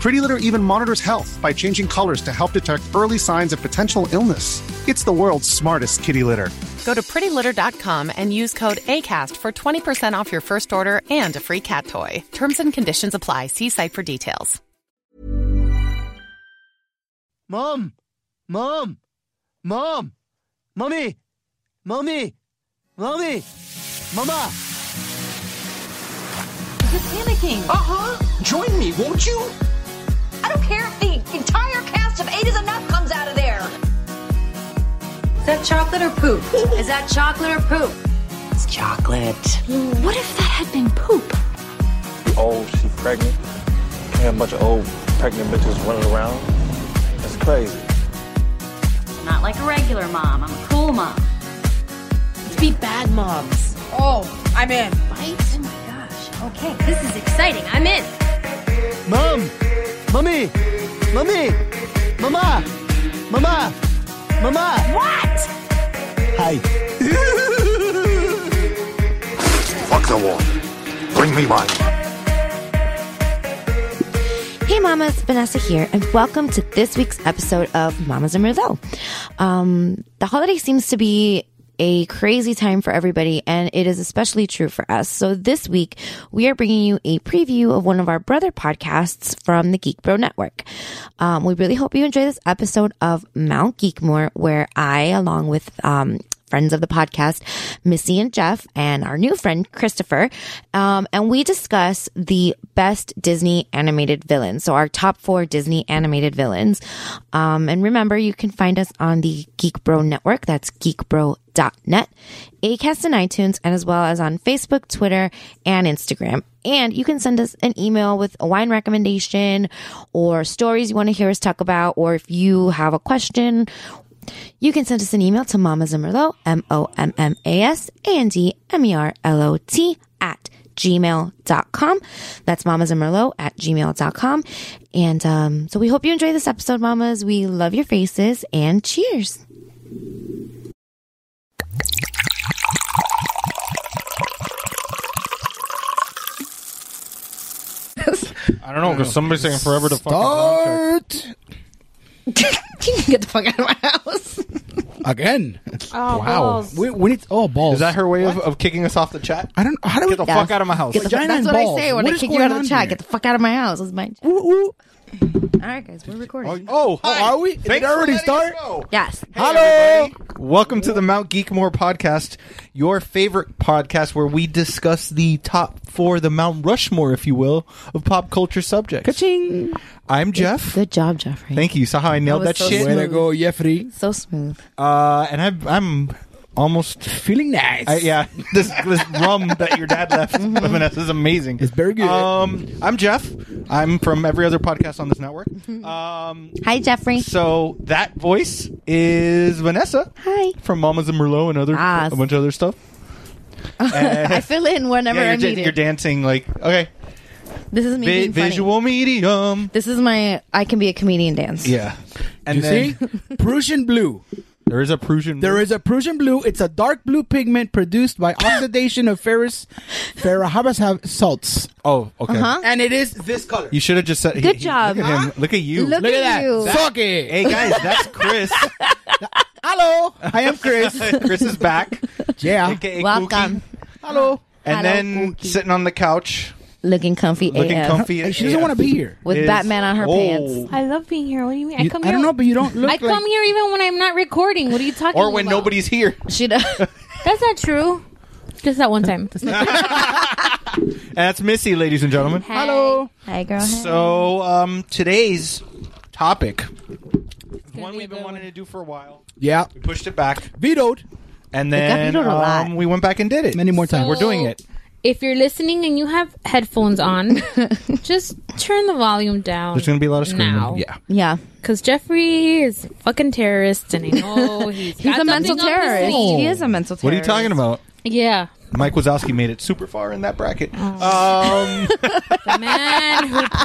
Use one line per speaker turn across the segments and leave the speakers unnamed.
Pretty Litter even monitors health by changing colors to help detect early signs of potential illness. It's the world's smartest kitty litter.
Go to prettylitter.com and use code ACAST for 20% off your first order and a free cat toy. Terms and conditions apply. See site for details.
Mom! Mom! Mom! Mommy! Mommy! Mommy! Mama!
You're panicking.
Uh huh. Join me, won't you?
Oh, I don't care if the entire cast of Eight is Enough comes out of there. Is that chocolate or poop? Is that chocolate or poop?
It's chocolate.
What if that had been poop?
She old, she pregnant. Can't have a bunch of old pregnant bitches running around. That's crazy.
I'm not like a regular mom. I'm a cool mom.
Let's be bad moms.
Oh, I'm in.
Right?
Oh my gosh. Okay, this is exciting. I'm in.
Mom! Mommy! Mommy! Mama! Mama! Mama!
What?
Hi.
Fuck the water. Bring me mine.
Hey, mamas, Vanessa here, and welcome to this week's episode of Mamas and Rizal. Um, the holiday seems to be a crazy time for everybody, and it is especially true for us. So, this week, we are bringing you a preview of one of our brother podcasts from the Geek Bro Network. Um, we really hope you enjoy this episode of Mount Geekmore, where I, along with um, friends of the podcast, Missy and Jeff, and our new friend, Christopher. Um, and we discuss the best Disney animated villains. So, our top four Disney animated villains. Um, and remember, you can find us on the Geek Bro Network. That's geekbro.net, ACAST and iTunes, and as well as on Facebook, Twitter, and Instagram. And you can send us an email with a wine recommendation or stories you want to hear us talk about, or if you have a question you can send us an email to Mamas and Merlot, M O M M A S A N D M E R L O T, at gmail.com. That's Mamas and Merlot at gmail.com. And um, so we hope you enjoy this episode, Mamas. We love your faces and cheers.
I don't know because somebody's taking forever to fucking sound
Start
Get the fuck out of my house.
again.
Oh,
Wow. balls.
We, we need oh
check.
balls.
Is that her way of, of kicking us off the chat?
I don't. How do
Get
we
the fuck out of my house.
Get the,
Vagina and
that's what
balls.
I say when
What
I
is
kick you
going
out of
on
the chat.
here?
Get the fuck out of my house. Is my
Ooh, ooh.
all right, guys. We're recording.
Oh,
Oh, are we? Did
Thanks
it
for
already
letting
start?
us know.
Yes.
Hello.
Welcome to the Mount Geekmore podcast, your favorite podcast where we discuss the top four, the Mount Rushmore, if you will, of pop culture subjects.
Ka-ching.
I'm Jeff.
Good job, Jeffrey.
Thank you. Saw how I nailed
That
that,
was so
shit?
Way to go, Jeffrey.
so smooth.
Uh, and I've, I'm almost.
Feeling nice.
I, yeah, this this rum that your dad left, Vanessa, is amazing.
It's very good.
Um, I'm Jeff. I'm from every other podcast on this network. Um,
Hi, Jeffrey.
so that voice is Vanessa
Hi.
from Mamas and Merlot and other
Ah,
a bunch of other stuff. And-
I fill in whenever
yeah, you're,
I'm
da-
needed.
you're dancing like okay,
This is me
vi-
being funny.
visual medium.
This is my I can be a comedian dance.
Yeah, and
you
then
see, Prussian blue.
There is a Prussian.
There is a Prussian blue. It's a dark blue pigment produced by oxidation of ferrous ferrohabitab salts.
Oh, okay.
And it is this color.
You should have just said.
Uh-huh. Good job.
Look at him. Look at you.
Look Look at at that. you. Suck it.
Hey guys, that's Chris.
Hello, I am Chris.
Chris is back.
Yeah.
AKA Kooky.
Hello.
And
Ah, Hello,
then sitting on the couch,
looking comfy.
looking
AF.
comfy.
She doesn't wanna be here.
With Batman on her pants.
I love being here. What do you mean? I
You-
come
I
here.
don't know, but you don't look
I come
like-
here even when I'm not recording. What are you talking
Or when
about?
nobody's here.
She does.
That's not true. Just that one time.
And that's Missy, ladies and gentlemen.
Hello. Hi, girl.
So um, today's topic,
one we've been wanting
to do for a while.
yeah,
we pushed it back,
vetoed,
and
got
then
vetoed a lot.
um, we went back and did it
many more times.
We're doing it.
Oh.
If you're listening and you have headphones on, just turn the volume down.
There's going to be a lot of screaming.
Now.
Yeah.
Yeah.
Because Jeffrey is a fucking terrorist, and I know he's,
He's
got
a mental
something up his
terrorist.
sleeve.
He is a mental terrorist.
What are you talking about?
Yeah,
Mike Wazowski made it super far in that bracket.
Oh.
Um,
the man who puts.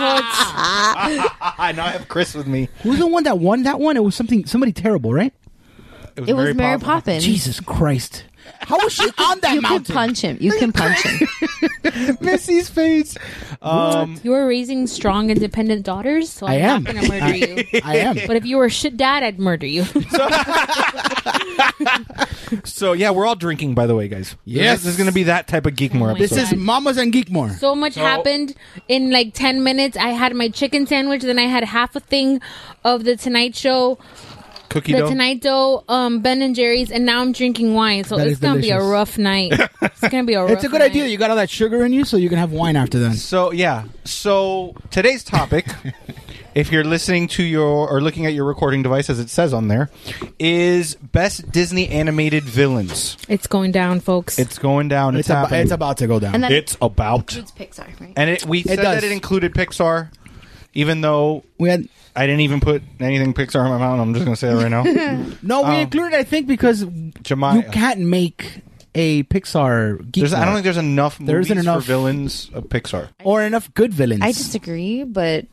I now have Chris with me.
Who's the one that won that one? It was something somebody terrible, right?
It was Mary Poppins.
Jesus Christ! How was she on that
you
mountain?
can punch him. You can punch him.
Missy's face. Um,
you were raising strong, independent daughters, so I'm
I am.
not going to murder you.
I am.
But if you were a shit dad, I'd murder you.
so yeah, we're all drinking, by the way, guys.
Yes.
this is going to be that type of geek more.
This
episode.
is Mamas and Geekmore.
So much happened in like 10 minutes. I had my chicken sandwich, then I had half a thing of the Tonight Show,
cookie
the
dough.
Tonight Dough, um, Ben and Jerry's, and now I'm drinking wine. So
That
it's
is
going to be a
delicious.
rough night. it's going to be a rough
It's a good
night.
idea. You got all that sugar in you, so you can have wine after then.
So yeah. So today's topic, if you're listening to your or looking at your recording device as it says on there, is best Disney animated villains.
It's going down, folks.
It's going down. It's,
It's, ab-
happening.
it's about to go down.
And then
It's about.
it's Pixar, right?
And it we said
does.
that it included Pixar, even though
we had
I didn't even put anything Pixar in my mouth. I'm just gonna say that right now.
no. We included, I think, because
Jemima.
you can't make a Pixar. Geek
There's, I don't think there's enough.
There isn't
movies
enough-
for villains of Pixar.
or enough good villains.
I disagree, but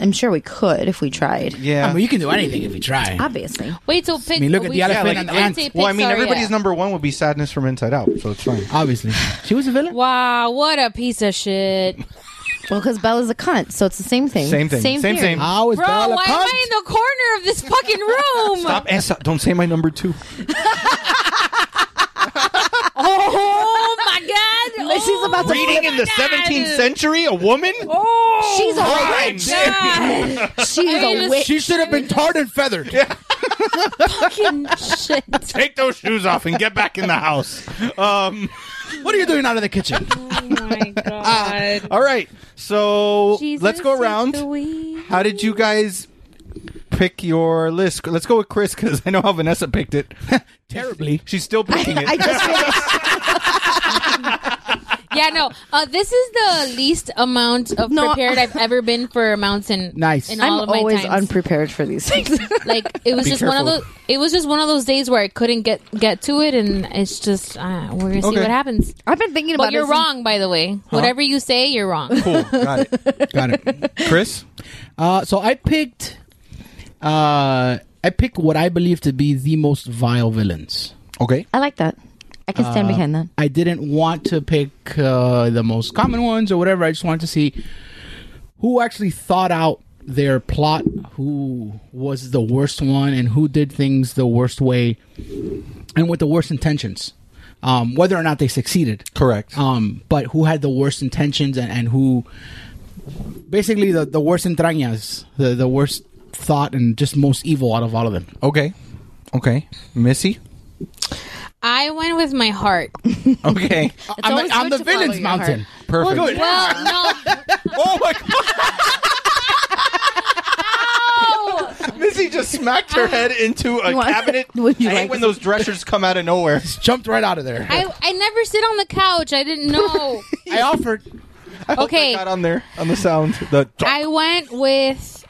I'm sure we could if we tried.
Yeah.
I mean, you can do anything if you try.
Obviously.
Wait till oh, Pixar.
I mean, look at the elephant
like,
and the
it's-
ant.
well, I mean, everybody's
number.
number one would be Sadness from Inside Out, so it's fine.
Obviously, she was a villain.
Wow, what a piece of shit.
Well, because Bella's a cunt, so it's the same thing.
Same thing. Same
theory.
thing.
How is
Bro,
Bella
why am
Cunt?
I in the corner of this fucking room?
Stop and stop. Don't say my number two.
Oh my god.
Missy's
oh,
about to-
Reading in the
God.
17th century, a woman.
Oh,
She's a
my
witch.
God.
She's a
Hey,
witch.
She should have been tarred and feathered.
fucking shit.
Take those shoes off and get back in the house. Um,
What are you doing out of the kitchen?
Oh my god.
all right, so Uh, let's go around.
How
How did you guys pick your list? Let's go with Chris because I know how Vanessa picked it.
Terribly.
She's still picking it.
I just finished.
yeah, no. Uh, this is the least amount of
No.
prepared I've ever been for a mountain.
Nice.
In all
I'm
of my
always
times.
unprepared for these things.
like it was
Be
just one of
careful.
those. It was just one of those days where I couldn't get get to it, and it's just uh, we're gonna see
Okay.
what happens.
I've been thinking about
But you're
this
wrong, by the way. Whatever you say, you're wrong.
cool. Got it.
Got it.
Chris.
Uh, so I picked. Uh, I picked what I believe to be the most vile villains.
Okay.
I like that. I can
Uh,
stand behind that.
I didn't want to pick uh, the most common ones or whatever. I just wanted to see who actually thought out their plot, who was the worst one, and who did things the worst way and with the worst intentions. Um, whether or not they succeeded.
Correct.
Um, but who had the worst intentions and, and who basically the, the worst entrañas, the, the worst thought and just most evil out of all of them.
Okay. Okay. Missy.
I went with my heart.
Okay.
I'm,
always
I'm the
good to follow
villains
your heart.
mountain.
Perfect.
Well, no,
Oh my god. Missy just smacked her head into a
You want-
cabinet.
Would you
I hate
like
when
some-
those dressers come out of nowhere.
Jumped right out of there. I,
I, I never sit on the couch. I didn't
Oh
know.
offered.
Okay,
Got on there on the sound. The
I went with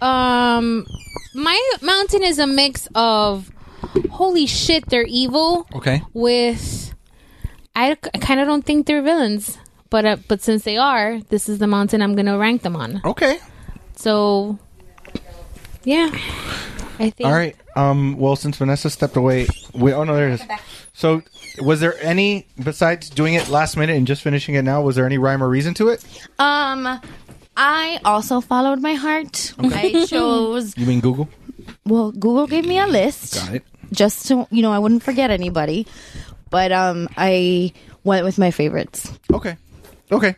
um my mountain is a mix of holy shit they're evil
okay.
with I, kind of don't think they're villains, but uh, but since they are, this is the mountain I'm going to rank them on.
Okay.
So yeah. I think.
All right. Um, well, since Vanessa stepped away, we oh no, there it is. So, was there any besides doing it last minute and just finishing it now? Was there any rhyme or reason to it?
Um, I also followed my heart. I chose.
You mean Google?
Well, Google gave me a list.
Got it.
Just to you know, I wouldn't forget anybody, but um, I went with my favorites.
Okay. Okay.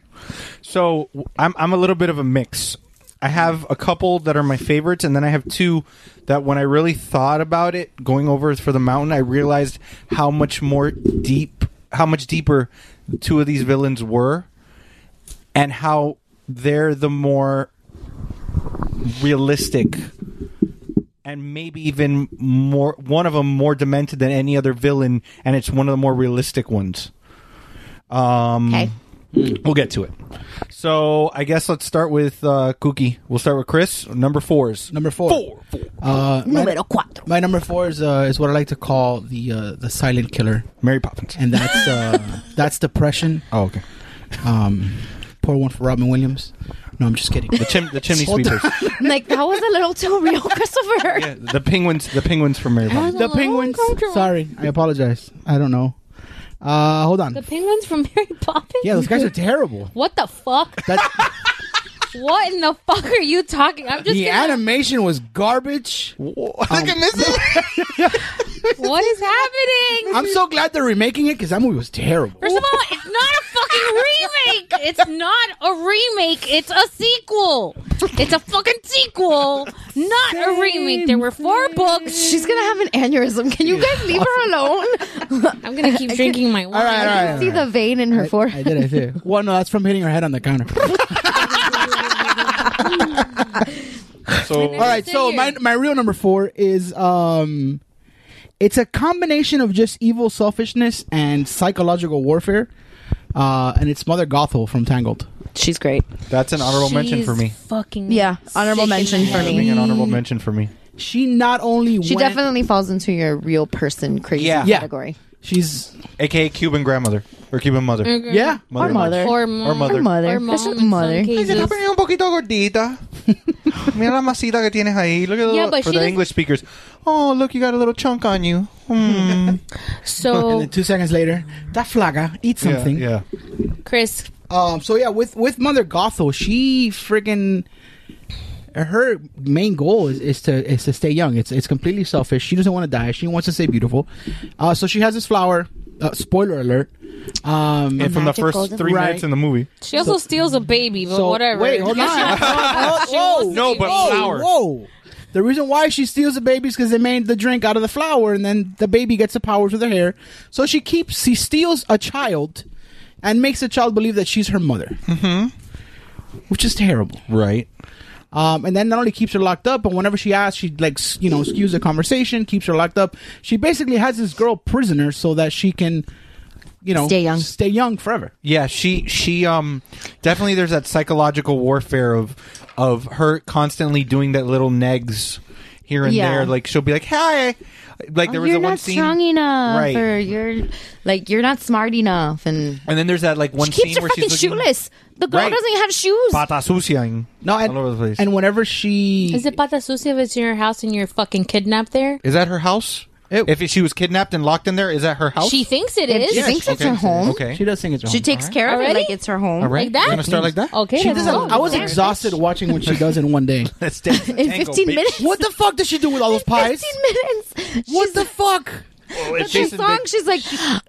So w- I'm I'm a little bit of a mix. I have a couple that are my favorites, and then I have two that when I really thought about it, going over for the mountain, I realized how much more deep, how much deeper two of these villains were, and how they're the more realistic and maybe even more one of them more demented than any other villain and it's one of the more realistic ones um we'll get to it so i guess let's start with uh kookie we'll start with chris number fours
number four Uh, my, my number four is uh, is what I like to call the uh, the silent killer,
Mary Poppins,
and that's uh, that's depression.
Oh, okay.
Um, poor one for Robin Williams. No, I'm just kidding.
The chim- the chimney
Hold on.
sweepers
like that was a little too real, Christopher.
the penguins the penguins from mary poppins
the penguins. Sorry, I apologize. I don't know. Uh, hold on.
The penguins from Mary Poppins?
Yeah, those guys are terrible.
What the fuck? what in the fuck are you talking? I'm just
the
gonna-
animation was garbage. Um,
What is happening?
I'm so glad they're remaking it because that movie was terrible.
First of all, it's not a fucking remake. It's not a remake. It's a sequel. It's a fucking sequel, not a remake. There were four books.
She's gonna have an aneurysm. Can you guys leave her alone?
I'm gonna keep drinking my wine.
All right, all
I
right,
can
all
see
right.
the vein in her forehead.
I did, I did. Well, no, that's from hitting her head on the counter.
so
all right, so my my real number four is um, it's a combination of just evil selfishness and psychological warfare, uh, and it's Mother Gothel from Tangled.
She's great.
that's an honorable mention for me
Fucking
yeah, honorable mention for
being an
me.
honorable mention for me
She not only
She
went-
definitely falls into your real person crazy
Yeah. Yeah.
category.
she's
aka cuban grandmother or cuban mother
Yeah,
Mother.
or mother,
Or mom. Or mother.
mother,
Or mom
That's not
in some
mother.
cases. un poquito gordita. Mira la masita que tienes ahí. Look at
Yeah, but she
for the
doesn't-
English speakers. Oh, look, you got a little chunk on you. Hmm.
And
So,
then two seconds later, that flaga eat
Yeah,
something.
yeah.
Chris,
Um. So yeah, with with Mother Gothel, she friggin' her main goal is, is to is to stay young. It's it's completely selfish. She doesn't want to die. She wants to stay beautiful. Uh, so she has this flower. Uh, spoiler alert. Um,
And from the first three minutes in the movie.
she also steals a baby, but
So-
whatever.
Wait, hold on.
whoa,
No, but
whoa,
flower.
Whoa. The reason why she steals the baby is because they made the drink out of the flower, and then the baby gets the powers with her hair. So she keeps, she steals a child, and makes the child believe that she's her mother,
Mm-hmm.
which is terrible.
Right.
Um, and then not only keeps her locked up, but whenever she asks, she like s- you know skews the conversation, keeps her locked up. She basically has this girl prisoner so that she can, you know,
Stay young.
stay young forever.
Yeah, she she um definitely there's that psychological warfare of of her constantly doing that little negs here and
Yeah. Oh,
there. Like she'll be like, "Hi," like there was
you're
a
not
one scene,
strong enough,
Right.
or you're like you're not smart enough, and
and then there's that like one
she keeps
scene
her
where
fucking
she's looking,
shoeless. The girl
Right.
doesn't have shoes.
Pata sucia.
No, and,
all over the place.
and whenever she
Is it pata sucia if it's in your house and you're fucking kidnapped there?
Is that her house? If she was kidnapped and locked in there, is that her house?
She thinks it is.
She thinks it's her home.
Okay.
she does think it's
She takes care of it
Already?
like it's her home.
All right.
Like that?
We're gonna start like that.
Okay,
she
that's
does.
wrong.
I was exhausted watching what she does in one day.
Let's dance
In 15 minutes.
What the fuck does she do with all those pies?
15 minutes.
What the fuck?
But the song, she's like,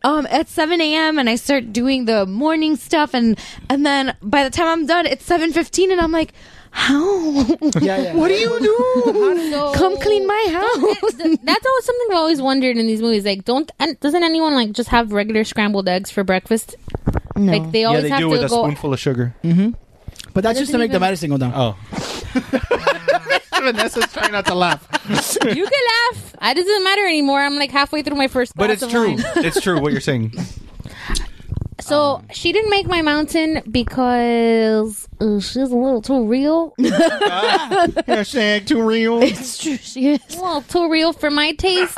um, at 7 a.m. and I start doing the morning stuff, and and then by the time I'm done, it's 7:15, and I'm like, how?
Yeah, yeah.
what do you do? Come clean my house.
That's always something I've always wondered in these movies. Like, don't and doesn't anyone like just have regular scrambled eggs for breakfast? Like they
Yeah,
always
they
have
do
to
with a
go.
spoonful of sugar.
But that's just to
Doesn't
make the
even-
matter single down.
Oh. Vanessa's trying not to laugh.
You can laugh. It doesn't matter anymore. I'm like halfway through my first.
But
glass
it's
of
true.
wine.
It's true what you're saying.
So
Um,
she didn't make my mountain because uh, she's a little too real. a
Hashtag too real.
It's true. She is.
little too real for my taste.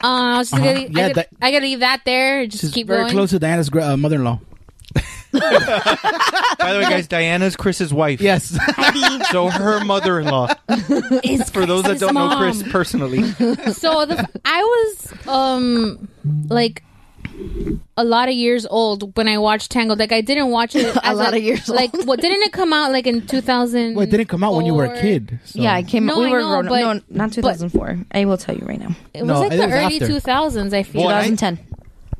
Uh, she's gonna,
Uh-huh. Yeah,
I, gotta,
that-
I gotta leave that there. and Just
She's
keep
very
going.
close to Diana's gra- uh, mother-in-law.
By the way, guys, Diana's Chris's wife.
Yes.
so her mother-in-law. For those that
Chris's
don't know
mom.
Chris personally,
so the, I was um like a lot of years old when I watched Tangled. Like I didn't watch it
A
as
lot of years
Like what didn't it come out like in two thousand?
Well, it didn't come out when you were a kid. So.
Yeah, I came.
No,
we
I
were
know,
grown up.
but-
No, not 2004. I will tell you right now.
It was
No,
like
it
the
was
early
after.
two thousands. I feel.
2010.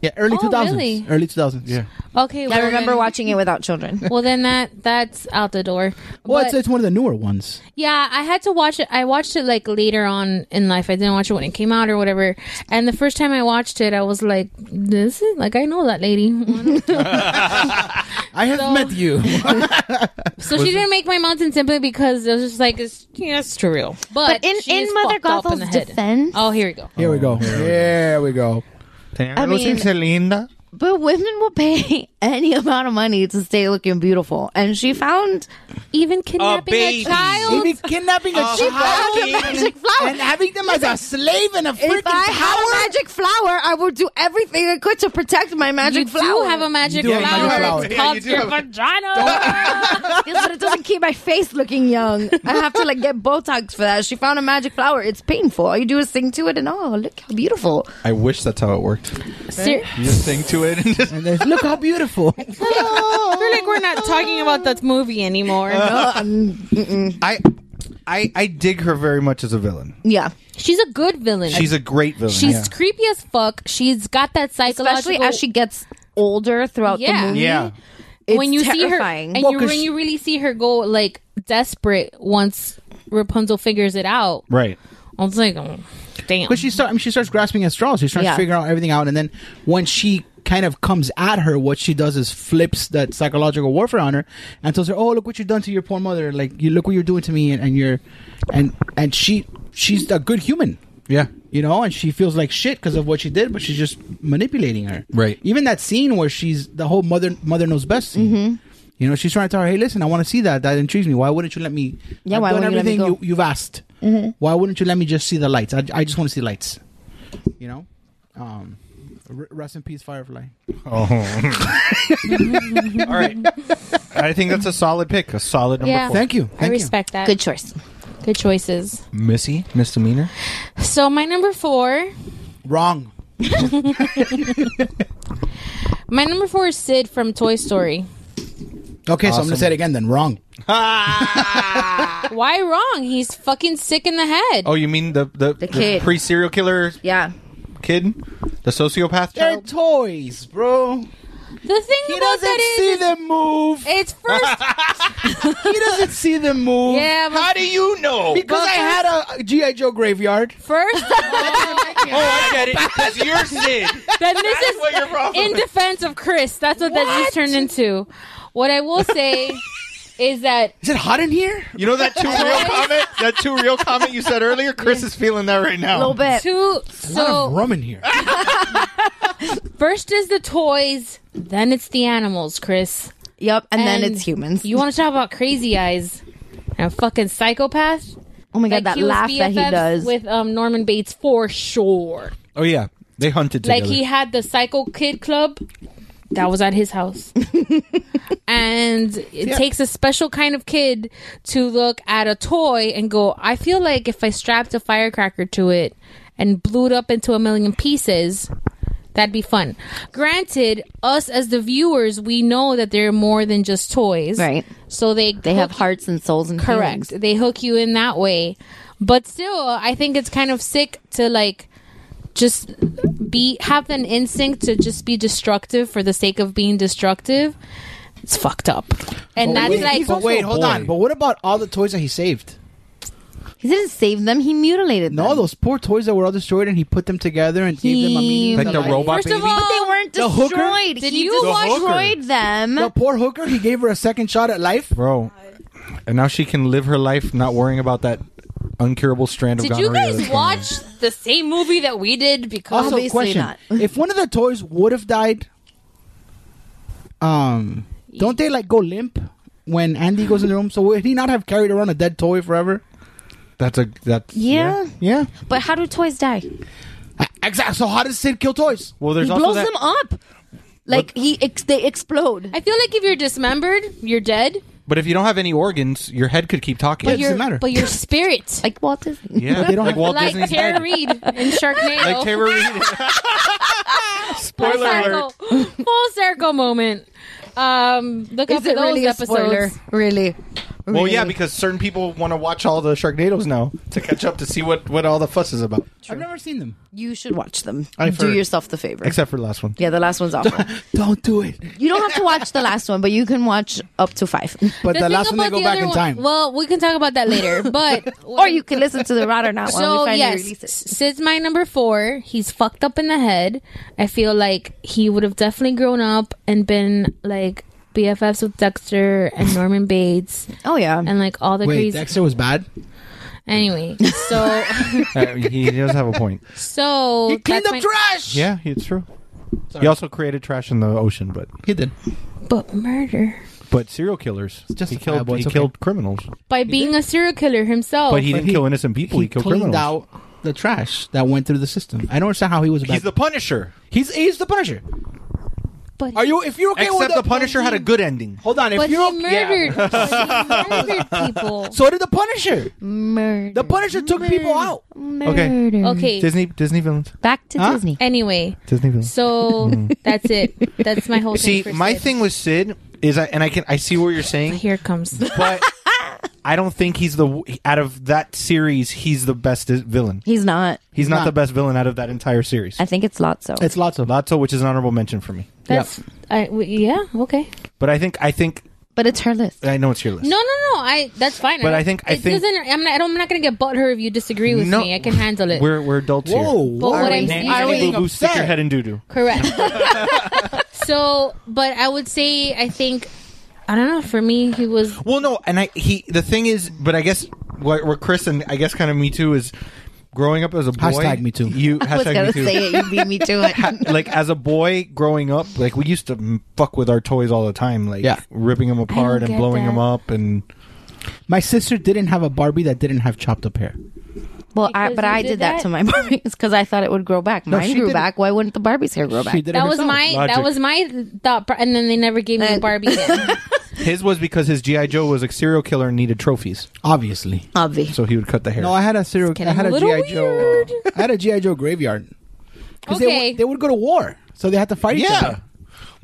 Yeah, early
Oh,
two thousands.
really?
Early two thousands. Yeah.
Okay,
I remember
watching.
watching it without children.
Well, then that that's out the door.
Well, it's,
But-
it's one of the newer ones.
Yeah, I had to watch it. I watched it like later on in life. I didn't watch it when it came out or whatever. And the first time I watched it, I was like, "This is like I know that lady."
I have met you.
so she didn't make my mountain simply because it was just like it's yeah, it's true. But,
in
she is
in Mother
fucked up in
Gothel's
the head.
defense,
Oh, here we go.
Here we go. Here we go.
I mean- but women will pay any amount of money to stay looking beautiful, and she found
Even kidnapping a,
baby.
child.
Even kidnapping a
Oh,
child
hi.
flower
and having them as a slave in a freaking
If I have
tower.
a magic flower, I will do everything I could to protect my magic
you
flower.
do have a magic
do have a
flower.
magic
It's
flower.
Yeah,
called
you do
your
have a-
vagina.
Yes, but it doesn't keep my face looking young. I have to like get Botox for that. She found a magic flower. It's painful. All you do is sing to it, and oh, look how beautiful.
I wish that's how it worked.
Ser-
You just sing to it and just
And there's- look how beautiful.
I feel like we're not talking about that movie anymore.
I, I, I dig her very much as a villain.
Yeah,
She's a good villain.
She's a great villain.
She's
yeah.
creepy as fuck. She's got that psychological.
especially as she gets older throughout
Yeah.
the movie.
Yeah.
It's
when you
terrifying.
see her, and
Well,
you,
'cause
when
she-
you really see her go like desperate once Rapunzel figures it out.
right.
I was like, oh, damn.
Because she start, I mean, she starts grasping at straws. She starts
Yeah.
figuring out everything out, and then when she kind of comes at her, what she does is flips that psychological warfare on her and tells her, "Oh, look what you've done to your poor mother! Like you look what you're doing to me, and, and you're, and and she she's a good human."
Yeah.
You know, and she feels like shit because of what she did, but she's just manipulating her.
Right.
Even that scene where she's the whole mother mother knows best scene.
Mm-hmm.
You know, she's trying to tell her, "Hey, listen, I want to see that. That intrigues me. Why wouldn't you let me?
Yeah,
I've
why
done
wouldn't you let me
everything
go?" Mm-hmm.
you, have asked. Why wouldn't you let me just see the lights? I, I just want to see lights. You know, um, r- rest in peace, Firefly.
All right. I think that's a solid pick. A solid number
Yeah.
four.
Thank you.
I
Thank you.
respect that.
Good
Good,
choice.
good choices.
Missy misdemeanor.
So my number four,
Wrong.
my number four is Sid from Toy Story.
Okay, so I'm gonna say it again. Then wrong.
Why wrong? He's fucking sick in the head.
Oh, you mean the the, the
kid.
pre serial killer
Yeah,
kid, the sociopath
They're
child.
toys, bro.
the thing
He
about
doesn't
that
see
is,
them move.
it's first.
He doesn't see them move.
yeah, but
do you know?
Because I had a GI Joe graveyard.
first. of all-
Oh, I get it. Because you're Sid.
then this is
what your problem
in defense of Chris. That's what, that just turned into. What I will say is that
Is it hot in here?
You know that two real comment? That two real comment you said earlier? Chris is feeling that right now.
Eh, a little bit.
two.
A lot of
So
rum in here.
first is the toys, then it's the animals, Chris.
Yep, and, then it's humans.
You want to talk about crazy eyes and a fucking psychopath?
oh my god,
Like,
that
he was
laugh that he
BFFs
does.
with um, Norman Bates for sure.
Oh, yeah. They hunted
Like he had the Psycho Kid Club. That was at his house. and it takes a special kind of kid to look at a toy and go, I feel like if I strapped a firecracker to it and blew it up into a million pieces, that'd be fun. Granted, us as the viewers, we know that they're more than just toys.
Right.
So they
they have
hook
hearts and souls and
Correct.
feelings.
They hook you in that way. But still, I think it's kind of sick to like just be have an instinct to just be destructive for the sake of being destructive. It's fucked up. And that's like
but Oh, wait, hold on. But what about all the toys that he saved?
He didn't save them. He mutilated them.
No, those poor toys that were all destroyed, and he put them together and gave them a meaning.
Like
to
the
life.
robot
First of
baby?
all,
But they weren't
The hooker?
destroyed.
Did
he
you
watch-
destroyed them.
The poor hooker, he gave her a second shot at life.
Bro. And now she can live her life not worrying about that uncurable strand of
did you
gonorrhea that's
guys
coming out.
watch the same movie that we did? Because
Also,
Obviously
question:
not.
If one of the toys would have died, um, don't they like go limp when Andy goes in the room? So would he not have carried around a dead toy forever?
That's a. That's.
Yeah.
Yeah.
But how do toys die?
Exactly. So how does Sid kill toys?
Well, there's
he
also
blows
that.
them up. Like he, ex- they explode.
I feel like if you're dismembered, you're dead.
But if you don't have any organs, your head could keep talking.
But your but your spirit,
like Walt Disney,
Yeah, They don't like have- Walt
like
Disney's
Tara
head.
Reid in Sharknado,
Like Tara Reid. Spoiler
full circle, full circle moment. Um, look up
Is
for
it
those
really a
episodes.
spoiler? Really?
Well, yeah, because certain people want to watch all the Sharknadoes now to catch up to see what, what all the fuss is about.
I've never seen them.
You should watch them.
I've
do
heard.
yourself the favor.
Except for the last one.
yeah, the last one's awful.
Don't do it.
you don't have to watch the last one, but you can watch up to five.
But
The thing about the other one- Well, we can talk about that later. But
or you can listen to the Rod or Not one.
so
We finally
yes,
release it.
Sid's my number four. He's fucked up in the head. I feel like he would have definitely grown up and been like BFFs with Dexter and Norman Bates.
Oh yeah,
and like all the
Wait,
crazy.
Dexter was bad.
Anyway, so
Uh, he does have a point.
so he
cleaned up trash.
Yeah, it's true. He also created trash in the ocean, but
he did.
But murder
But serial killers. He killed.
justifiable,
He
it's okay.
killed criminals.
by being a serial killer himself.
But he didn't kill innocent people. He, killed
cleaned
criminals.
out the trash that went through the system. I don't understand how he was. Bad.
He's the Punisher.
He's he's the Punisher.
But
Are you if you're okay with
Except the Punisher had a good ending.
Hold on, if
But he
you're
murdered. but he murdered people.
So did the Punisher.
Murder.
The Punisher took people out.
Okay.
Okay.
mm, Disney. Disney villains.
Back to
Huh?
Disney.
Anyway,
Disney villains.
so that's it. That's my whole
Mm-hmm. See,
thing for
my
Sid.
thing with Sid is, I, and I can I see what you're saying,
Here it comes.
but I don't think he's the out of that series. He's the best villain.
He's not.
He's not,
Not.
the best villain out of that entire series.
I think it's Lotso.
It's lots of
Lotso, which is an honorable mention for me,
That's I w yeah okay.
but I think I think
but it's her list.
I know it's your list.
No, no, no. I that's fine.
But
don't-
I think- I
it
think-
doesn't. I'm not. I don't- I'm not gonna get butthurt if you disagree with
No.
me. I can handle it.
We're we're adults
Whoa,
here.
whoa.
what I'm
Nancy
saying- Are we
Boo Boo, stick your
upset?
head in doo doo.
Correct. so, but I would say I think I don't know. For me, he was
Well, no, and I he the thing is, but I guess what where Chris and I guess kind of me too is growing up as a boy.
Hashtag me too.
You
I was
hashtag
gonna
me too.
say it. You beat me to it.
Ha- like as a boy growing up, like we used to m- fuck with our toys all the time, like
Yeah.
ripping them apart and
get
blowing
that.
them up, and
My sister didn't have a Barbie that didn't have chopped up hair.
Well, I,
Because
but
you
I
did
did that,
that?
to my Barbies because I thought it would grow back. Mine
she
grew
did it.
back. Why wouldn't the Barbies' hair grow back?
She did it
that was
herself.
my that
Logic.
was my thought, pro- and then they never gave me a
Uh,
Barbie. again.
his was because his GI Joe was a serial killer and needed trophies,
Obviously.
Obvi.
so he would cut the hair.
No, I had a serial.
getting
I had
a
a
little
GI Joe.
weird.
I had a GI Joe graveyard. 'Cause they
Okay.
would- they would go to war, so they had to fight each
yeah,
other.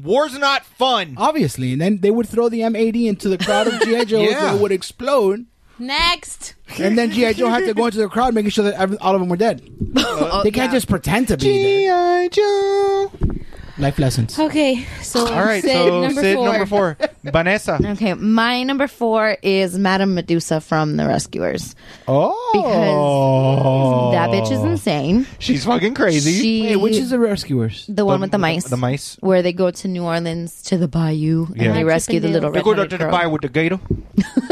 war's not fun.
Obviously, and then they would throw the M80 into the crowd of GI Joes.
Yeah.
It would explode,
Next,
and then GI Joe had to go into the crowd, making sure that every, all of them were dead.
Oh,
they can't just pretend to be dead.
GI Joe.
Life lessons.
okay. So
All right,
Sid,
so
number
Sid
four.
number four, Vanessa.
Okay, my number four is Madame Medusa from The Rescuers
Oh,
because that bitch is insane.
She's fucking crazy.
She,
Hey, which is the rescuers?
the one with the mice,
The mice.
where they go to New Orleans to the bayou
Yeah.
and they
Not
rescue the
Chippendales.
little
They
They go down
red-headed
to the
girl.
bayou with the gator.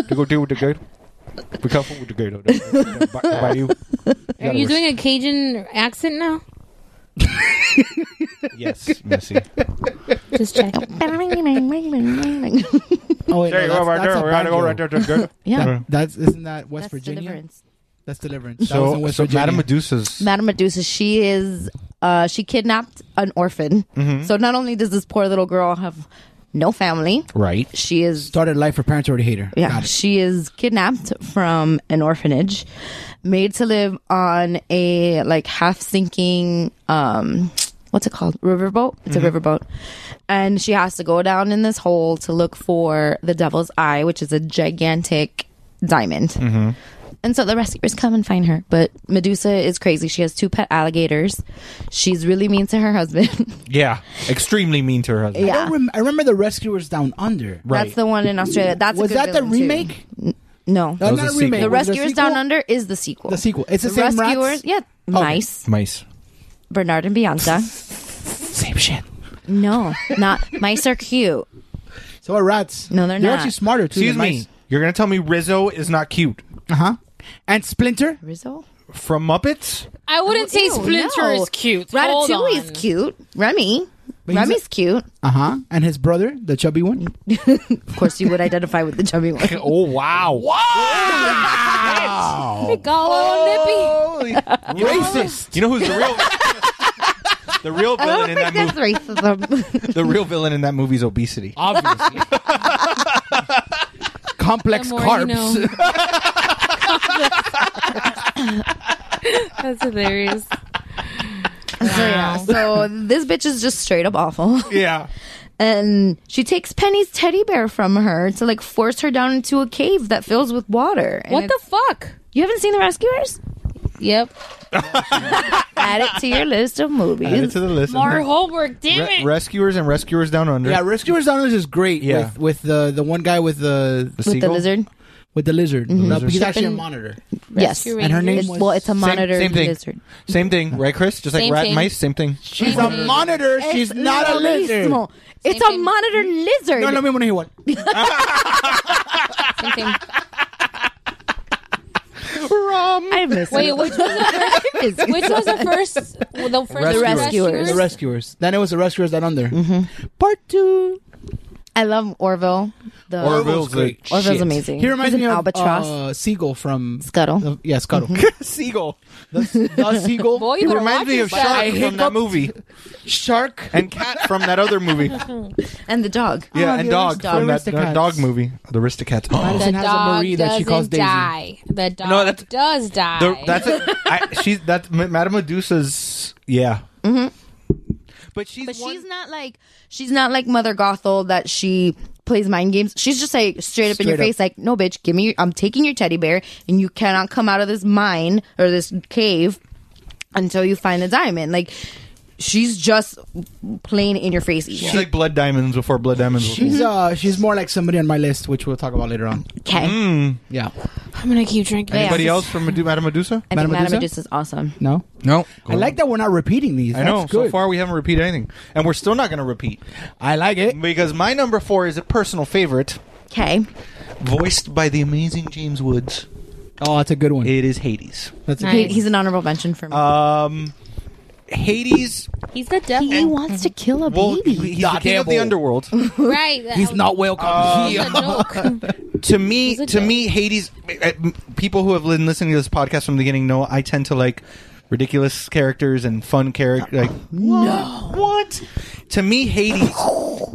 they go deal with the gator. Be careful with the gator. The- the- the bayou.
Are you doing a Cajun accent now?
Yes, Missy.
Just check.
Oh, wait,
There you go,
no, that's-
right
that's
there.
a
We gotta go
banjo.
right there to the gator.
yeah,
That's isn't that West
that's
Virginia?
Deliverance.
That's deliverance. that was in
So,
West
so
Virginia.
Madame Medusa's.
Madame Medusa, she is uh, she kidnapped an orphan. So not only does this poor little girl have no family,
Right.
she is
started life for parents already hate her.
yeah,
Got it.
she is kidnapped from an orphanage, made to live on a like half sinking um what's it called? Riverboat. It's a riverboat. And she has to go down in this hole to look for the devil's eye, which is a gigantic diamond. And so the rescuers come and find her. But Medusa is crazy. She has two pet alligators. She's really mean to her husband.
Yeah. Extremely mean to her husband.
I,
yeah.
don't rem- I remember the rescuers down under.
Right.
That's the one in Australia. That's a
was
good
that the
villain, too.
remake?
No.
No,
was
not
a
a remake.
sequel.
The
Was it a
Rescuers Down
sequel?
Under is the sequel.
The sequel. It's the same rats?
Rescuers, yeah, mice,
Mice.
Bernard and Bianca.
Same shit.
No, not mice are cute.
So are rats.
No, they're
They're
not.
actually smarter too.
Excuse
than
me. You're gonna tell me Rizzo is not cute
Uh huh. And Splinter.
Rizzo,
from Muppets?
I wouldn't say
Ew,
Splinter
no.
is cute. Hold
Ratatouille is
on.
cute. Remy,
he's a-
Remy's cute.
Uh huh. And his brother, the chubby one.
Of course, you would identify with the chubby one.
Oh wow! Wow!
Got a little nippy.
Racist. You know who's the real? The real
I
villain
don't
in that
think
movie.
that's racism.
The real villain in that movie is obesity.
Obviously.
Complex
The more you know. That's hilarious.
So yeah, so this bitch is just straight up awful.
Yeah.
And she takes Penny's teddy bear from her to like force her down into a cave that fills with water. And
What the
it's-
fuck?
You haven't seen The Rescuers?
Yep.
Add it to your list of movies.
Add it to the list.
More homework, damn
Re-
it.
rescuers and rescuers down under.
Yeah, Rescuers Down Under is great.
Yeah.
With, with the the one guy with the
The With the seagull? lizard?
With the lizard. No,
lizard.
he's actually a
Shipping-
monitor.
Yes.
And her name
It's-
was
well, it's a
Same-
monitor
same, thing.
lizard.
Same thing, right, Chris? Just like
Same
rat
thing.
and mice, same thing.
She's a monitor. She's not a lizard.
Mismo. It's a monitor lizard.
No, no me wanna hear what.
Same thing.
I miss
Wait,
it.
which was the first? Which was the first? The first rescuers.
The rescuers. Then it was the rescuers down under. Part two.
I love Orville. The
Orville's great.
Orville's
shit.
amazing.
He reminds
He's an
me of
albatross.
Uh, Seagull from
Scuttle.
the- yeah, Scuttle.
Mm-hmm. Seagull.
the Seagull.
Boy,
He
you
reminds me of
I
Shark from
hiccuped.
that movie.
Shark.
And Cat from that other movie.
and the dog.
Yeah,
Oh,
and
the
dog
Aristocats.
from that that
Aristocats.
dog movie. The Aristocats. Oh.
The
Madison has a
dog
Marie that she calls
doesn't die.
Daisy.
The dog
No, that's-
does die.
The- that's a, I, she's that M- Madame Medusa's yeah. Mm-hmm. But she's
But
one-
she's not like she's not like Mother Gothel that she plays mind games. She's just like straight up in your
Straight up.
face, like, no, bitch, give me. Your, I'm taking your teddy bear, and you cannot come out of this mine or this cave until you find a diamond. Like she's just plain in your face.
she's like Blood Diamonds before Blood Diamonds. was
She's uh she's more like somebody on my list, which we'll talk about later on.
Okay,
Yeah.
I'm gonna keep drinking.
Yeah.
mm, Anybody else from Medu- Madame Medusa?
I think
Madame
Madame
Medusa?
Medusa is awesome.
No.
No,
I like that we're not repeating these.
I know.
That's good.
So far, we haven't repeated anything, and we're still not going to repeat
I like it.
because my number four is a personal favorite,
Okay,
voiced by the amazing James Woods.
Oh, that's a good one.
It is Hades.
That's a
Nice.
good
He- he's an honorable mention for me.
Um, Hades.
He's the devil,
he wants to kill a
Well,
baby.
he's the
Not
king of the
devil.
underworld.
right? that
He's
was-
not welcome
It's
here.
a joke.
to me,
He's a
to
dick.
me, Hades. uh, People who have been listening to this podcast from the beginning know I tend to like ridiculous characters and fun characters. Like no, what? To me, Hades,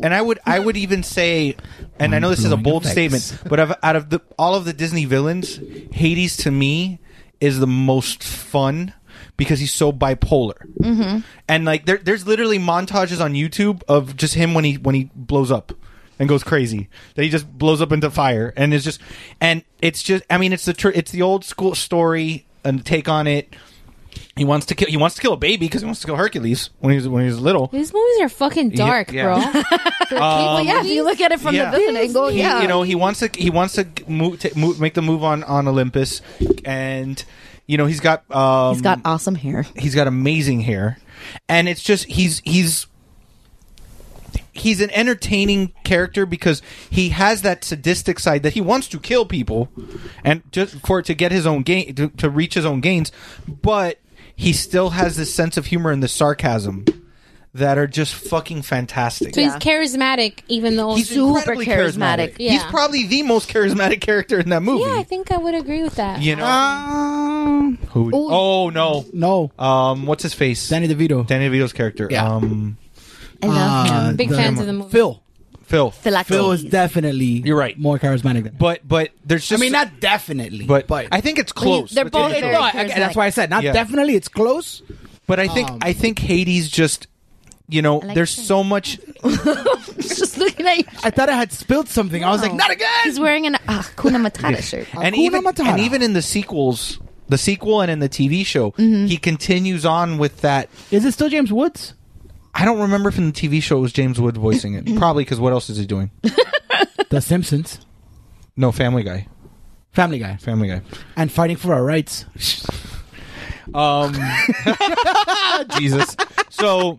and I would, I would even say, and I know this is a bold statement, but of, out of the all of the Disney villains, Hades to me is the most fun. Because he's so bipolar, mm-hmm. and like there, there's literally montages on YouTube of just him when he when he blows up and goes crazy. That he just blows up into fire, and it's just, and it's just. I mean, it's the tr- it's the old school story and take on it. He wants to kill. He wants to kill a baby because he wants to kill Hercules when he was when he was little.
These movies are fucking
Yeah,
dark,
yeah.
bro. The cable
Well, yeah, if you look at it from
Yeah.
the villain angle,
He-
yeah,
you know, he wants to he wants to move, to move make the move on on Olympus, and you know he's got um, uh,
he's got awesome hair.
he's got amazing hair and it's just he's he's he's an entertaining character because he has that sadistic side that he wants to kill people and just for to get his own gain to, to reach his own gains but he still has this sense of humor and the sarcasm that are just fucking fantastic
So he's charismatic, even though
He's
super
incredibly
charismatic.
He's
Yeah.
probably the most charismatic character in that movie.
Yeah, I think I would agree with that.
you know.
Um,
Who would- oh no.
no.
Um, what's his face?
Danny DeVito.
Danny DeVito's character.
Yeah.
Um,
I love him.
Uh,
Big
the-
fans of the movie.
Phil.
Phil.
Phylacteries.
Phil is definitely
You're right.
more charismatic than.
But but there's
I
just
mean, not definitely,
but, I think it's close.
they're
with
both
Danny
very
DeVito.
No, I- I- that's
charismatic.
why I said not
Yeah.
definitely. It's close.
But I think I think Hades just you know
Um, like
there's
Hades.
so much
just looking at you.
I thought I had spilled something. I was like, not again.
He's wearing an uh, Kuna Matata shirt.
and
Hakuna
even
Matata.
and even in the sequels the sequel and in the TV show
Mm-hmm.
he continues on with that
Is it still James Woods?
I don't remember if in the TV show it was James Wood voicing it probably cuz what else is he doing
The Simpsons,
No Family Guy
Family Guy,
Family Guy
and fighting for our rights.
Um, Jesus. So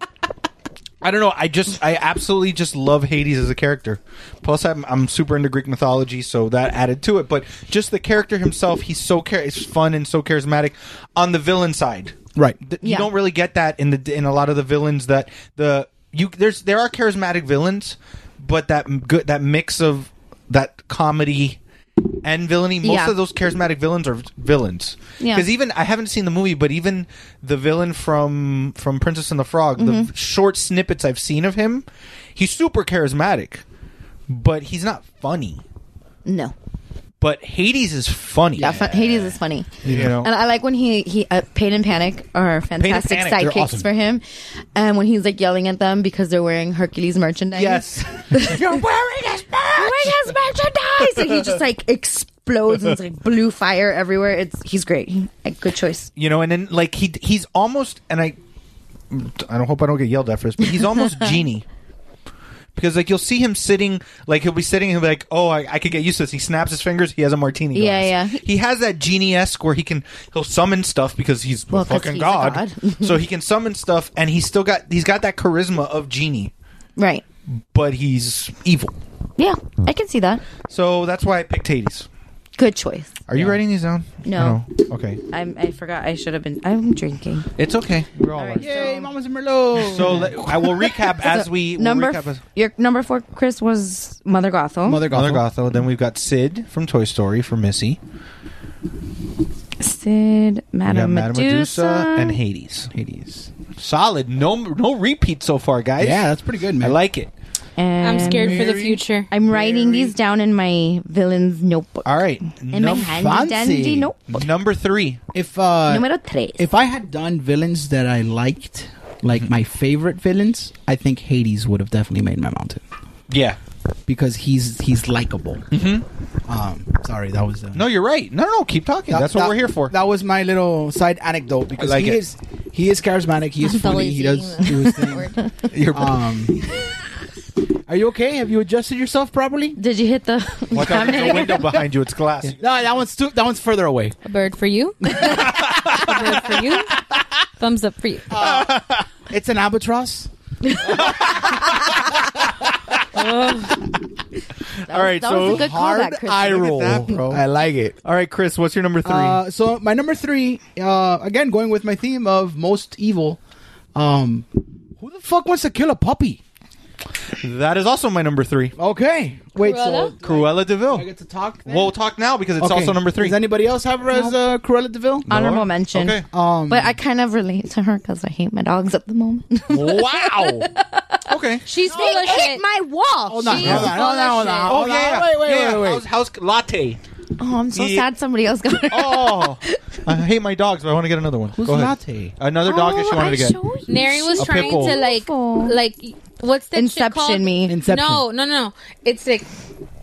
I don't know. I just I absolutely just love Hades as a character. Plus, I'm I'm super into Greek mythology, so that added to it. But just the character himself, he's so char- he's fun and so charismatic. On the villain side,
Right.
Th- you
Yeah.
don't really get that in the in a lot of the villains that the you there's there are charismatic villains, but that m- good that mix of that comedy and villainy. Most
Yeah.
of those charismatic villains are villains.
Yeah.
Because even I haven't seen the movie, but even the villain from from Princess and the Frog, the
Mhm.
short snippets I've seen of him, he's super charismatic, but he's not funny.
No.
But Hades is funny.
Yeah, fun- Hades is funny.
You know?
And I like when he he uh, Pain and Panic are fantastic
Panic, they're
sidekicks
awesome.
for him, and when he's like yelling at them because they're wearing Hercules merchandise.
Yes,
you're wearing his wearing his merchandise, and he just like explodes and it's like blue fire everywhere. It's he's great. He- a good choice.
you know, and then like he he's almost and I I don't hope I don't get yelled at for this, but he's almost genie. Because like you'll see him sitting, like he'll be sitting, and he'll be like, "Oh, I, I could get used to this." He snaps his fingers, he has a martini. Glass.
Yeah, yeah.
He has that genie esque where he can he'll summon stuff because he's a
'cause
fucking
he's a
god.
god.
so he can summon stuff, and he's still got he's got that charisma of genie,
Right.
but he's evil.
Yeah, I can see that.
So that's why I picked Hades.
Good choice.
Are you writing these down?
No.
I don't. Okay.
I'm, I forgot. I should have been. I'm drinking.
It's okay. We're all right.
Yay, Mama's Merlot.
So let, I will recap as
So,
we we'll
number
recap
f-
as-
your number four, Chris, was Mother Gothel.
Mother Gothel. Then we've got Sid from Toy Story for Missy.
Sid, Madame
we got
Medusa,
and Hades. Hades. Solid. No no repeats so far, guys.
Yeah, that's pretty good, man.
I like it.
And
I'm scared for the future.
I'm writing these down in my villain's notebook.
All right.
In my handy dandy notebook.
Number three.
If uh,
Numero tres.
if I had done villains that I liked, like
Mm-hmm.
my favorite villains, I think Hades would have definitely made my mountain
Yeah.
because he's he's likable.
Mm-hmm.
Um, sorry, that was uh,
No, you're right. No, no, no. Keep talking.
That-
that's what
that-
we're here for.
That was my little side anecdote because
like
he
it.
is he is charismatic. He is funny. He does do his thing.
You're-
um, are you okay? Have you adjusted yourself properly?
Did you hit the?
Watch out. There's a window behind you. It's glass.
No, that one's too, that one's further away.
A bird for you. a bird for you. Thumbs up for you.
It's an albatross.
All right.
that
so
was a good callback, Chris.
I
Look at
roll.
that, bro.
I like it.
All right, Chris, what's your number three?
Uh, so my number three, uh, again, going with my theme of most evil. Um, who the fuck wants to kill a puppy?
that is also my number three.
Okay, wait. So
Cruella?
Cruella
I
Deville.
get to talk. then?
We'll talk now because it's
Okay.
also number three.
Does anybody else have her as uh, Cruella Deville?
Honorable mention.
Okay.
Um,
But I kind of relate to her because I hate my dogs at the moment.
wow. okay.
She's full of shit.
my wall.
hold on,
She's
hold on, hold on, hold on.
Oh
hold on.
yeah, yeah.
Wait, wait,
yeah,
wait, wait.
House, house latte.
Oh, I'm so
Yeah.
sad somebody else got her.
Oh, I hate my dogs, but I want to get another one.
Who's
Go ahead.
latte?
Another dog that she
Oh,
wanted to get.
Nary was
A
trying
pitbull.
to like like what's that shit
Inception
called?
me.
Inception.
No, no, no. It's like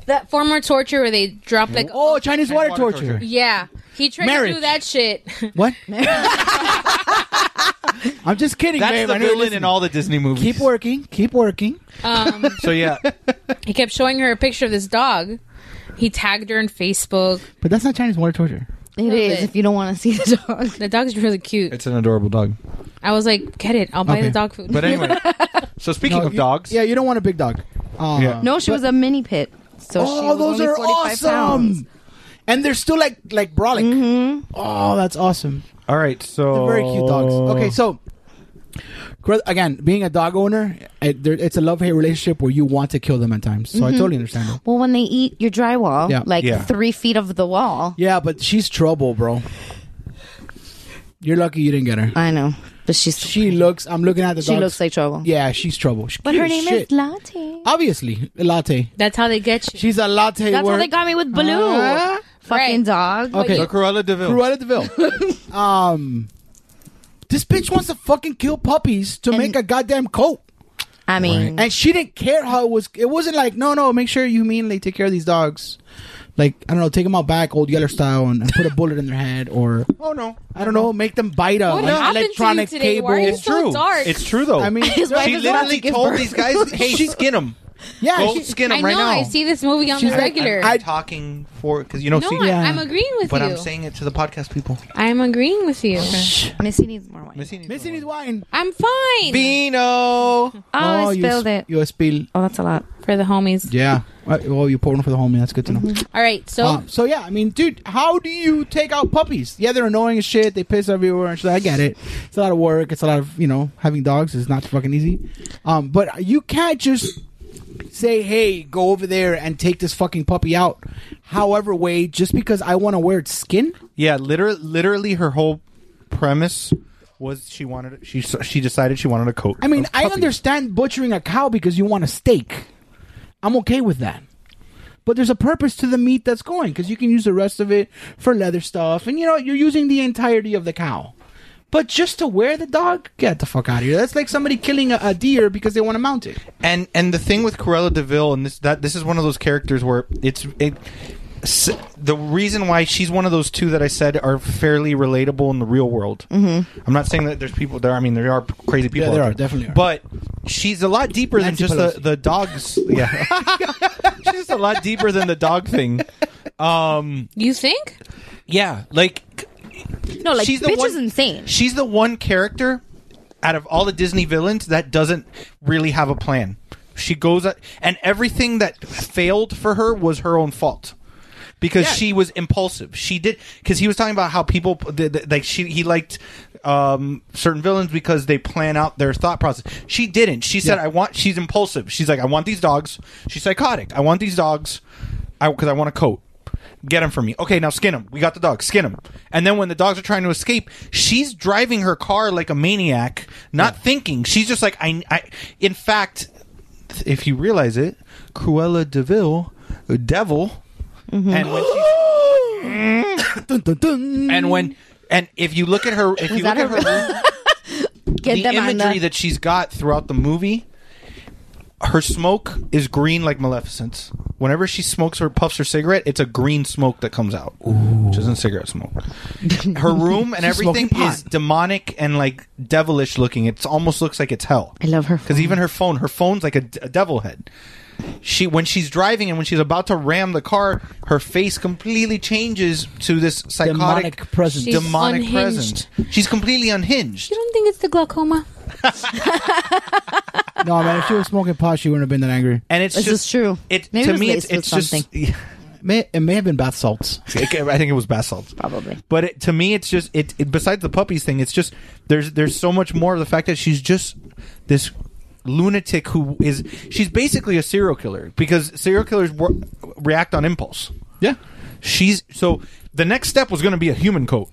that form of torture where they drop like
Oh, Chinese water,
water
torture.
torture.
yeah. He tried
Marriage.
to do that shit.
What? I'm just kidding,
That's
babe.
the
I know you're
villain in
listening.
all the Disney movies.
Keep working. Keep working.
Um,
So yeah,
he kept showing her a picture of this dog. He tagged her on Facebook.
But that's not Chinese water torture.
It is if you don't want to see the dog.
The dog's really cute.
it's an adorable dog.
I was like, get it. I'll buy
Okay.
the dog food.
But anyway, so speaking
No,
of
you-
dogs,
Yeah, you don't want a big dog. Uh,
Yeah.
No, she was a mini pit. So she
Oh,
was
those
only
are
45
awesome.
pounds.
And they're still like like brolic. Oh, that's awesome.
all right. So
They're very cute dogs.
Oh.
Okay, so gr- again, being a dog owner, it, there, it's a love hate relationship where you want to kill them at times. So I totally understand that.
Well, when they eat your drywall,
Yeah.
like
Yeah.
three feet of the wall.
Yeah, but she's trouble, bro. You're lucky you didn't get her.
I know, but she's
She looks. I'm looking at the.
she
dogs.
looks like trouble.
Yeah, she's trouble. She
but
cute
her
as
name
shit.
is Latte.
Obviously, a latte.
That's how they get you.
She's a latte.
That's how
word.
they got me with Baloo.
Huh?
Right.
Fucking dog.
Okay.
So Cruella Deville.
Cruella Deville. um, this bitch wants to fucking kill puppies to make a goddamn coat,
I mean,
and she didn't care how it was. It wasn't like, no, no, make sure you meanly take care of these dogs. Like I don't know, take them out back, old Yeller style, and, and put a bullet in their head, or
Oh no,
I don't know, make them bite a
What
like,
happened to you
electronic
today?
cable.
Why are you
it's
so
true.
dark.
It's true though.
I mean,
His wife
she
is about to
literally
give
told
birth.
these guys, "Hey, skin them.
yeah,
Go
she-
skin
I
them
know.
right now."
I see this movie on
She's
the
like-
regular.
I-
I'm talking for because you know.
no,
see,
Yeah.
I, am agreeing with
but
you.
I'm saying it to the podcast people.
I'm agreeing with you.
Missy needs more wine.
Missy needs
missing
one.
his wine.
I'm fine
Vino.
Oh, I
you
spilled
sp-
it.
You spill.
oh, that's a lot.
for the homies.
Yeah. Uh, Well, you poured one for the homie. That's good to know.
Mm-hmm.
All right, so
Oh.
Um, so yeah, I mean, dude, how do you take out puppies? Yeah, they're annoying as shit. They piss everywhere and shit. I get it. It's a lot of work. It's a lot of you know having dogs is not fucking easy. Um, but you can't just say, hey, go over there and take this fucking puppy out. However, way, just because I want to wear its skin,
Yeah, literally, literally, her whole premise was she wanted she she decided she wanted a coat.
I mean, I understand butchering a cow because you want a steak. I'm okay with that. But there's a purpose to the meat that's going because you can use the rest of it for leather stuff. And, you know, you're using the entirety of the cow. But just to wear the dog, get the fuck out of here. That's like somebody killing a, a deer because they want to mount it.
And and the thing with Corella Deville and this that this is one of those characters where it's it. s- The reason why she's one of those two that I said are fairly relatable in the real world. Mm-hmm. I'm not saying that there's people there. I mean, there are crazy people.
Yeah, there
out
are, definitely are.
But she's a lot deeper than
Nancy
just the, the dogs. Yeah, she's just a lot deeper than the dog thing. Um,
You think?
yeah, like
No, like
She's the
bitch
one-
is insane.
She's the one character out of all the Disney villains that doesn't really have a plan. She goes at, and everything that failed for her was her own fault because she was impulsive. She did because he was talking about how people the- the- like she he liked um, certain villains because they plan out their thought process. She didn't. She said, "I want." She's impulsive. She's like, "I want these dogs." She's psychotic. I want these dogs because I want a coat. Get them for me. Okay, now skin them. We got the dog. Skin them. And then when the dogs are trying to escape, she's driving her car like a maniac, not thinking. She's just like I, I. In fact, if you realize it, Cruella Deville, Devil,
Mm-hmm.
and when she, and when and if you look at her, if you look
that
at
her-
her
Get
the
them on
imagery
the.
that she's got throughout the movie. Her smoke is green like Maleficent's. Whenever she smokes or puffs her cigarette, it's a green smoke that comes out, which isn't cigarette smoke. Her room and
She's
everything
smoking pot.
is demonic and like devilish looking. It almost looks like it's hell. I
love her
because even her phone, her phone's like a, d- a devil head. She when she's driving and when she's about to ram the car, her face completely changes to this psychotic
Demonic presence.
She's
demonic
unhinged.
presence. She's completely unhinged.
You don't think it's the glaucoma?
No, man, if she was smoking pot, she wouldn't have been that angry.
and it's
This
just
is true.
It
Maybe
to
it was
me, it's,
laced with
it's just.
something.
May, it may have been bath salts.
I think it was basalt,
Probably.
but it, to me, it's just it, it. Besides the puppies thing, it's just there's there's so much more of the fact that she's just this lunatic who is she's basically a serial killer because serial killers wor- react on impulse.
Yeah.
She's so the next step was going to be a human coat.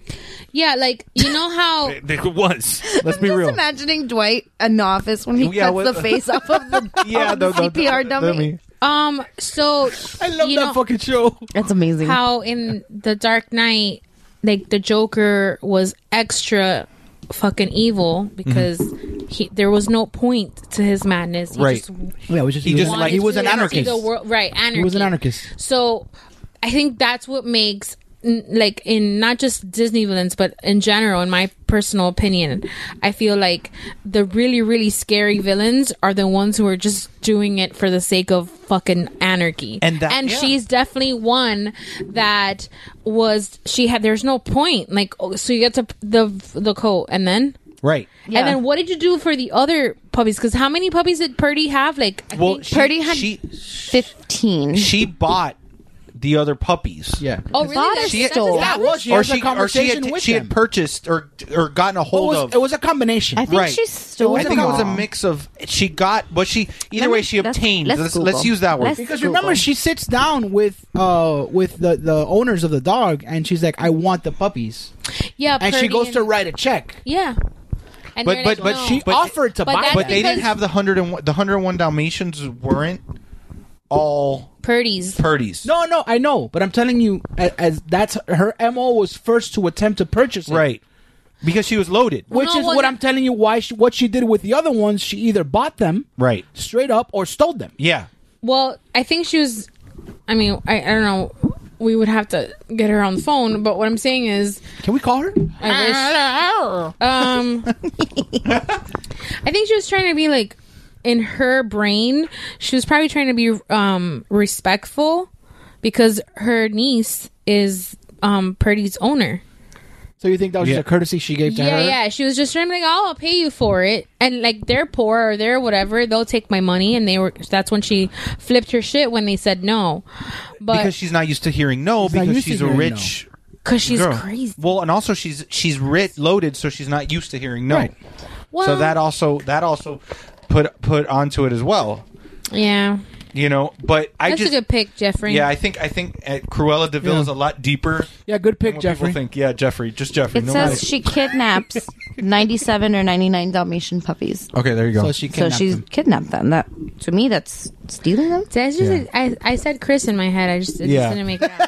Yeah, like you know how
It was. Let's be real.
imagining Dwight in office when he
Yeah,
cuts
what-
the face off of the, of the CPR dummy.
um so
I love
you
that
know
fucking show.
That's amazing.
how in the Dark Knight, like the Joker was extra fucking evil because
Mm-hmm.
he there was no point to his madness. He
Right.
Just
Yeah, it was just,
He just
was-
like-
he was an
wanted to see
anarchist.
The world, right, anarchy.
He was an anarchist.
So I think that's what makes n- like in not just Disney villains, but in general, in my personal opinion, I feel like the really, really scary villains are the ones who are just doing it for the sake of fucking anarchy.
And that-
and
yeah.
she's definitely one that was she had. There's no point. Like oh, so, you get to p- the the coat, and then.
Right.
And then what did you do for the other puppies? Because how many puppies did Purdy have? Like, I
Well,
think-
she,
Purdy had-
she
Fifteen.
she bought the other puppies.
Yeah.
oh really? That's-
she-
that's
Yeah,
established?
well, she
or
has a
she, or she
conversation
had,
with
she had
them.
purchased or or gotten a
It
hold
was,
of.
it was a combination.
I think
right.
she stole.
I think
them
it was a
all.
mix of she got, but she either
Let
way
me-
she
let's-
obtained.
let's
Let's, let's
Google.
use that word.
Let's-
Because
Google.
remember, she sits down with uh with the the owners of the dog, and she's like, "I want the puppies,"
Yeah,
and she
Purdy
goes
and-
to write a check.
Yeah. And
But-
they're
but- but
no.
She
But-
offered to
but
buy,
that's
them.
But they didn't
because-
have the hundred and one. The hundred and one Dalmatians weren't all
Purdy's.
purdies.
no, no, I know, but I'm telling you, as, as that's her mo was first to attempt to purchase it.
right? Because she was loaded.
Which
No,
is
well,
what
that-
I'm telling you. Why she, what she did with the other ones? She either bought them
Right.
straight up or stole them.
Yeah.
Well, I think she was. I mean, I, I don't know. We would have to get her on the phone, but what I'm saying is,
Can we call her?
I wish. Um, I think she was trying to be like, in her brain, she was probably trying to be um respectful because her niece is um Purdy's owner.
So you think that was
Yeah.
just a courtesy she gave to
yeah,
her?
yeah. She was just trying to be like, oh, I'll pay you for it, and like they're poor or they're whatever, they'll take my money, and they were. That's when she flipped her shit when they said no, but
because she's not used to hearing no
not
because
used to
she's a
hearing
rich
because she's
girl.
crazy.
Well, and also she's she's writ loaded, so she's not used to hearing no.
Right.
Well,
so that also that also put put onto it as well.
Yeah.
You know, but I
That's
just
a good pick, Jeffrey.
yeah, I think I think uh, Cruella Deville
Yeah.
is a lot deeper.
Yeah, good pick,
People
Jeffrey.
think yeah, Jeffrey, just Jeffrey.
It
no
says
matter.
she kidnaps 97 or 99 Dalmatian puppies.
Okay, there you go. So she
so she kidnapped them. That to me, that's stealing them.
That's just I, I said Chris in my head. I just, it
Yeah.
just didn't make sense.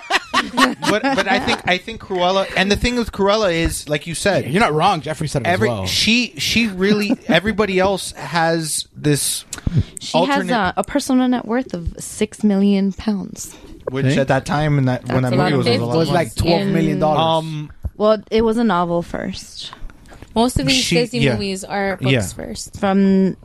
but but I think I think Cruella and the thing with Cruella is like you said
you're not wrong Jeffrey said it as
every,
well.
she she really everybody else has this
She has a, a personal net worth of six million pounds.
which at that time and that when that
That's a lot
movie was,
of
was, a
business.
lot of
Was like
money.
$12 million dollars.
Um,
Well, it was a novel first.
Most of these
She-
Disney
yeah.
movies are books
Yeah.
first.
From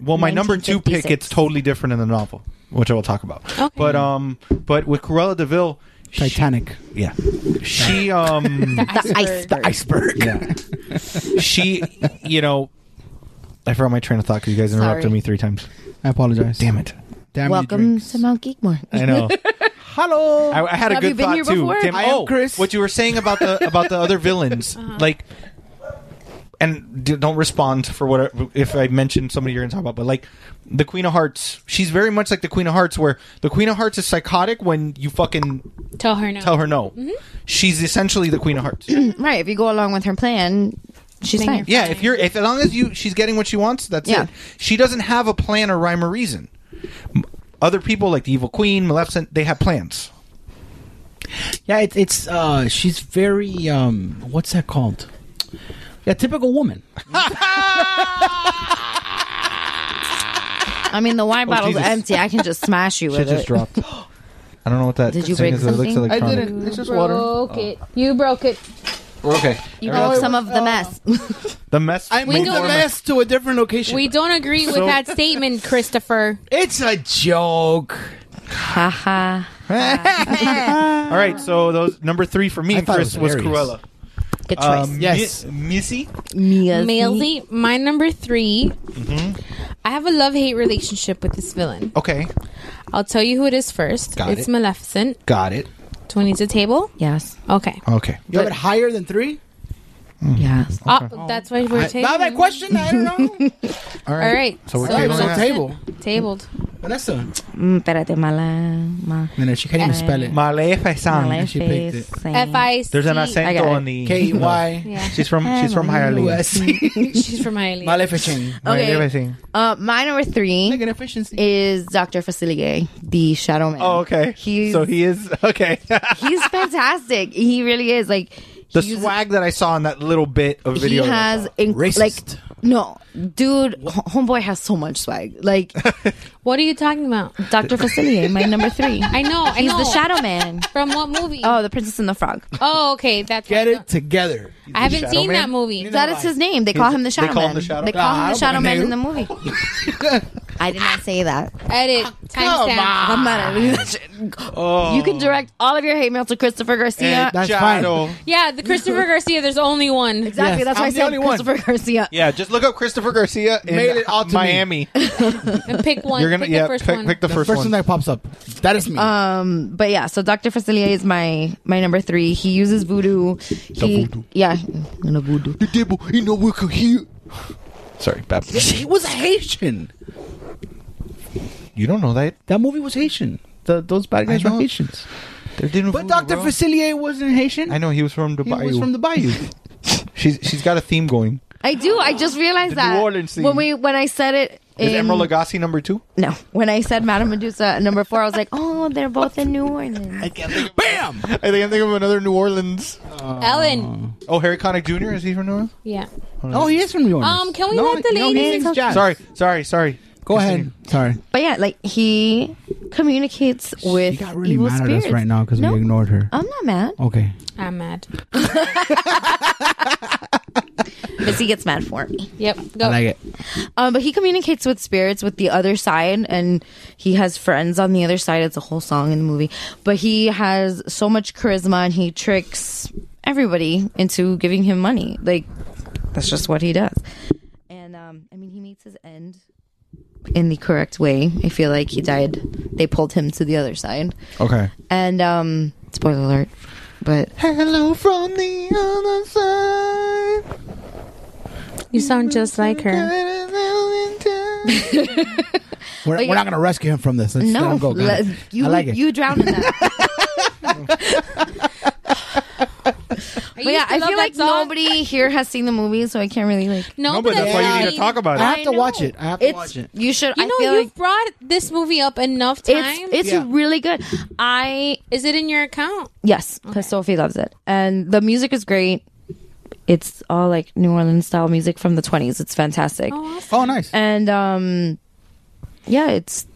well, my number two pick
1956.
it's totally different in the novel, which I will talk about. But um, but with Cruella Deville,
Titanic.
yeah, she um,
iceberg.
The iceberg.
yeah, she you know, I forgot my train of thought because you guys interrupted
Sorry.
me three times.
I apologize.
Damn it!
Damn
Welcome to Mount Geekmore.
I know.
Hello.
I, I had a
Have
good
you been
thought
here
too.
before?
Tim,
I am
oh,
Chris. Uh-huh.
what you were saying about the about the other villains, like, and d- don't respond for what if I mentioned somebody you're going to talk about, but like the Queen of Hearts, she's very much like the Queen of Hearts, where the Queen of Hearts is psychotic when you fucking
Tell her no.
tell her no.
Mm-hmm.
She's essentially the Queen of Hearts.
right. If you go along with her plan, she's
Then
fine.
Yeah, if you're if as long as you she's getting what she wants, that's
Yeah.
it. She doesn't have a plan or rhyme or reason. M- Other people like the Evil Queen, Maleficent, they have plans.
Yeah, it, it's uh, she's very um, what's that called? Yeah, typical woman.
I mean, the wine bottle's
Oh, Jesus.
empty. I can just smash you with
Shit just
it.
dropped. I don't know what that
Did you
thing
break
is. It looks
something? I
electronic.
It's just
Broke it.
Oh.
You broke it.
We're okay.
You
Everything's-
broke some of the mess.
the mess.
I
We
moved the
don't-
mess to a different location.
We don't agree with
So-
that statement, Christopher.
it's a joke.
Haha.
All right, so those number three for me,
I thought it
Chris, was,
was hilarious.
Cruella.
Good choice.
Um,
Yes.
Mi- Missy.
Mia's
Malesy, my number 3
Mm-hmm.
I have a love hate relationship with this villain.
Okay,
I'll tell you who it is first.
Got
it's
it.
Maleficent.
got it.
Do we need a table?
Yes.
Okay.
Okay,
You have it higher than three?
Mm.
Yes.
Uh-huh.
Oh, that's why we're tabled.
Not that question. I don't know.
all
All right.
So we're
So-
tabling
so
that.
table.
Tabled.
Vanessa.
Mm, Espérate, mala, ma,
No, no, she can't even spell it.
Maleficent.
she picked it.
maleficent.
F I C.
Mm. There's an
I
accent
got it.
on the
K E Y
Yeah.
She's from she's from Ireland.
U.S. Okay.
She's from Ireland.
Maleficent.
Maleficent.
Uh, my number three
efficiency.
is Dr. Facilier, the Shadow Man.
Oh, okay.
He's-
so he is okay.
He's fantastic. he really is. Like,
the
he's-
swag that I saw in that little bit of
he
video.
has inc-
Racist.
like no dude ho- homeboy has so much swag like
What are you talking about?
dr facilier my number three
I know. I
he's
know.
the shadow man
From what movie?
oh the princess and the frog
Oh, okay. That's
Get it together.
I haven't
Shadow
seen
Man?
that movie.
that is his name they call him the shadow
call him
man
the Shadow-
they call
Ah,
him the
I
shadow
don't
man in the
wanna
movie i did not say that
Edit.
Ah,
Timestamp.
i'm not editing that shit.
Oh,
you can direct all of your hate mail to christopher
eh,
garcia
That's fine.
Yeah, the Christopher Garcia. There's only one.
exactly
Yes,
that's why
I'm
i
the
said
only one.
christopher garcia
Yeah, just look up Christopher Garcia in
Mail it all to me.
Miami.
And pick one.
You're gonna
pick
yeah,
the first
pick,
one.
pick the,
The
first, one.
that pops up. That is me.
Um, but yeah, so Dr. Facilier is my my number three. He uses voodoo. He,
voodoo.
yeah, no voodoo.
the devil in the work here. Sorry, Bab.
it was Haitian.
You don't know that.
That movie was Haitian. The, those bad guys
I
were
know.
Haitians.
They didn't
But
vote,
Dr.
bro.
Facilier wasn't Haitian.
I know he was from the
He
bayou.
was from the Bayou.
she's she's got a theme going.
I do. I just realized
The
that
New Orleans scene.
when we when I said it.
Is
in-
Emerald Lagasse number two?
No, when I said Madame Medusa at number four, I was like, oh, they're both in New Orleans.
Bam!
I think I'm thinking of another New Orleans.
Ellen.
Oh, Harry Connick Jr. Is he from New Orleans?
Yeah.
Oh, he is from New Orleans.
Um, can we let the
no, he
ladies-
sings jazz.
Sorry, sorry, sorry.
Go ahead. Sorry.
But yeah, like he communicates with
She got really
evil
mad
spirits
at us right now because
No,
we ignored her.
I'm not mad
Okay.
I'm mad.
because he gets mad for me.
Yep. Go.
I like it.
Um, but he communicates with spirits with the other side, and he has friends on the other side. It's a whole song in the movie. But he has so much charisma, and he tricks everybody into giving him money. Like that's just what he does. And um, I mean, he meets his end in the correct way. I feel like he died. They pulled him to the other side.
Okay.
And um, spoiler alert, but
Hello from the other side.
You sound just like her.
We're,
But
we're
Oh, yeah.
not going to rescue him from this. Let's let
no,
him go. Got
let-
it.
you
I like it.
you drown in that. but yeah,
used to
I
love
feel
that
like
song.
nobody here has seen the movie, so I can't really like.
No, No, but but that's that's why you need to fine. talk about it.
I have to
I
watch
know.
it. I have to watch it. You should.
You
I
know,
feel
you've
like
brought this movie up enough times.
it's it's really good. I
is it in your account?
Yes, because Sophie loves it, and the music is great. It's all like New Orleans style music from the twenties. It's fantastic.
Oh,
nice.
And um, yeah, it's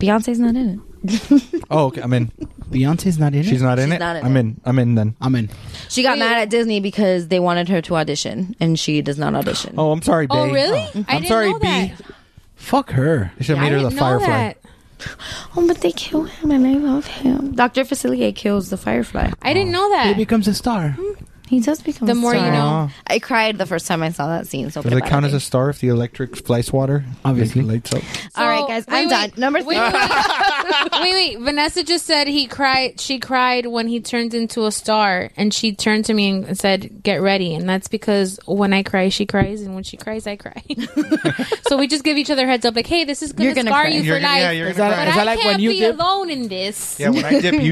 Beyonce's not in it.
Oh, okay. I'm in.
Beyonce's not in it.
She's not in
She's
it.
not in
I'm
it.
in. I'm in then.
I'm in.
She got mad at Disney because they wanted her to audition, and she does not audition.
Oh, I'm sorry,
Oh,
Bae.
really?
I'm
I didn't
sorry,
know
B.
that.
Fuck her.
They should have made her the Firefly.
Oh, but they kill him, and I love him. Doctor Facilier kills the Firefly.
I didn't know that.
He becomes a star.
Mm.
He does become.
The
a
more you
star.
know.
I cried the first time I saw that scene. So
Does it count as a star if the electric splice water obviously lights up?
All right, guys, I'm done. Number three.
wait, wait. Vanessa just said he cried. She cried when he turned into a star, and she turned to me and said, "Get ready." And that's because when I cry, she cries, and when she cries, I cry. so we just give each other a heads up, like, "Hey, this is gonna,
You're gonna
scar
cry.
you
You're
for
gonna-
life."
yeah, you're Is gonna that- cry.
But
is
I
that like
can't
when you
be
dip?
alone in this.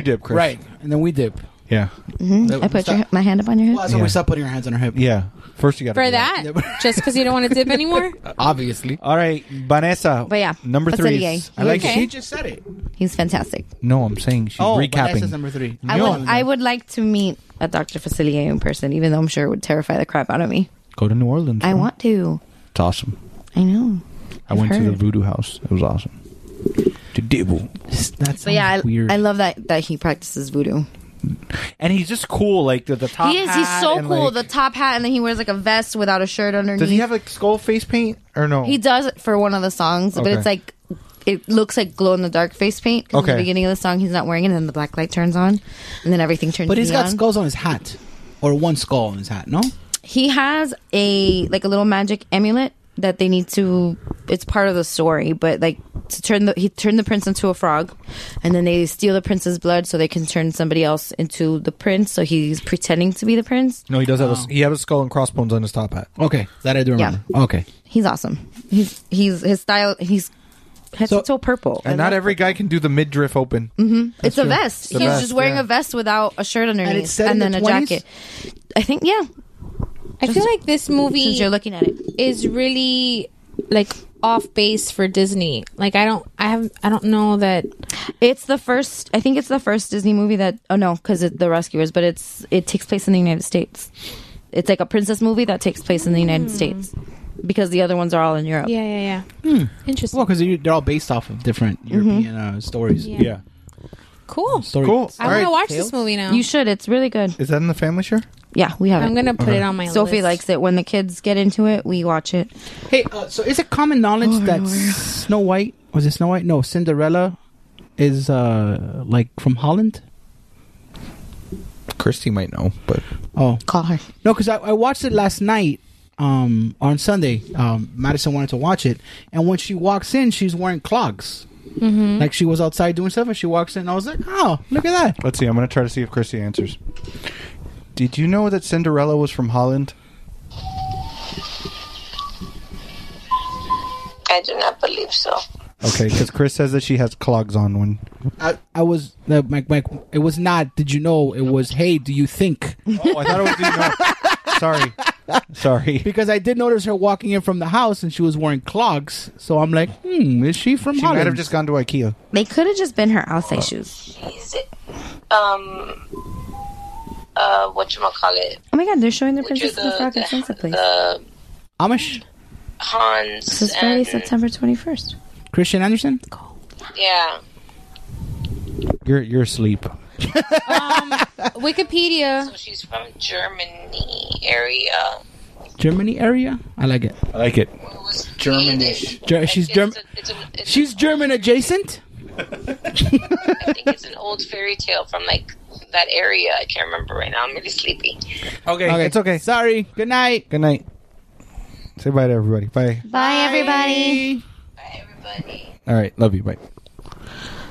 dip, Chris.
Right, and then we dip.
Yeah.
Mm-hmm.
I put your, my hand up on your hip.
That's when we stop putting our hands on her hip.
Yeah. First you got
for that, just because you don't want to dip anymore.
Obviously.
All right, Vanessa.
But yeah,
number three.
Facilier.
I like
Okay.
it.
just said it.
He's fantastic.
No, I'm saying she's
Oh,
recapping.
Vanessa's number three.
I
No.
would, I would like to meet a Dr. Facilier in person, even though I'm sure it would terrify the crap out of me.
Go to New Orleans.
I
bro.
want to.
It's awesome.
I know.
I
I've
went to the
heard.
Voodoo House. It was awesome. To Dibble.
That's
But yeah,
weird.
I, I love that that he practices voodoo.
and he's just cool. Like the, the top.
he is. He's
hat
so
and,
cool.
like-
the top hat, and then he wears like a vest without a shirt underneath.
does he have like skull face paint or no?
He does it for one of the songs, but
Okay.
it's like it looks like glow in the dark face paint. 'cause in
Okay.
the beginning of the song, he's not wearing it, and then the black light turns on, and then everything turns.
But he's got
neon.
skulls on his hat, or one skull on his hat. No,
he has a like a little magic amulet that they need to it's part of the story but like to turn the he turned the prince into a frog and then they steal the prince's blood so they can turn somebody else into the prince so he's pretending to be the prince
No, he does have. A, he has a skull and crossbones on his top hat.
Oh,
Okay, that I do
remember.
Okay,
he's awesome he's he's his style he's head so, toe purple
and not every guy can do the midriff open.
hmm it's a
true.
vest
The
he's
vest,
just wearing
yeah.
a vest without a shirt underneath and,
it's set in
then
the
a
20s?
jacket i think yeah
I feel like this movie
since you're looking at it
is really like off base for Disney. Like I don't, I have, I don't know that.
It's the first. I think it's the first Disney movie that. Oh no, because the Rescuers, but it's it takes place in the United States. It's like a princess movie that takes place in the United States, because the other ones are all in Europe.
Hmm. Yeah, yeah, yeah.
Hmm.
Interesting.
well, because Oh, they're all based off of different European uh, stories.
Yeah. Yeah. Cool.
Story.
Cool.
I want to watch this movie now.
You should. It's really good.
Is that in the family share?
Yeah, we have.
I'm
it.
gonna put it on my
Sophie
list.
likes it. When the kids get into it, we watch it.
Hey, uh, so is it common knowledge that Snow White was it Snow White? No, Cinderella is uh like from Holland.
Christy might know, but
Oh,
call her.
No, because I, I watched it last night um, on Sunday. Um, Madison wanted to watch it, and when she walks in, she's wearing clogs.
Mhm.
Like she was outside doing stuff, and she walks in. and I was like, "Oh, look at that!"
let's see. I'm gonna try to see if Christy answers. Did you know that Cinderella was from Holland?
I do not believe so.
Okay, because Chris says that she has clogs on when
I, I was uh, my, my it was not. Did you know it was? Hey, do you think?
Oh, I thought it was. Sorry, sorry.
Because I did notice her walking in from the house, and she was wearing clogs. So I'm like, "Hmm, is she from
She might
Holland?"
have just gone to IKEA.
They could have just been her outside shoes.
Is it, um, uh, whatchamacallit?
Oh my god, they're showing the
Which is
Princess and the Frog at Sunset Place.
the
Amish
Hans
This is Friday,
and
September 21st.
Christian Anderson.
yeah.
You're you're asleep.
Wikipedia.
So she's from Germany area.
Germany area. I like it.
I like it.
Germanish. Ger- she's German. She's German adjacent.
I think it's an old fairy tale from like that area. I can't remember right now. I'm really sleepy.
Okay, it's okay.
Sorry. Good night.
Good night. Say bye to everybody. Bye.
Bye, everybody.
All right, love you. Bye.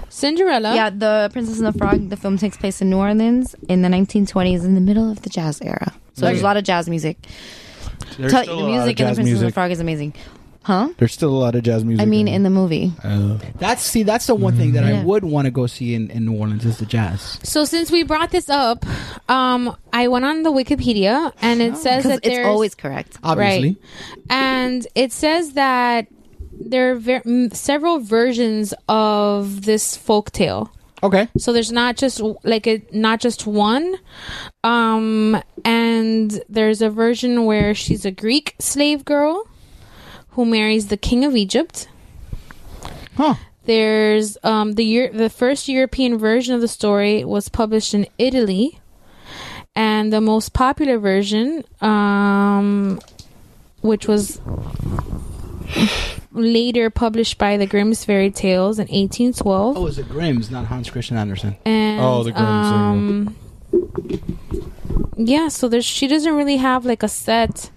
Cinderella.
Yeah, the Princess and the Frog. The film takes place in New Orleans in the 1920s, in the middle of the jazz era. So there's a lot of jazz music. Tell- the music in the Princess and the Frog is amazing. Huh?
There's still a lot of jazz music.
I mean, in the movie.
Uh,
That's see, that's the one thing that
Yeah.
I would want to go see in, in New Orleans is the jazz.
So since we brought this up, um, I went on the Wikipedia and it says
'Cause
that
it's
there's
always correct.
Obviously.
right, and it says that there are ver- m- several versions of this folk tale.
Okay.
So there's not just like it, not just one, um, and there's a version where she's a Greek slave girl who marries the king of Egypt.
Huh.
There's um, the year the first European version of the story was published in Italy, and the most popular version, um, which was later published by the Grimm's Fairy Tales in 1812.
Oh, is it Grimm's, not Hans Christian Andersen?
And,
Oh,
um, yeah, so there's she doesn't really have like a set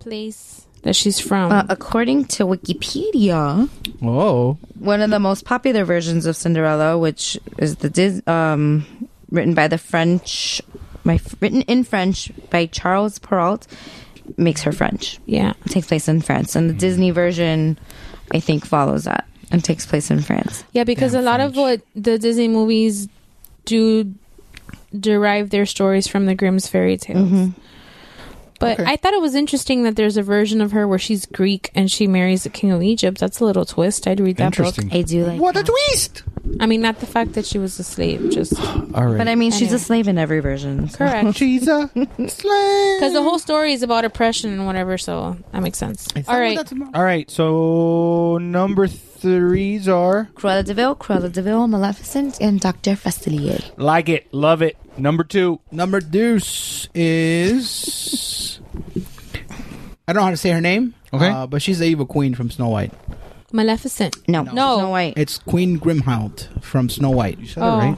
place. that she's from.
Uh, according to Wikipedia,
Whoa.
one of the most popular versions of Cinderella, which is the Dis- um, written by the French, my written in French by Charles Perrault, makes her French.
Yeah,
takes place in France, and the Disney version, I think, follows that and takes place in France.
Yeah, because a lot of what the Disney movies do derive their stories from the Grimm's fairy tales. But I thought it was interesting that there's a version of her where she's Greek and she marries the king of Egypt. That's a little twist. I'd read that book.
I do like.
What a twist!
I mean, not the fact that she was a slave, just
All right.
But I mean, she's a
Anyway.
slave in every version. so-
correct.
she's a slave.
Because the whole story is about oppression and whatever, so that makes sense. All right.
All right. So number threes are
Cruella de Vil, Cruella de Vil, Maleficent, and Dr. Fastelier.
like it, love it. Number two.
Number deuce is I don't know how to say her name.
Okay.
Uh, but she's the evil queen from Snow White.
Maleficent.
No,
No.
Snow White.
It's Queen Grimhild from Snow White. You said
it Oh. right.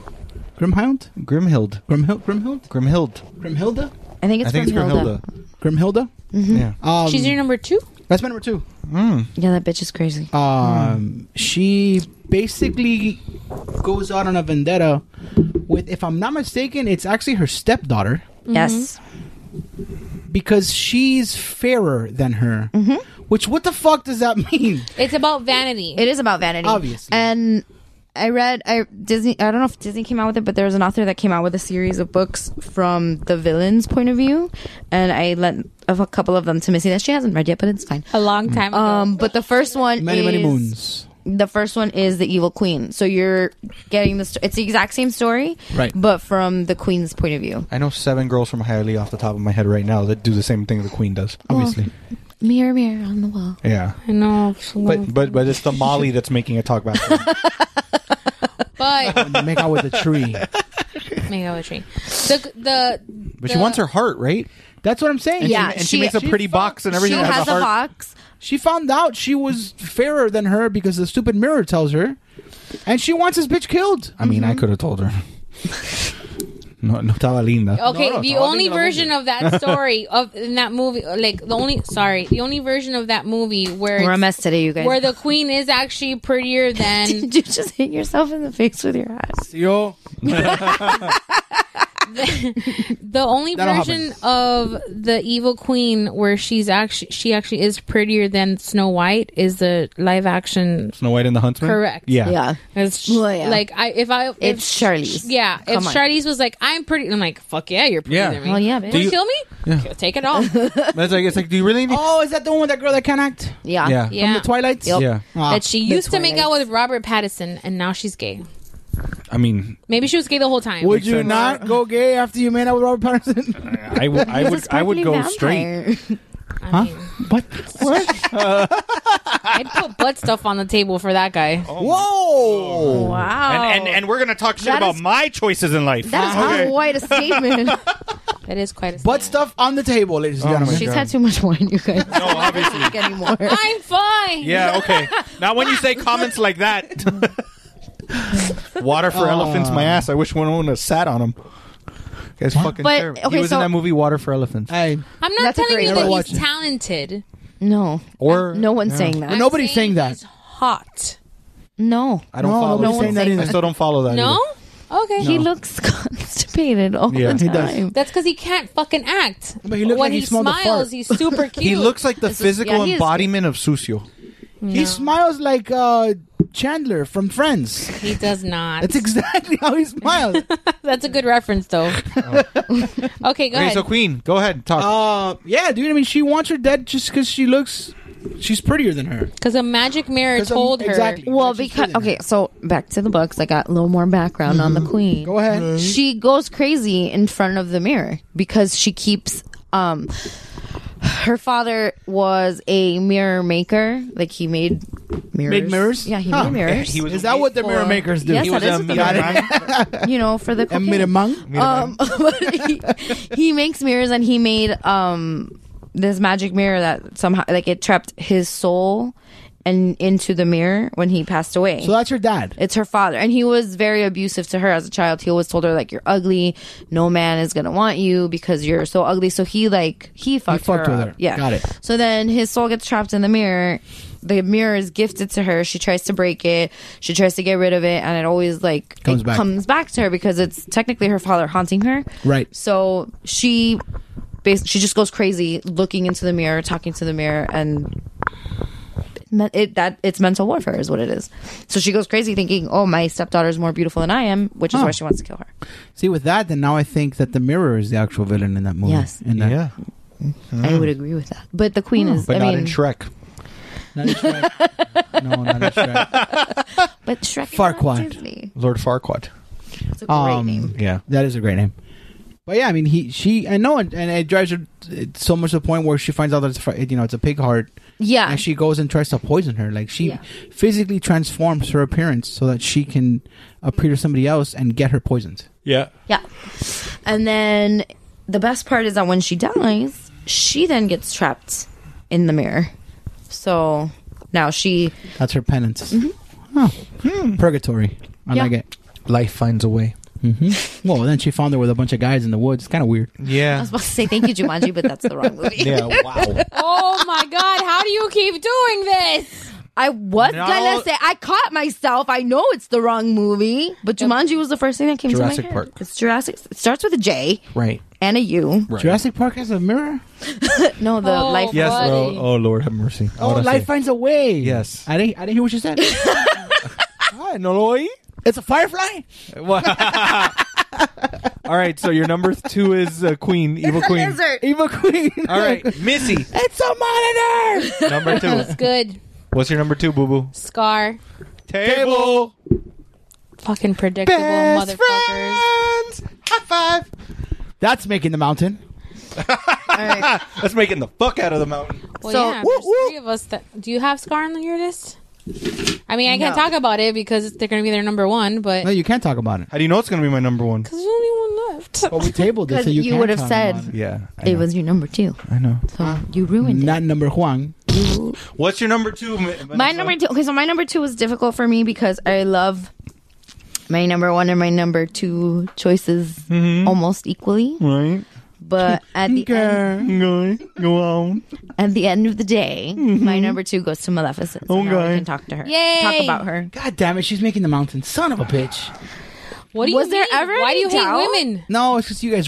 Grimhild?
Grimhild.
Grimhild? Grimhild?
Grimhild.
Grimhilda?
I think it's
I think it's
from Hilda.
Grimhilda.
Grimhilda?
Mm-hmm.
Yeah.
Um,
She's your number two?
that's my number two.
Yeah, that bitch is crazy.
Um, she basically goes out on a vendetta with, if I'm not mistaken, it's actually her stepdaughter
Yes.
because she's fairer than her.
Mm-hmm.
Which, what the fuck does that mean?
It's about vanity.
It is about vanity.
Obviously.
And I read I Disney I don't know if Disney came out with it, but there was an author that came out with a series of books from the villain's point of view. And I lent of a couple of them to Missy that she hasn't read yet, but it's fine.
a long time ago.
Um but the first one
Many, many
is-
moons.
The first one is the evil queen. So you're getting the sto- it's the exact same story,
Right.
But from the queen's point of view.
I know seven girls from Hialeah off the top of my head right now that do the same thing the Queen does.
Oh.
Obviously.
Mirror, mirror on the wall.
Yeah.
I know. But,
But but but it's the Molly that's making it talk back. to them.
but
Make out with a tree.
Mango tree. The, the,
But she wants her heart, right?
That's what I'm saying.
And
Yeah,
She, and she,
she-
makes a
she
pretty box and everything.
she
that
has a
heart.
box.
She found out she was fairer than her because the stupid mirror tells her, and she wants this bitch killed.
I mean,
Mm-hmm.
I could have told her. no, no estaba linda.
Okay,
No, no,
the
Tawa
only
Tingala
version of that story of in that movie, like the only sorry, the only version of that movie where
We're
it's-
a mess today, you guys.
where the queen is actually prettier than
Did you just hit yourself in the face with your hat?
Yo,
the only
That'll
version of the evil queen where she's actually she actually is prettier than Snow White is the live action.
Snow White and the Huntsman.
Correct.
Yeah.
Yeah.
It's
Well, yeah.
like I if I if,
It's Charlize.
Yeah, if
Come on.
Charlize was like I'm pretty, I'm like fuck yeah, you're prettier
Yeah.
than me.
Well, Oh, yeah,
Wanna
bitch.
kill me? Okay, Take it off.
That's like it's like. Do you really need?
oh, is that the one with that girl that can't act?
Yeah.
Yeah.
Yeah.
From the Oh. Twilight.
Yep.
Yeah.
that she used to make out with Robert Pattinson, and now she's gay.
I mean,
Maybe she was gay the whole time.
Would you not go gay after you made out with Robert Pattinson?
I would. I would. I would go straight.
I mean,
what? What?
I'd put butt stuff on the table for that guy.
Oh
Whoa!
Wow.
And, and and we're gonna talk shit
Oh. That
about
is-
my choices in life.
that is quite a statement.
That is quite a
Butt
stand.
stuff on the table, ladies and
Oh my
gentlemen.
She's
God.
had too much wine, you guys. No,
obviously.
anymore.
I'm fine.
Yeah. Okay. Not when you say comments like that. Water for elephants, my ass. I wish one would have sat on him. Guys, fucking
But,
terrible.
okay,
he was
so-
in that movie Water for Elephants.
Hey,
I'm not
That's a
telling
great
you that
idea.
he's talented.
No,
Or
no one's saying
I'm
that.
nobody's saying that.
He's hot.
No,
I don't
No,
follow.
nobody's
that.
saying that
I
either.
still don't follow that.
No?
either.
Okay.
He looks constipated all
Yeah.
the
He does.
time.
That's because he can't fucking act. But
he looks
when
like he
he
smelled a
smiles,
fart.
he's super cute.
He looks like the physical embodiment of Sucio.
He smiles like uh, Chandler from Friends.
He does not.
That's exactly how he smiles.
That's a good reference, though.
Oh.
okay, go ahead.
Queen, go ahead talk.
Uh, yeah, dude. I mean, she wants her dead just because she looks, she's prettier than her.
Because a magic mirror
'Cause I'm-
told her.
exactly.
Well, because okay, so back to the books. I got a little more background on the
Mm-hmm.
queen. Go
ahead.
She goes crazy in front of the mirror because she keeps. Um, her father was a mirror maker. Like he made mirrors.
Made mirrors?
Yeah, he
Huh.
made mirrors.
He was Is that what the mirror makers do?
Yes,
He
that
was
is
a
what the
mirror
mirror You know, for the
A
cocaine.
mirror monk?
Um, he, he makes mirrors, and he made um this magic mirror that somehow like it trapped his soul. And into the mirror when he passed away.
So that's her dad.
It's her father. And he was very abusive to her as a child. He always told her, like, you're ugly. No man is going to want you because you're so ugly. So he, like, he fucked,
fucked
her
with
up.
her.
Yeah.
Got it.
So then his soul gets trapped in the mirror. The mirror is gifted to her. She tries to break it. She tries to get rid of it. And it always, like,
Comes
it
back.
comes back to her because it's technically her father haunting her.
Right.
So she. bas- She just goes crazy looking into the mirror, talking to the mirror, and me- it that it's mental warfare is what it is. So she goes crazy thinking, "Oh, my stepdaughter's more beautiful than I am," which is
Huh.
why she wants to kill her.
See, with that, then now I think that the mirror is the actual villain in that movie.
Yes.
In that, yeah.
I would agree with that. But the queen is, I mean,
Shrek.
no, not in Shrek.
but Shrek is on Disney.
Farquaad. Lord Farquaad.
It's a great
Um,
name.
Yeah.
That is a great name. But yeah, I mean, he, she, I know, and, and it drives her it's so much to the point where she finds out that it's, fr- you know, it's a pig heart.
Yeah.
And she goes and tries to poison her. Like she
Yeah.
physically transforms her appearance so that she can appear to somebody else and get her poisoned.
Yeah.
Yeah. And then the best part is that when she dies, she then gets trapped in the mirror. So now she
That's her penance. Oh. Purgatory. I
Mm-hmm. Yeah.
like it.
Hmm. Life finds a way.
Mm-hmm. Well, then she found her with a bunch of guys in the woods. It's kind of weird.
I
Yeah.
was about to say thank you Jumanji, but that's the wrong movie.
Yeah, wow.
oh my god! How do you keep doing this?
I was
No.
gonna say I caught myself. I know it's the wrong movie, but Jumanji was the first thing that came to
Jurassic
my head.
Park.
It's Jurassic. It starts with a J
Right.
and a U.
Right.
Jurassic Park has a mirror?
No, the
Oh,
life.
Yes.
buddy.
Oh, oh, Lord, have mercy. I
Oh,
wanna
Life
say-
Finds a Way.
Yes.
I didn't, I didn't hear what you said.
Hi, no lo oí.
it's a firefly?
All right, so your number two is uh, Queen, Evil Queen.
Eva Queen.
All right, Missy,
It's a monitor!
number two.
That's good.
What's your number two, Boo Boo?
Scar,
Table.
fucking predictable motherfuckers.
High five.
That's making the mountain.
That's making the fuck out of the mountain.
Well,
So-
yeah, there's three of us. That, do you have Scar on your list? I mean, I can't
No.
talk about it because they're going to be their number one, but
No,
because
you can't talk about it.
How do you know it's gonna be my number one?
there's only one left.
But we tabled it, so
'Cause
you,
you
can
would have
talk
said-
about
Yeah, I
It
know.
was your number two,
I know.
so you ruined it.
Not number Juan.
You-
What's your number two? Ma-
my
Vanessa?
number two. Okay, so my number two was difficult for me because I love my number one and my number two choices almost equally,
Mm-hmm. Right.
but at the end,
Go, go on.
at the end of the day, my number two goes to Maleficent. So now
Mm-hmm. Okay.
we can talk to her.
Yay.
Talk about her.
God damn it, she's making the mountain. Son of a bitch.
What do you
Was there
mean?
ever
Why do you
any doubt?
hate women?
No, it's because you guys.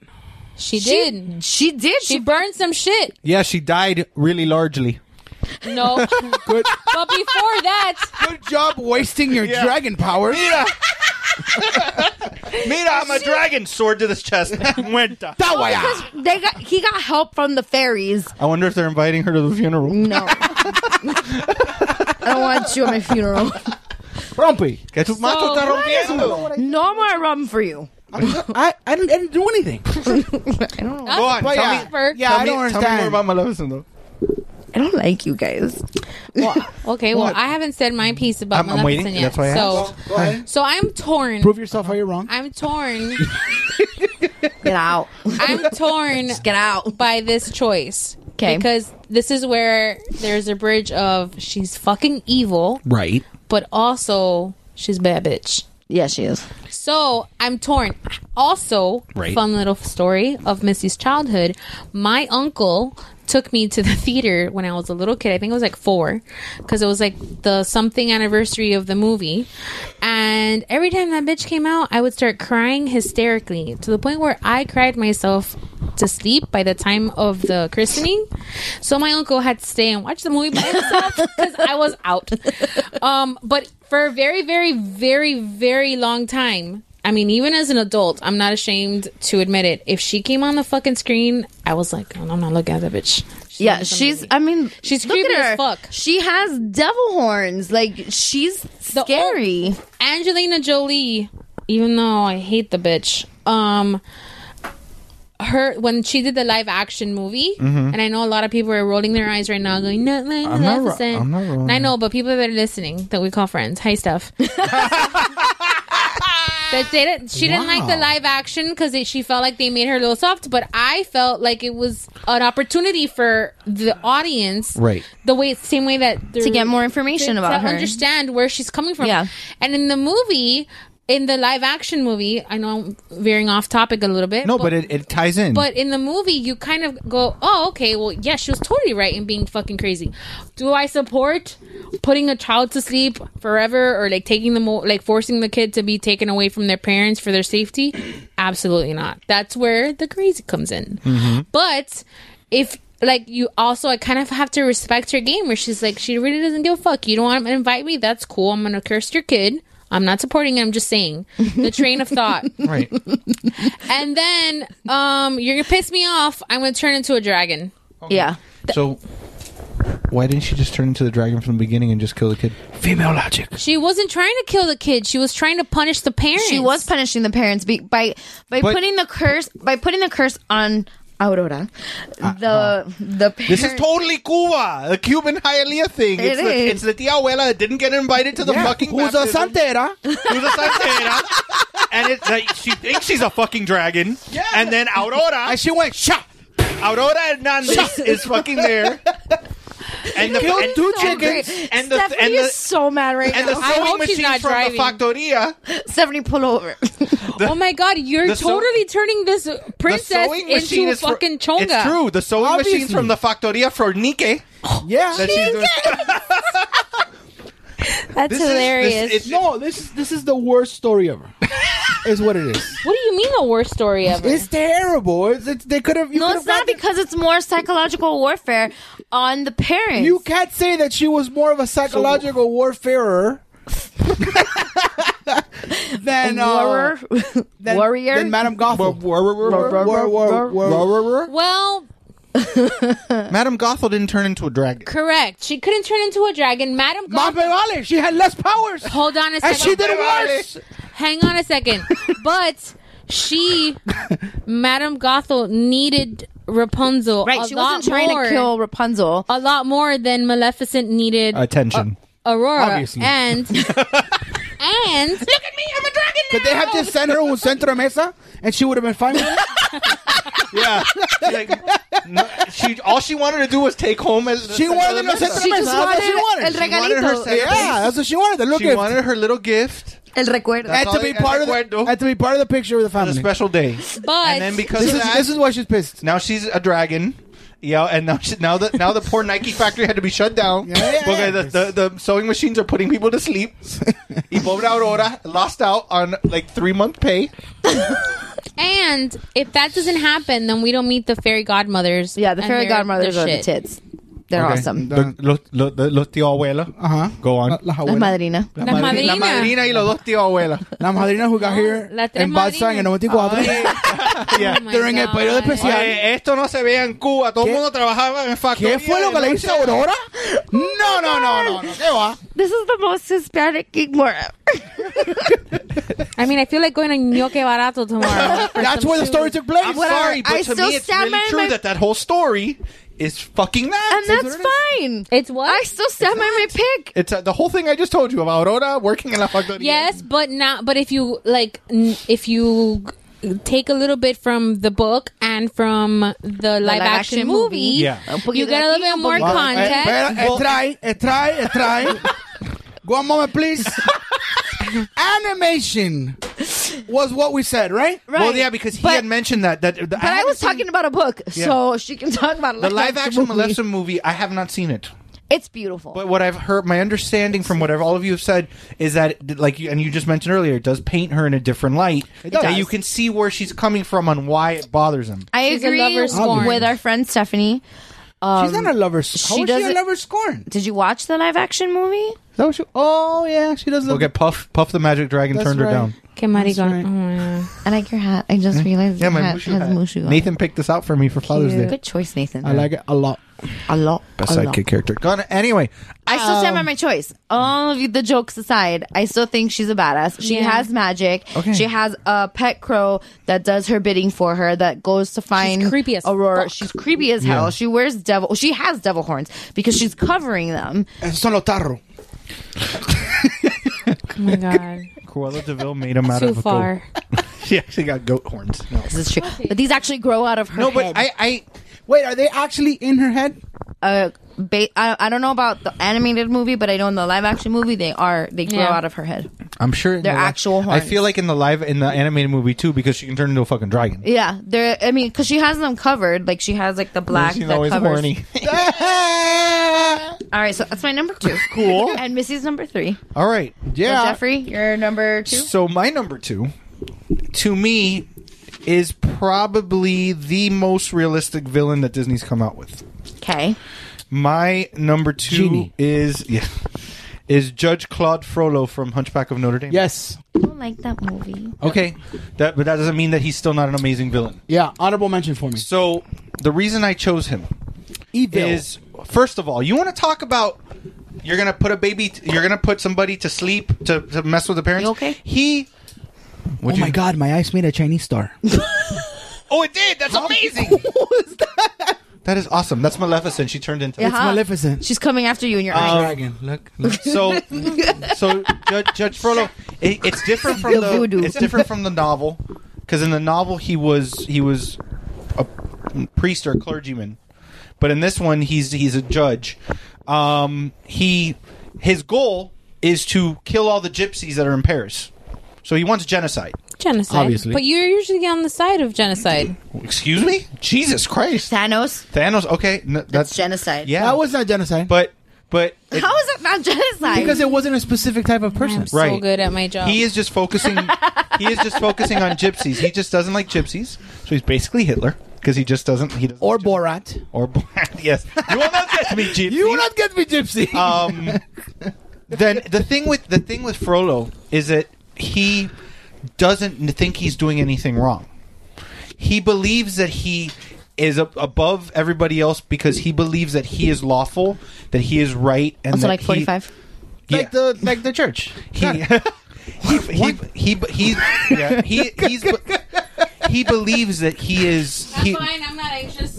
she
She-
did.
She did.
She burned some shit.
Yeah, she died really largely.
No, but
Good,
before that,
good job wasting your dragon powers.
Mira, I'm a dragon. Sword to this chest. Muerta.
That way, ah.
Because they got he got help from the fairies.
I wonder if they're inviting her to the funeral.
No. I don't want you at my funeral.
Rumpy.
Que tu mato está rompiendo.
No more rum for you.
I, I, didn't, I didn't do anything.
Go on. tell
But yeah,
me.
yeah
tell me- tell
I don't
me more
understand.
about Maleficent, though.
I don't like you guys.
okay. Well, I haven't said my piece about
I'm- I'm waiting.
Maleficent
That's why I
yet. So, so I'm torn.
Prove yourself how you're wrong.
I'm torn.
Get out.
I'm torn
Get out.
by this choice.
'Kay.
Because this is where there's a bridge of she's fucking evil,
Right.
but also she's bad bitch.
Yeah, she is.
So I'm torn. Also,
Right.
fun little story of Missy's childhood. My uncle took me to the theater when I was a little kid. I think I was like four, because it was like the something anniversary of the movie. And every time that bitch came out, I would start crying hysterically to the point where I cried myself to sleep by the time of the christening. So my uncle had to stay and watch the movie by himself because I was out. Um, but for a very, very, very, very long time, I mean, even as an adult, I'm not ashamed to admit it. If she came on the fucking screen, I was like, "Oh, I'm not looking at that bitch. She's
Yeah,
not somebody.
she's. I mean,
She's
look
creepy
at
as
her.
fuck.
She has devil horns. Like she's
The-
scary.
Angelina Jolie, even though I hate the bitch, um her when she did the live action movie, and I know a lot of people are rolling their eyes right now, going, "No, no,
Mm-hmm. I'm not ro-
Maleficent."
I'm not rolling
And I know, but people that are listening that we call friends, hi, Steph. That they didn't, she didn't like the live action because she felt like they made her a little soft, but I felt like it was an opportunity for the audience,
Right.
The way, same way that
To get more information
to-
about
to
her.
understand where she's coming from.
Yeah.
And in the movie, in the live action movie, I know I'm veering off topic a little bit.
No, but it, it ties in.
But in the movie, you kind of go, oh, okay, well, yeah, she was totally right in being fucking crazy. Do I support putting a child to sleep forever or like taking them, o- like forcing the kid to be taken away from their parents for their safety? Absolutely not. That's where the crazy comes in. But if, like, you also, I kind of have to respect her game where she's like, she really doesn't give a fuck. You don't want to invite me? That's cool. I'm going to curse your kid. I'm not supporting it. I'm just saying the train of thought.
right.
And then um, you're gonna piss me off. I'm gonna turn into a dragon.
Yeah.
So why didn't she just turn into the dragon from the beginning and just kill the kid?
Female logic.
She wasn't trying to kill the kid. She was trying to punish the parents.
She was punishing the parents be, by by
But-
putting the curse by putting the curse on Aurora. The the parents.
This is totally Cuba, the Cuban Hialeah thing.
It
it's, The,
is.
it's the tia abuela that didn't get invited to the fucking
Who's a
baptism.
santera?
Who's a santera? and it, like, she thinks she's a fucking dragon. Yeah. And then Aurora,
And she went, shot.
Aurora Hernandez is fucking there. And the
Killed
and,
two
and the-
chickens.
and the
Stephanie
and
is
the
so mad right
and
now.
the
I
sewing
hope she's
machine
not
from
driving.
the factoria.
Stephanie, pull over.
oh my god! You're
The sew-
totally turning this
The
princess
sewing machine
into
is for-
fucking chonga.
It's true. The sewing machine's
Obviously.
from the factoria for Nike.
Yeah.
That she's doing.
That's
This is-
hilarious.
this is-
No, this is this is the worst story ever. is what it is.
what do you mean the worst story ever?
It's terrible. It's, it's they could have. you
no,
could
it's
have
not
gotten-
because it's more psychological warfare on the parents.
You can't say that she was more of a psychological warfarer than uh,
Warrior,
than,
warrior.
than Madame Gothel. War- war- war- war- war- war- war- war- war-
well,
Madame Gothel didn't turn into a dragon.
Correct. She couldn't turn into a dragon. Madam Gothel.
vale. She had less powers.
Hold on a second.
And she did worse.
Hang on a second. but she, Madam Gothel, needed Rapunzel.
Right,
a
she wasn't
lot
trying to
more-
kill Rapunzel.
A lot more than Maleficent needed
Uh, Attention.
Uh,
Aurora.
Obviously.
And. and. Look at me. I'm a dragon
Could they have just sent her un centro mesa and she would have been fine with it?
yeah. Like, no, she all she wanted to do was take home as
She wanted a centro
She
mesa.
just
That's what she
wanted
wanted.
el
She wanted
regalito.
her yeah, that's what she wanted. The little
she
gift.
wanted her little gift.
El recuerdo.
and to be part of the, and to be part of the picture of the
a
family.
special day.
But.
and then because
this
of
is
that,
this is why she's pissed.
now she's a dragon. Yeah, and now she, now the now the poor Nike factory had to be shut down
yeah,
because The, the the sewing machines are putting people to sleep. y pobre Aurora lost out on like three month pay.
And if that doesn't happen, then we don't meet the fairy godmothers.
Yeah, the
and
fairy
their-
godmothers
their
are the
shit.
tits. They're awesome.
Los, los, los, los tío abuela.
Uh huh.
Go on.
La
Las
abuela.
madrina.
La madrina.
La madrina y los dos tío abuela.
La madrina who got here
la tres
in Bad Sang in
madrinas.
94
Ah, yeah.
Oh my
during el periodo
God.
especial.
Oye, esto no se veía en Cuba. Todo el
¿Qué-
mundo trabajaba en factoría.
¿Qué fue lo que le hizo Aurora? No, no, no, no, no. ¿Qué va?
This is the most Hispanic gig more
I mean, I feel like going to Ñoque Barato tomorrow. for
That's
some
where the
shoes.
story took place.
I'm
Whatever.
sorry, but
I
to
still
me it's
stand by
really true
my-
that that whole story is fucking
And
that.
that's fine.
It's what?
I still stand by my pick.
It's uh, the whole thing I just told you about Aurora working in la factoría.
Yes, but not. But if you like, n- if you g- take a little bit from the book and from the, live action,
live-action
movie,
movie.
Yeah.
Un poquito
you get
de
a
aquí,
little bit
un
more
poquito de
Eh,
context.
Espera, eh, try, eh, try, eh, try. One moment, please. Animation was what we said, right?
Well, yeah, because he
But-
had mentioned that. That
But I, was talking about a book, so she can talk about a
the live action
movie.
Maleficent movie. I have not seen it.
It's beautiful.
But what I've heard, my understanding from whatever all of you have said is that, like, you, and you just mentioned earlier, it does paint her in a different light. It
does.
That you can see where she's coming from and why it bothers him.
I
She's a
agree
lover scorn.
with our friend Stephanie.
She's not a lover. How
she
is she a
doesn't-
lover scorn?
Did you watch the live action movie?
Is that what she- oh yeah, she does.
Okay, Puff, Puff the Magic Dragon
That's
turned her
right.
down.
Que maricon.
right.
Oh my God.
I like your hat. I just realized
Yeah,
your
my
hat
Mushu
has
hat.
Mushu on.
Nathan picked this out for me for Father's Day.
Good choice, Nathan.
I like it a lot.
a lot. a lot.
character. Gone. Anyway,
I still stand
Um,
by my choice. All of you, the jokes aside, I still think she's a badass. She
Yeah.
has magic.
Okay.
She has a pet crow that does her bidding for her. That goes to find
creepy as
Aurora.
fuck.
She's creepy as hell. She wears devil. She has devil horns because she's covering them.
Esos son los tarros.
Oh my god.
Cruella Deville made him out
Too
of a
far.
goat. She actually got goat horns. No,
This is true. But these actually grow out of her
no but
head.
I, I,
Wait, are they actually in her head?
uh, ba- I, I don't know about the animated movie, but I know in the live action movie they are they grow
Yeah.
out of her head.
I'm sure in
They're
the li-
actual
I
horns.
feel like in the live in the animated movie too, because she can turn into a fucking dragon.
Yeah, they're. I mean, because she has them covered. Like she has like the black
She's
that
always
covers.
horny.
All right, so that's my number two.
Cool.
And Missy's number three.
All right,
So,
yeah.
Jeffrey, you're number two.
So my number two, to me, is probably the most realistic villain that Disney's come out with.
Okay.
My number two
Genie.
is yeah, is Judge Claude Frollo from Hunchback of Notre Dame.
Yes.
I don't like that movie.
Okay. That but that doesn't mean that he's still not an amazing villain.
Yeah. Honorable mention for me.
So the reason I chose him
Evil.
is first of all, you want to talk about you're gonna put a baby, you're gonna put somebody to sleep to, to mess with the parents.
You okay?
He.
oh my god, my eyes made a Chinese star.
Um, Oh, it did. That's amazing. That is awesome. That's Maleficent. She turned into.
Uh-huh.
Maleficent.
She's coming after you and
Uh,
your eyes.
Dragon. Look. look.
So, so Judge, Judge Frollo, it, it's different from
The
the
voodoo.
it's different from the novel, because in the novel he was he was a priest or a clergyman, but in this one he's he's a judge. Um, he his goal is to kill all the gypsies that are in Paris, so he wants genocide.
Genocide.
Obviously.
But you're usually on the side of genocide.
Excuse me, Jesus Christ,
Thanos.
Thanos. Okay, n- that's,
That's genocide.
Yeah,
That was not genocide.
but but it-
How is it not genocide?
because it wasn't a specific type of person.
I'm so
Right.
good at my job.
He is just focusing. he is just focusing on gypsies. He just doesn't like gypsies, so he's basically Hitler because he just doesn't. He doesn't
Or
like gypsies.
Borat.
Or Borat. yes, you will not get me, gypsy.
You will not get me, Gypsy.
Um, then the thing with the thing with Frollo is that he doesn't think he's doing anything wrong. He believes that he is ab above everybody else because he believes that he is lawful, that he is right, and
Also
that
like
he-
45?
Yeah.
the like the church.
He, he, he, he, he, yeah, he, he's, he believes that he is he,
Fine, I'm not anxious.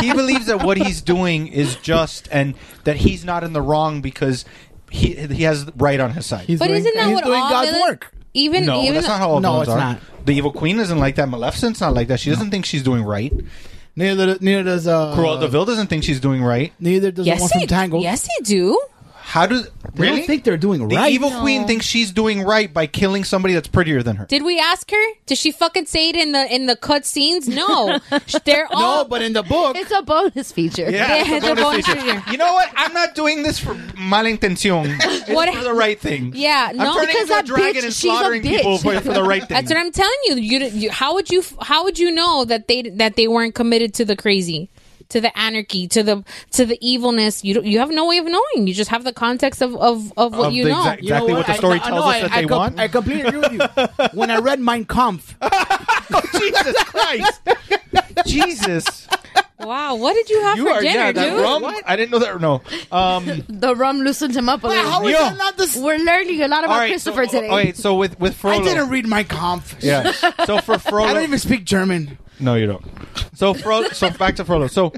he believes that what he's doing is just and that he's not in the wrong because he he has right on his side.
but isn't that what all villains, Even
no,
even
that's not how all
no,
villains are. The evil queen isn't like that. Maleficent's not like that. She doesn't think she's doing right.
Neither, neither does uh,
Cruella de Vil doesn't think she's doing right.
Neither does
Yes, he, yes, he do.
How do
They don't think they're doing
the
right.
evil
No.
queen thinks she's doing right by killing somebody that's prettier than her?
Did we ask her? Did she fucking say it in the in the cut scenes? No, they're all.
but in the book,
It's a bonus feature.
Yeah,
Yeah,
it's a
the
bonus
bonus
feature. You know what? I'm not doing this for malintención. It's
What-
for the right thing.
Yeah, no,
I'm turning
because
into a
that
dragon
bitch,
and
she's a
slaughtering
bitch.
people for, for the right thing.
That's what I'm telling you. You, you. How would you? How would you know that they that they weren't committed to the crazy, to the anarchy, to the to the evilness? You don't, you have no way of knowing. You just have the context of of, of what
Of
you
the
know.
exact- exactly what the story
I- I
tells
know,
us
I-
that
I
they
com-
want.
I completely agree with you. When I read Mein Kampf,
Jesus Christ. Jesus.
Wow, what did you have
You
for
are,
dinner,
yeah, that
dude?
rum. I didn't know that. No. Um,
The rum loosened him up a little.
how is Yo. that
not this? We're learning a lot about
all right,
Christopher
so,
today.
Okay, so with, with Frollo.
I didn't read Mein Kampf.
Yeah. So for Frollo.
I don't even speak German.
No, you don't. So Fro- so back to Frollo. So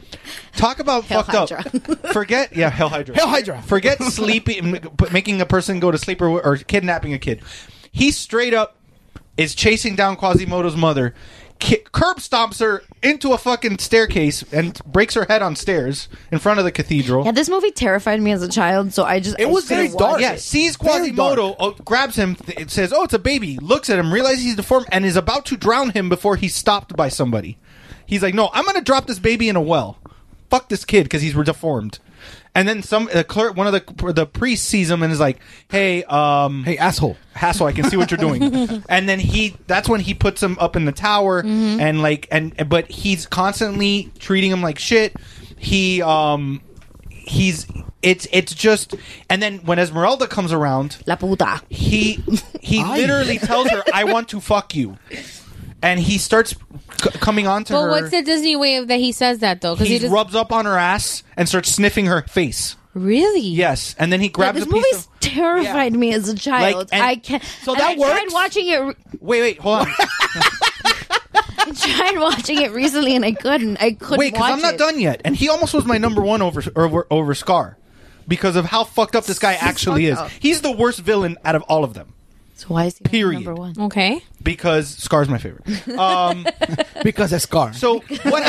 talk about
Hell
fucked up. Forget yeah, Hell Hydra.
Hell Hydra.
Forget sleeping, but making a person go to sleep or, or kidnapping a kid. He straight up is chasing down Quasimodo's mother, ki- curb stomps her into a fucking staircase and breaks her head on stairs in front of the cathedral.
Yeah, this movie terrified me as a child, so I just I just couldn't watch
Yeah,
it.
sees Quasimodo, oh, grabs him, th- it says, "Oh, it's a baby." Looks at him, realizes he's deformed, and is about to drown him before he's stopped by somebody. He's like, "No, I'm going to drop this baby in a well. Fuck this kid because he's deformed." And then some, the clerk, one of the the priest sees him and is like, "Hey, um,
hey, asshole,
asshole, I can see what you're doing." and then he, that's when he puts him up in the tower
Mhm.
and like, and but he's constantly treating him like shit. He, um, he's it's it's just and then when Esmeralda comes around
La puta.
he he
Ay.
literally tells her I want to fuck you and he starts c- coming on to
But
her
what's the Disney way of that he says that though? Because
he
he just
rubs up on her ass and starts sniffing her face
really
yes and then he grabs
this
a piece
movie's
of
terrified me as a child.
and-
I can't.
So
and
that
I tried
works?
watching it. re-
wait wait hold on
I tried watching it recently, and I couldn't. I couldn't
wait
watch
I'm not
it.
done yet and he almost was my number one over over, over Scar because of how fucked up this guy actually is
fucked up.
he's the worst villain out of all of them
So why is he
period
number one?
Okay.
because Scar's my favorite. Um,
because of Scar.
So what
Because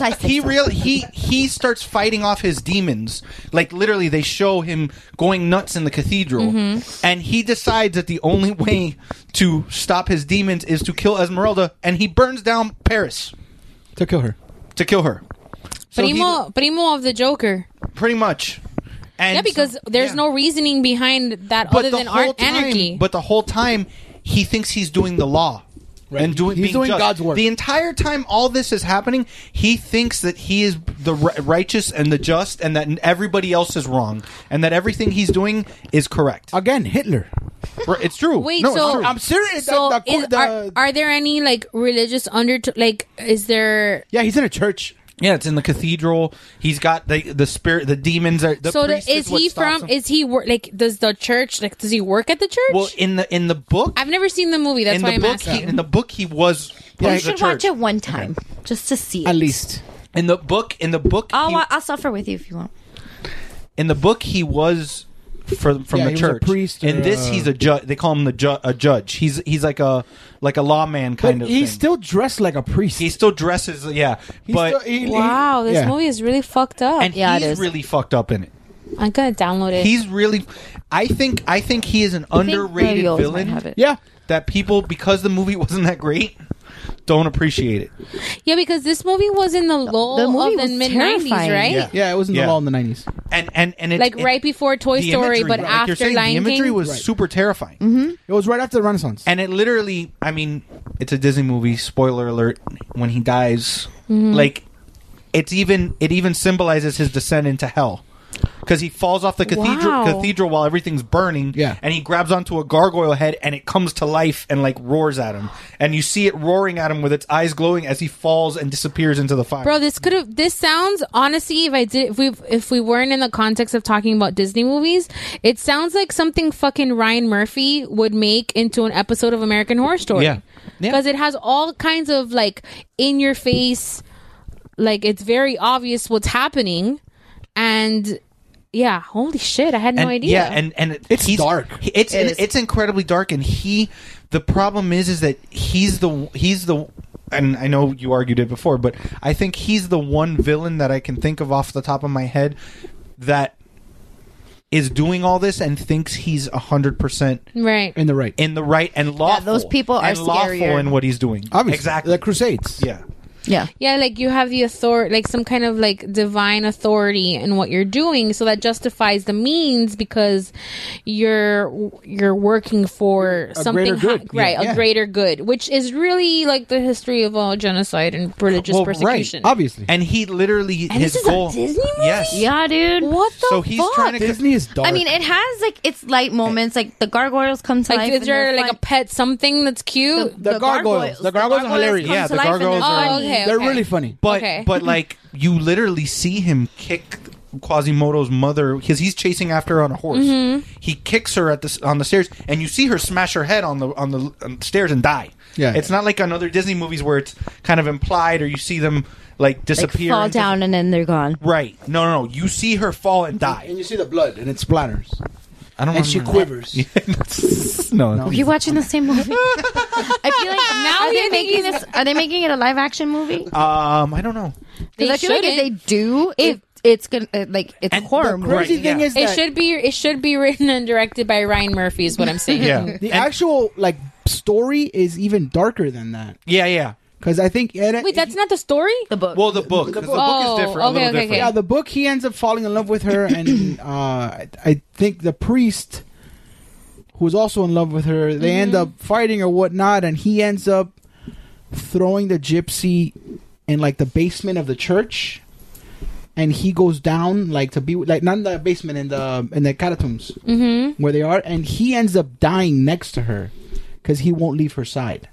I
happens?
say
He
so.
real he he starts fighting off his demons. Like literally, they show him going nuts in the cathedral,
Mhm.
and he decides that the only way to stop his demons is to kill Esmeralda, and he burns down Paris
to kill her.
To kill her. So he-
primo primo of the Joker.
pretty much. And
yeah, because there's no reasoning behind that other than art
time,
anarchy.
But the whole time, he thinks he's doing the law. And doing,
He's
being
doing
just.
God's work.
The entire time all this is happening, he thinks that he is the ri- righteous and the just, and that everybody else is wrong, and that everything he's doing is correct.
Again, Hitler.
Uh, It's true.
Wait,
No, it's
so
true.
I'm serious.
So
The- the-
is-
the-
are, are there any like religious under like is there?
Yeah, he's in a church.
Yeah, it's in the cathedral. He's got the the spirit, the demons. Are, the
so the-
priest
is
what
he
stops
from?
him.
Is he wor- like? Does the church like? Does he work at the church?
Well, in the in the book,
I've never seen the movie. That's
in
why
the
I'm
book,
asking.
he, in the book, he was. part
you
of the
should watch
church.
it one time just to see.
At
it.
least. In the book, in the book,
I'll,
Oh,
he-
wa- I'll suffer with you if you want.
in the book he was from from
Yeah,
the
he was a
church.
priest uh, or
in this,
a-
he's a judge. They call him the ju- a judge. He's he's like a like a lawman kind
But
of.
he's
thing.
still dressed like a priest.
He still dresses. Yeah, but
wow, this
yeah.
movie is really fucked up.
and he's really fucked up in it.
I'm gonna download it.
He's really. I think I think he is an
I think
underrated
Ray Oles
villain.
might have it.
Yeah,
that people because the movie wasn't that great don't appreciate it.
yeah, because this movie was in the lull
the movie
of the
was
mid '90s,
terrifying.
right?
Yeah.
Yeah, it was in
Yeah.
the law in the nineties.
And and and it,
like
it-
right before Toy
the
Story,
imagery,
but
like you're
after
saying,
Lion
the imagery
King.
was super terrifying.
Mm-hmm. It was right after the Renaissance.
And it literally, I mean, it's a Disney movie. Spoiler alert: when he dies,
Mhm.
like it's even it even symbolizes his descent into hell. because he falls off the cathedral
Wow.
cathedral while everything's burning. Yeah, and he grabs onto a gargoyle head and it comes to life and like roars at him, and you see it roaring at him with its eyes glowing as he falls and disappears into the fire.
Bro, this could have. This sounds honestly, if I did, if we if we weren't in the context of talking about Disney movies, it sounds like something fucking Ryan Murphy would make into an episode of American Horror Story.
Yeah. Yeah.
because it has all kinds of like in your face, like it's very obvious what's happening, and yeah, holy shit, I had no
and,
idea.
Yeah, and and it's dark. It's
It
it-
is.
it's incredibly dark, and he. The problem is, is that he's the he's the. And I know you argued it before, but I think he's the one villain that I can think of off the top of my head that is doing all this and thinks he's hundred percent
right
in the right in the right and lawful.
those people are
and lawful
scarier.
in what he's doing.
Obviously.
exactly the Crusades. Yeah,
Yeah.
Yeah, like you have the authority, like some kind of like divine authority in what you're doing, so that justifies the means because you're you're working for
A
something
greater good.
hi- right,
Yeah.
a greater good, which is really like the history of all genocide and religious
Well,
persecution.
right. obviously. And he literally
And
his
this is a
goal.
Disney movie?
Yes,
Yeah, dude.
What the
So he's fuck? trying to- Disney is dark.
I mean, it has like its light moments, like the gargoyles come to
Like,
life.
is
and
there,
they're
like,
fun.
a pet something that's cute?
The,
gargoyles. The gargoyles are hilarious.
come
Yeah,
to
the
life and
gargoyles
they're
are-
funny.
Oh, okay, They're okay. really
funny.
But but like you literally see him kick Quasimodo's mother because he's chasing after her on a horse.
Mhm.
He kicks her at the s- on the stairs, and you see her smash her head on the on the on the stairs and die.
Yeah.
it's not like on other Disney movies where it's kind of implied or you see them like disappear.
fall
and dis-
down and then they're gone.
Right? No, no, no. You see her fall and die.
And you see the blood and it splatters.
I don't.
And she
remember.
quivers.
no,
Were you watching the same movie? I feel like now are they making this? Are they making it a live action movie?
Um, I don't know.
'Cause I feel like if they do, it, it's gonna uh, like it's a horror. movie.
it should be it should be written and directed by Ryan Murphy is what I'm saying.
the actual like story is even darker than that
Yeah, yeah.
because I think and it-
Wait, that's not the story. The
book.
Well, the book. The book,
Oh,
is different.
okay,
a little
okay,
different.
okay.
yeah, the book he ends up falling in love with her, and uh, I- I think the priest, who's also in love with her, they end up fighting or whatnot, and he ends up throwing the gypsy in like the basement of the church, and he goes down like to be like not in the basement in the in the catacombs
Mhm.
where they are, and he ends up dying next to her because he won't leave her side.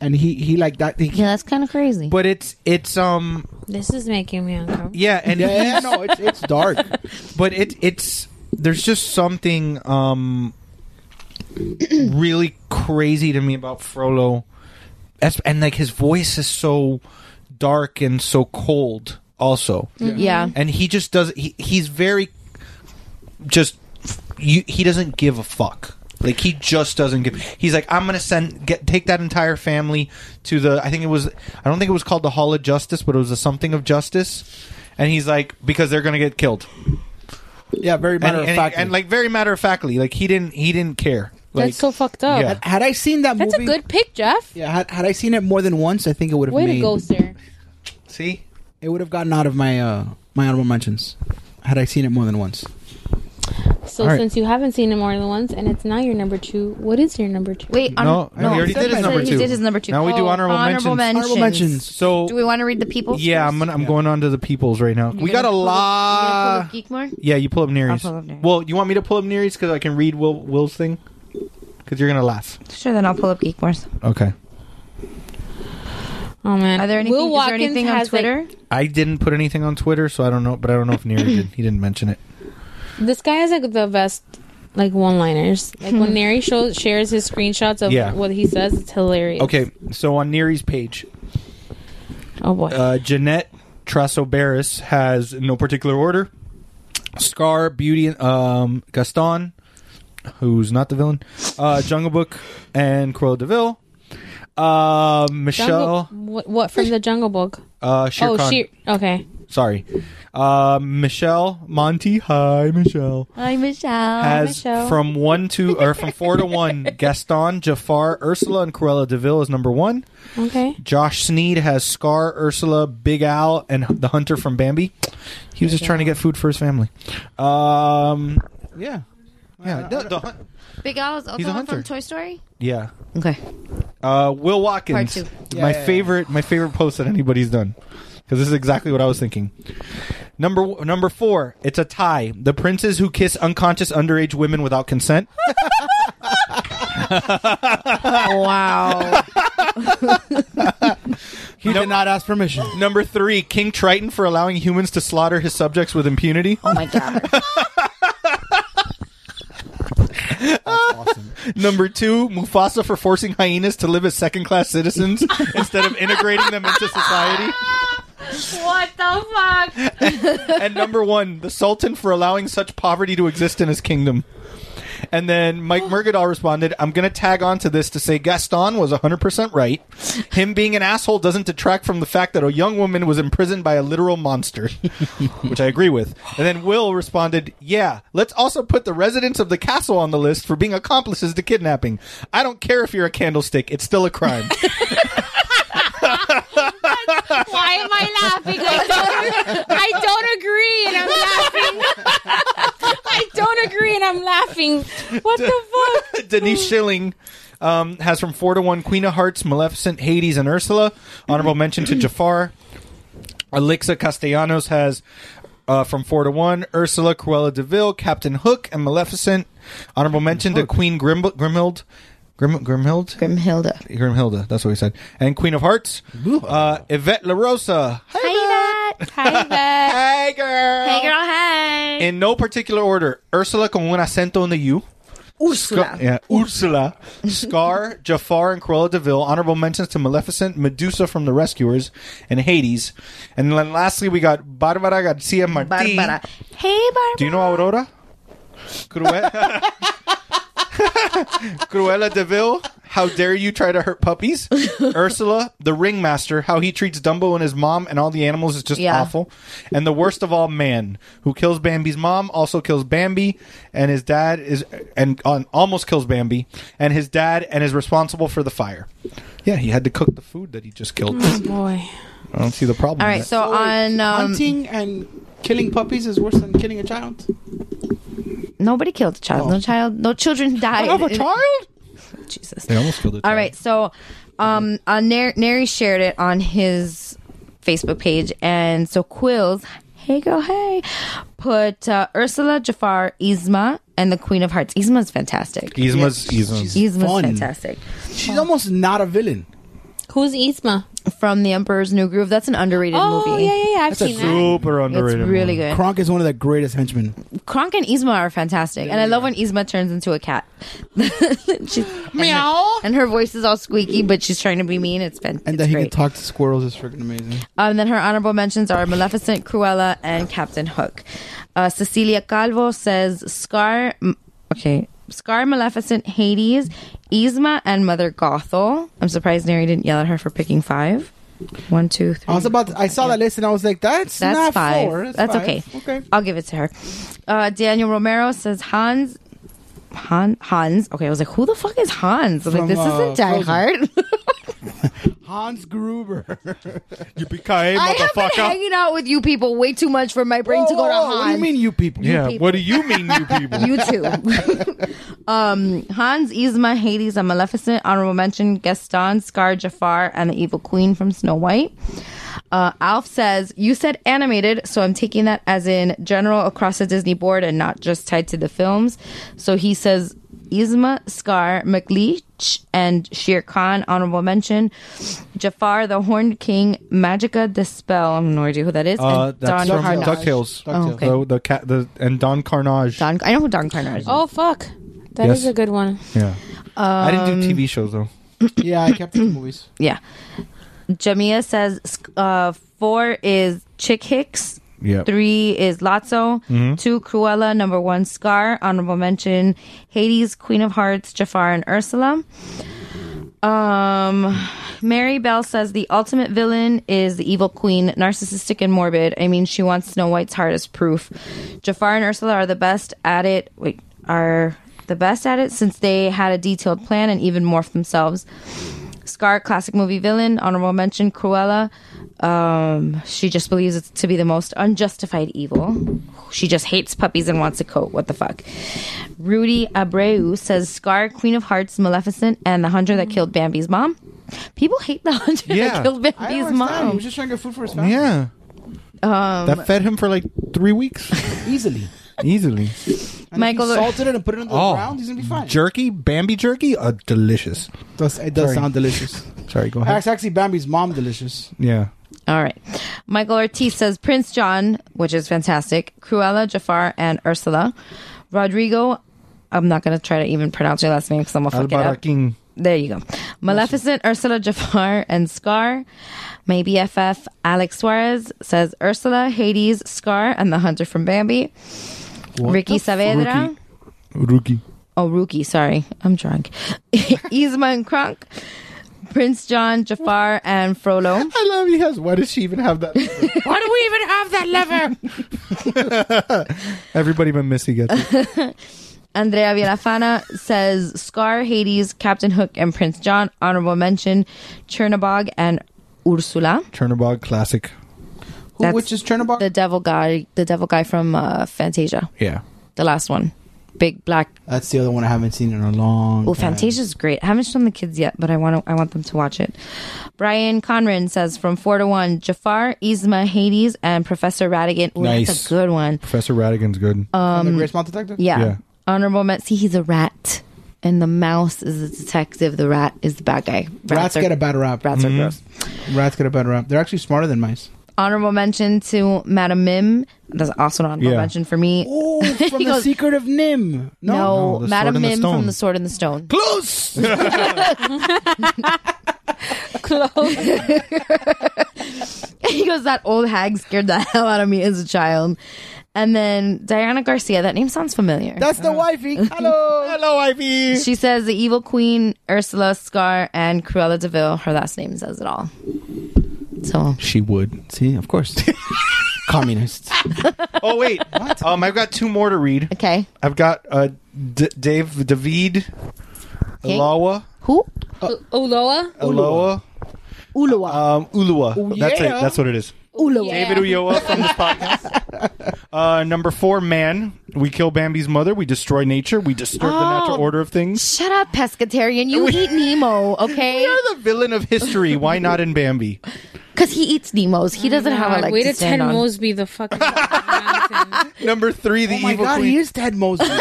And he, he like that. He,
yeah, that's kind of crazy.
But it's it's um
This is making me uncomfortable.
Yeah, and
Yeah, yeah, no, it's- it's dark.
But it it's there's just something um really crazy to me about Frollo, As- and like his voice is so dark and so cold. Also,
Mm-hmm.
Yeah. Yeah.
and he just does. He, he's very just you, he doesn't give a fuck. Like he just doesn't give. He's like, I'm gonna send get take that entire family to the. I think it was. I don't think it was called the Hall of Justice, but it was the something of justice. And he's like, because they're gonna get killed.
yeah, very
And,
matter
and,
of fact.
and like very matter of factly, like he didn't he didn't care. Like,
That's so fucked up.
Yeah.
had I seen that
That's
movie,
a good pick, Jeff.
Yeah, had, had I seen it more than once, I think it would have
Way
made
to go, sir.
See?
it would have gotten out of my uh my honorable mentions. Had I seen it more than once.
So
All right.
since you haven't seen it more than once, and it's not your number two, what is your number two?
Wait,
No, no, we already did his number two. Now
Oh,
we do honorable, mentions. So
do we want to read the people?
yeah, I'm gonna, I'm going on to the peoples right now. we got a lot.
Geekmore.
Yeah, you pull up Nereus.
I'll pull up Nereus.
Well, you want me to pull up Nereus because I can read Will Will's thing? Because you're gonna laugh.
Sure, then I'll pull up Geekmore's.
Okay.
Oh man,
Are there anything?
Will
is there
Watkins
anything on
has, like-
Twitter?
I didn't put anything on Twitter, so I don't know. But I don't know if Nereus did. He didn't mention it.
This guy has like the best like one-liners. Like when Neri shows shares his screenshots of
Yeah.
what he says, it's hilarious.
Okay, so on Nereus' page.
Oh boy.
Uh, Jeanette Trasobaris has in no particular order. Scar, Beauty, um, Gaston, who's not the villain, uh, Jungle Book, and Cruella Deville. Uh, Michelle,
Jungle, what, what from the Jungle Book?
uh, Shere
oh,
Khan.
Sheer. Okay.
Sorry. Uh, Michelle Monty. Hi, Michelle.
Hi, Michelle.
Has from one to or from four to one. Gaston, Jafar, Ursula, and Cruella Deville is number one.
Okay.
Josh Sneed has Scar, Ursula, Big Al, and the Hunter from Bambi. He was just trying to get food for his family. Um, yeah, yeah, the- the hun-
Big Al is
He's a
also
hunter.
from Toy Story.
yeah.
Okay.
Uh, Will Watkins,
Part two.
my
Yeah.
favorite, my favorite post that anybody's done, because this is exactly what I was thinking. Number number four, it's a tie. The princes who kiss unconscious underage women without consent.
wow.
He did not ask permission.
Number three, King Triton for allowing humans to slaughter his subjects with impunity.
Oh my god.
Number two, Mufasa for forcing hyenas to live as second class citizens instead of integrating them into society.
What the fuck?
And number one, the Sultan for allowing such poverty to exist in his kingdom. And then Mike Murgadoll responded, I'm going to tag on to this to say Gaston was 100% right. Him being an asshole doesn't detract from the fact that a young woman was imprisoned by a literal monster, which I agree with. And then Will responded, Yeah, let's also put the residents of the castle on the list for being accomplices to kidnapping. I don't care if you're a candlestick, it's still a crime.
Why am I laughing? I don't, I don't agree and I'm laughing. I don't agree and I'm laughing. What the fuck?
Denise Schilling um, has from four to one Queen of Hearts, Maleficent, Hades, and Ursula. Honorable mention to Jafar. Elixa Castellanos has uh, from four to one Ursula, Cruella Deville, Captain Hook, and Maleficent. Honorable mention to Queen Grim- Grimhild. Grim- Grimhild?
Grimhilda.
Grimhilda, that's what he said. And Queen of Hearts, uh, Yvette LaRosa.
Hi, Dad.
Hi, Beth.
Hey, girl.
Hey, girl. Hey.
In no particular order, Ursula con un acento on the U.
Ursula.
Yeah, Ursula, Scar, Jafar, and Cruella Deville. Honorable mentions to Maleficent, Medusa from The Rescuers, and Hades. And then lastly, we got Barbara Garcia Martin.
Barbara. Hey, Barbara.
Do you know Aurora? Cruella. Cruella Deville, how dare you try to hurt puppies? Ursula, the ringmaster, how he treats Dumbo and his mom and all the animals is just
Yeah.
awful. And the worst of all, man, who kills Bambi's mom, also kills Bambi, and his dad is and on, almost kills Bambi, and his dad and is responsible for the fire. Yeah, he had to cook the food that he just killed. I
Boy.
don't see the problem.
Hmm. All
with
right,
that.
so on um,
Hunting and killing puppies is worse than killing a child.
nobody killed a child. No child. No children died. in- Jesus.
They almost killed it.
All right, so um, uh, Ner- Neri shared it on his Facebook page, and so Quills, hey girl, hey, put uh, Ursula, Jafar, Yzma, and the Queen of Hearts. Yzma's fantastic.
Yzma's, Yzma's.
Yzma's
fun.
fantastic.
She's almost not a villain.
Who's Isma?
From The Emperor's New Groove, that's an underrated
Oh,
movie.
yeah, yeah, yeah. I've
a
seen that.
Super
It's
underrated.
really good.
Kronk is one of the greatest henchmen.
Kronk and Yzma are fantastic, and I love when Yzma turns into a cat. she's,
Meow.
and her voice is all squeaky, but she's trying to be mean. It's fantastic.
And that he
great.
can talk to squirrels is freaking amazing.
Um, then her honorable mentions are Maleficent, Cruella, and Captain Hook. Uh, Cecilia Calvo says Scar. m- Okay, Scar, Maleficent, Hades, Yzma, and Mother Gothel. I'm surprised Neri didn't yell at her for picking five. One, two, three.
I was about. To, I saw that list and I was like, "That's,
That's
Oh, not
five.
four.
That's,
five.
okay.
Okay.
I'll give it to her. Uh, Daniel Romero says Hans. Han, Hans. Okay, I was like, who the fuck is Hans? I was like,
From,
this
uh,
isn't Die
Frozen.
Hard.
Hans Gruber.
Yippee-ki-yay,
I have been
motherfucker.
hanging out with you people way too much for my brain to go to Hans.
What do you mean, you people?
Yeah,
people.
what do you mean, you people?
You too. um, Hans, Yzma, Hades, and Maleficent. Honorable mention Gaston, Scar, Jafar, and the Evil Queen from Snow White. Uh, Alf says, You said animated, so I'm taking that as in general across the Disney board and not just tied to the films. So he says, Yzma, Scar, McLeach, and Shere Khan, honorable mention. Jafar, the Horned King, Magica, the Spell. I have no idea who that is.
Uh,
and
that's
Don
from
Carnage.
DuckTales.
Oh, okay.
The, the cat, the and Don Carnage.
Don, I know who Don Carnage is.
Oh, fuck. That is
Yes.
a good one.
yeah. I
Um,
didn't do TV shows though.
yeah, I kept the movies.
Yeah. Jamia says sc- uh, four is Chick Hicks.
Yep.
Three is Lotso. Two, Cruella. Number one, Scar. Honorable mention, Hades, Queen of Hearts, Jafar, and Ursula. Um, Mary Bell says the ultimate villain is the evil queen, narcissistic and morbid. I mean, she wants Snow White's heart as proof. Jafar and Ursula are the best at it. Wait, are the best at it since they had a detailed plan and even morphed themselves. Scar, classic movie villain, honorable mention, Cruella. Um, she just believes it to be the most unjustified evil. She just hates puppies and wants a coat. What the fuck? Rudy Abreu says Scar, Queen of Hearts, Maleficent, and the hunter that killed Bambi's mom. People hate the hunter
Yeah.
that killed
I
Bambi's
understand. He
mom.
was just trying to get food for his family.
Yeah.
Um,
that fed him for like three weeks
easily.
Easily.
And Michael if you salted it and put it in the
Oh.
ground. He's gonna be fine.
Jerky, Bambi jerky, uh, delicious.
Does- it does sound delicious.
Sorry, go ahead.
That's actually Bambi's mom. Delicious.
yeah.
All right. Michael Ortiz says Prince John, which is fantastic, Cruella, Jafar, and Ursula. Rodrigo, I'm not going to try to even pronounce your last name because I'm going to fuck it up.
Albarakin.
There you go. Maleficent, Ursula, Jafar, and Scar. My BFF, Alex Suarez, says Ursula, Hades, Scar, and the Hunter from Bambi. Ricky Saavedra.
Rookie.
Oh, Rookie, sorry. I'm drunk. Yzma and Kronk, Prince John, Jafar, and Frollo. I
love he has. Why does she even have that?
Why do we even have that lever?
Everybody but Missy gets it.
Andrea Villafana says Scar, Hades, Captain Hook, and Prince John. Honorable mention Chernabog and Ursula.
Chernabog classic.
Who, which is Chernabog? The devil guy, the devil guy from uh, Fantasia.
Yeah.
The last one. Big black
That's the other one I haven't seen in a long.
Well,
time.
Fantasia's great. I haven't shown the kids yet, but I want to. I want them to watch it. Brian Conran says from four to one: Jafar, Yzma, Hades, and Professor Radigan. Ooh, that's
Nice.
a good one.
Professor Radigan's good.
Um,
the Great Mouse Detective?
Yeah.
Yeah.
Honorable men. See, he's a rat, and the mouse is the detective. The rat is the bad guy.
Rats,
are-
get a bad rap. Mm.
Rats are gross.
Rats get a bad rap. They're actually smarter than mice.
Honorable mention to Madame Mim. That's also an honorable
Yeah.
mention for me.
Oh, from The Secret of Nim.
No,
No, The Sword and
Madame
the
Mim from
Stone.
The Sword in the Stone.
Close.
Close. he goes, that old hag scared the hell out of me as a child. And then Diana Garcia, that name sounds familiar.
That's the wifey. Hello.
Hello, wifey.
She says the evil queen, Ursula, Scar, and Cruella Deville. Her last name says it all. So
she would see, of course. Communists.
oh wait, um, I've got two more to read.
Okay,
I've got uh, D- Dave David,
Okay.
Elawa,
Who?
Oloa?
Elawa,
Ulua,
Uh,
um, Ulua. That's it.
yeah.
That's what it is.
Ulua.
David Ulloa from this podcast. Uh, number four, man. We kill Bambi's mother. We destroy nature. We disturb the
Oh.
natural order of things.
Shut up, pescatarian. You eat Nemo, okay?
You're the villain of history. Why not in Bambi?
Because he eats Nemos. He doesn't have a
Oh God,
leg
way
to
to Ted
stand on.
Mosby, the fucking.
Number three, the
oh my
evil
god,
queen.
he is Ted Mosby.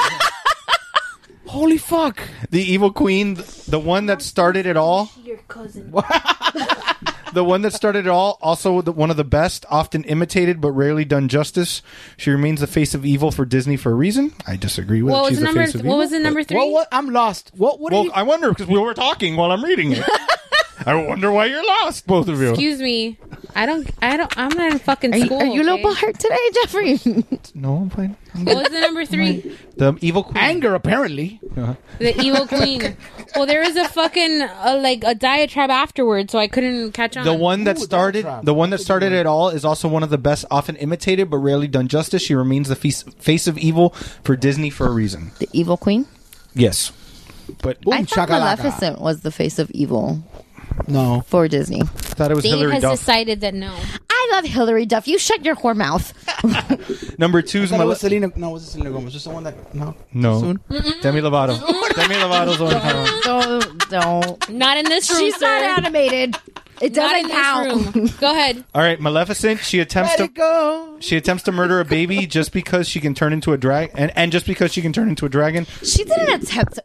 Holy fuck!
The evil queen, the one that started it all.
Your cousin.
The one that started it all, also the, one of the best, often imitated but rarely done justice. She remains the face of evil for Disney for a reason. I disagree with.
What
it.
was
She's the
number-
face of
what
evil.
was the number three?
Well, what? I'm lost. What? What?
well,
are you-
I wonder because we were talking while I'm reading it. I wonder why you're lost, both of you.
Excuse me. I don't. I don't. I'm not in fucking
Are you,
school.
are you a
okay?
little hurt today, Jeffrey?
no, I'm fine.
What was the number three?
The evil queen.
Anger, apparently.
The evil queen. Well, there was a fucking uh, like a diatribe afterward, so I couldn't catch on.
The one that started, the one that started it all, is also one of the best, often imitated but rarely done justice. She remains the face, face of evil for Disney for a reason.
the evil queen?
Yes, but
I thought Maleficent was the face of evil
no
for Disney.
thought it was
Dave
Hillary
has
Duff.
decided that no.
I love Hillary Duff. You shut your whore mouth.
Number two is
I thought it
Male-
was Selena. No, was it Selena Gomez? Just the one that no.
no Demi Lovato. Demi Lovato's on her own.
don't, don't.
Not in this room.
She's not animated. It doesn't count.
Go ahead.
All right, Maleficent. She attempts to
go.
she attempts to murder a baby just because she can turn into a dragon, and, and just because she can turn into a dragon.
She didn't attempt to.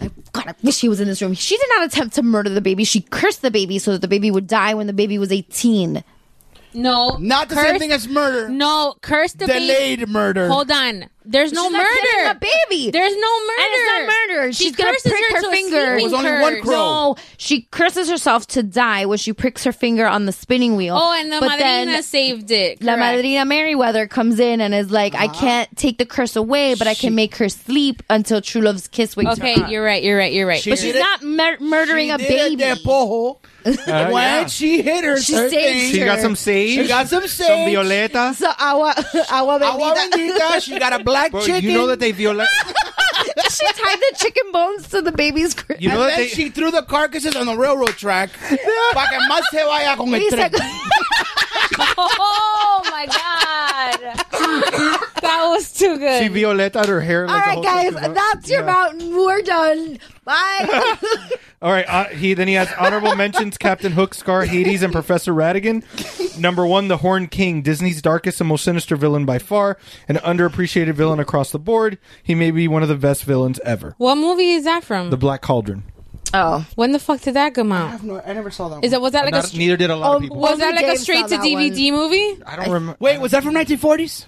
I- God, I wish he was in this room. She did not attempt to murder the baby. She cursed the baby so that the baby would die when the baby was 18.
No.
Not the same
Curse-
thing as murder.
No. Curse the baby.
Delayed murder.
Hold on. There's no
She's not
murder.
killing a baby.
There's no murder.
And it's not murder.
She
She's gonna
curses
prick her
to a
finger.
sleeping
It was
only one
curse.
crow.
No, she curses herself to die when she pricks her finger on the spinning wheel.
Oh, and the
But then
madrina saved it.
La
Correct.
Madrina Merriweather comes in and is like, I can't take the curse away, but I can make her sleep until true love's kiss wakes
Okay,
her up.
you're right. You're right. You're right.
But she's not mur- murdering
she
a
did
baby.
It, that boho. when
Uh, yeah.
she hit her,
Ah, She
her
saved
thing.
She got some sage.
She got some sage.
Some violeta.
So agua, agua
Agua
bendita.
bendita, she got a black
Bro,
chicken.
you know that they violate.
she tied the chicken bones to the baby's crib.
You know
and
that
then
they.
she threw the carcasses on the railroad track. Pa' que más se vaya con el
He
tren.
said-
Oh my god, that was too good.
She violeta her hair.
All
Like a
right,
whole
guys,
fucking-
that's your
Yeah.
mountain. We're done. Bye.
All right, uh, he then he has honorable mentions: Captain Hook, Scar, Hades, and Professor Radigan. Number one, The Horn King, Disney's darkest and most sinister villain by far, an underappreciated villain across the board. He may be one of the best villains ever.
What movie is that from?
The Black Caldron.
Oh,
when the fuck did that come out?
No, I never saw that.
Is that was that like a
Not-
str-
neither did a lot of people.
was that
Only
like a
Dave saw
straight to
that
DVD movie?
I don't remember.
Wait, was that from 1940s?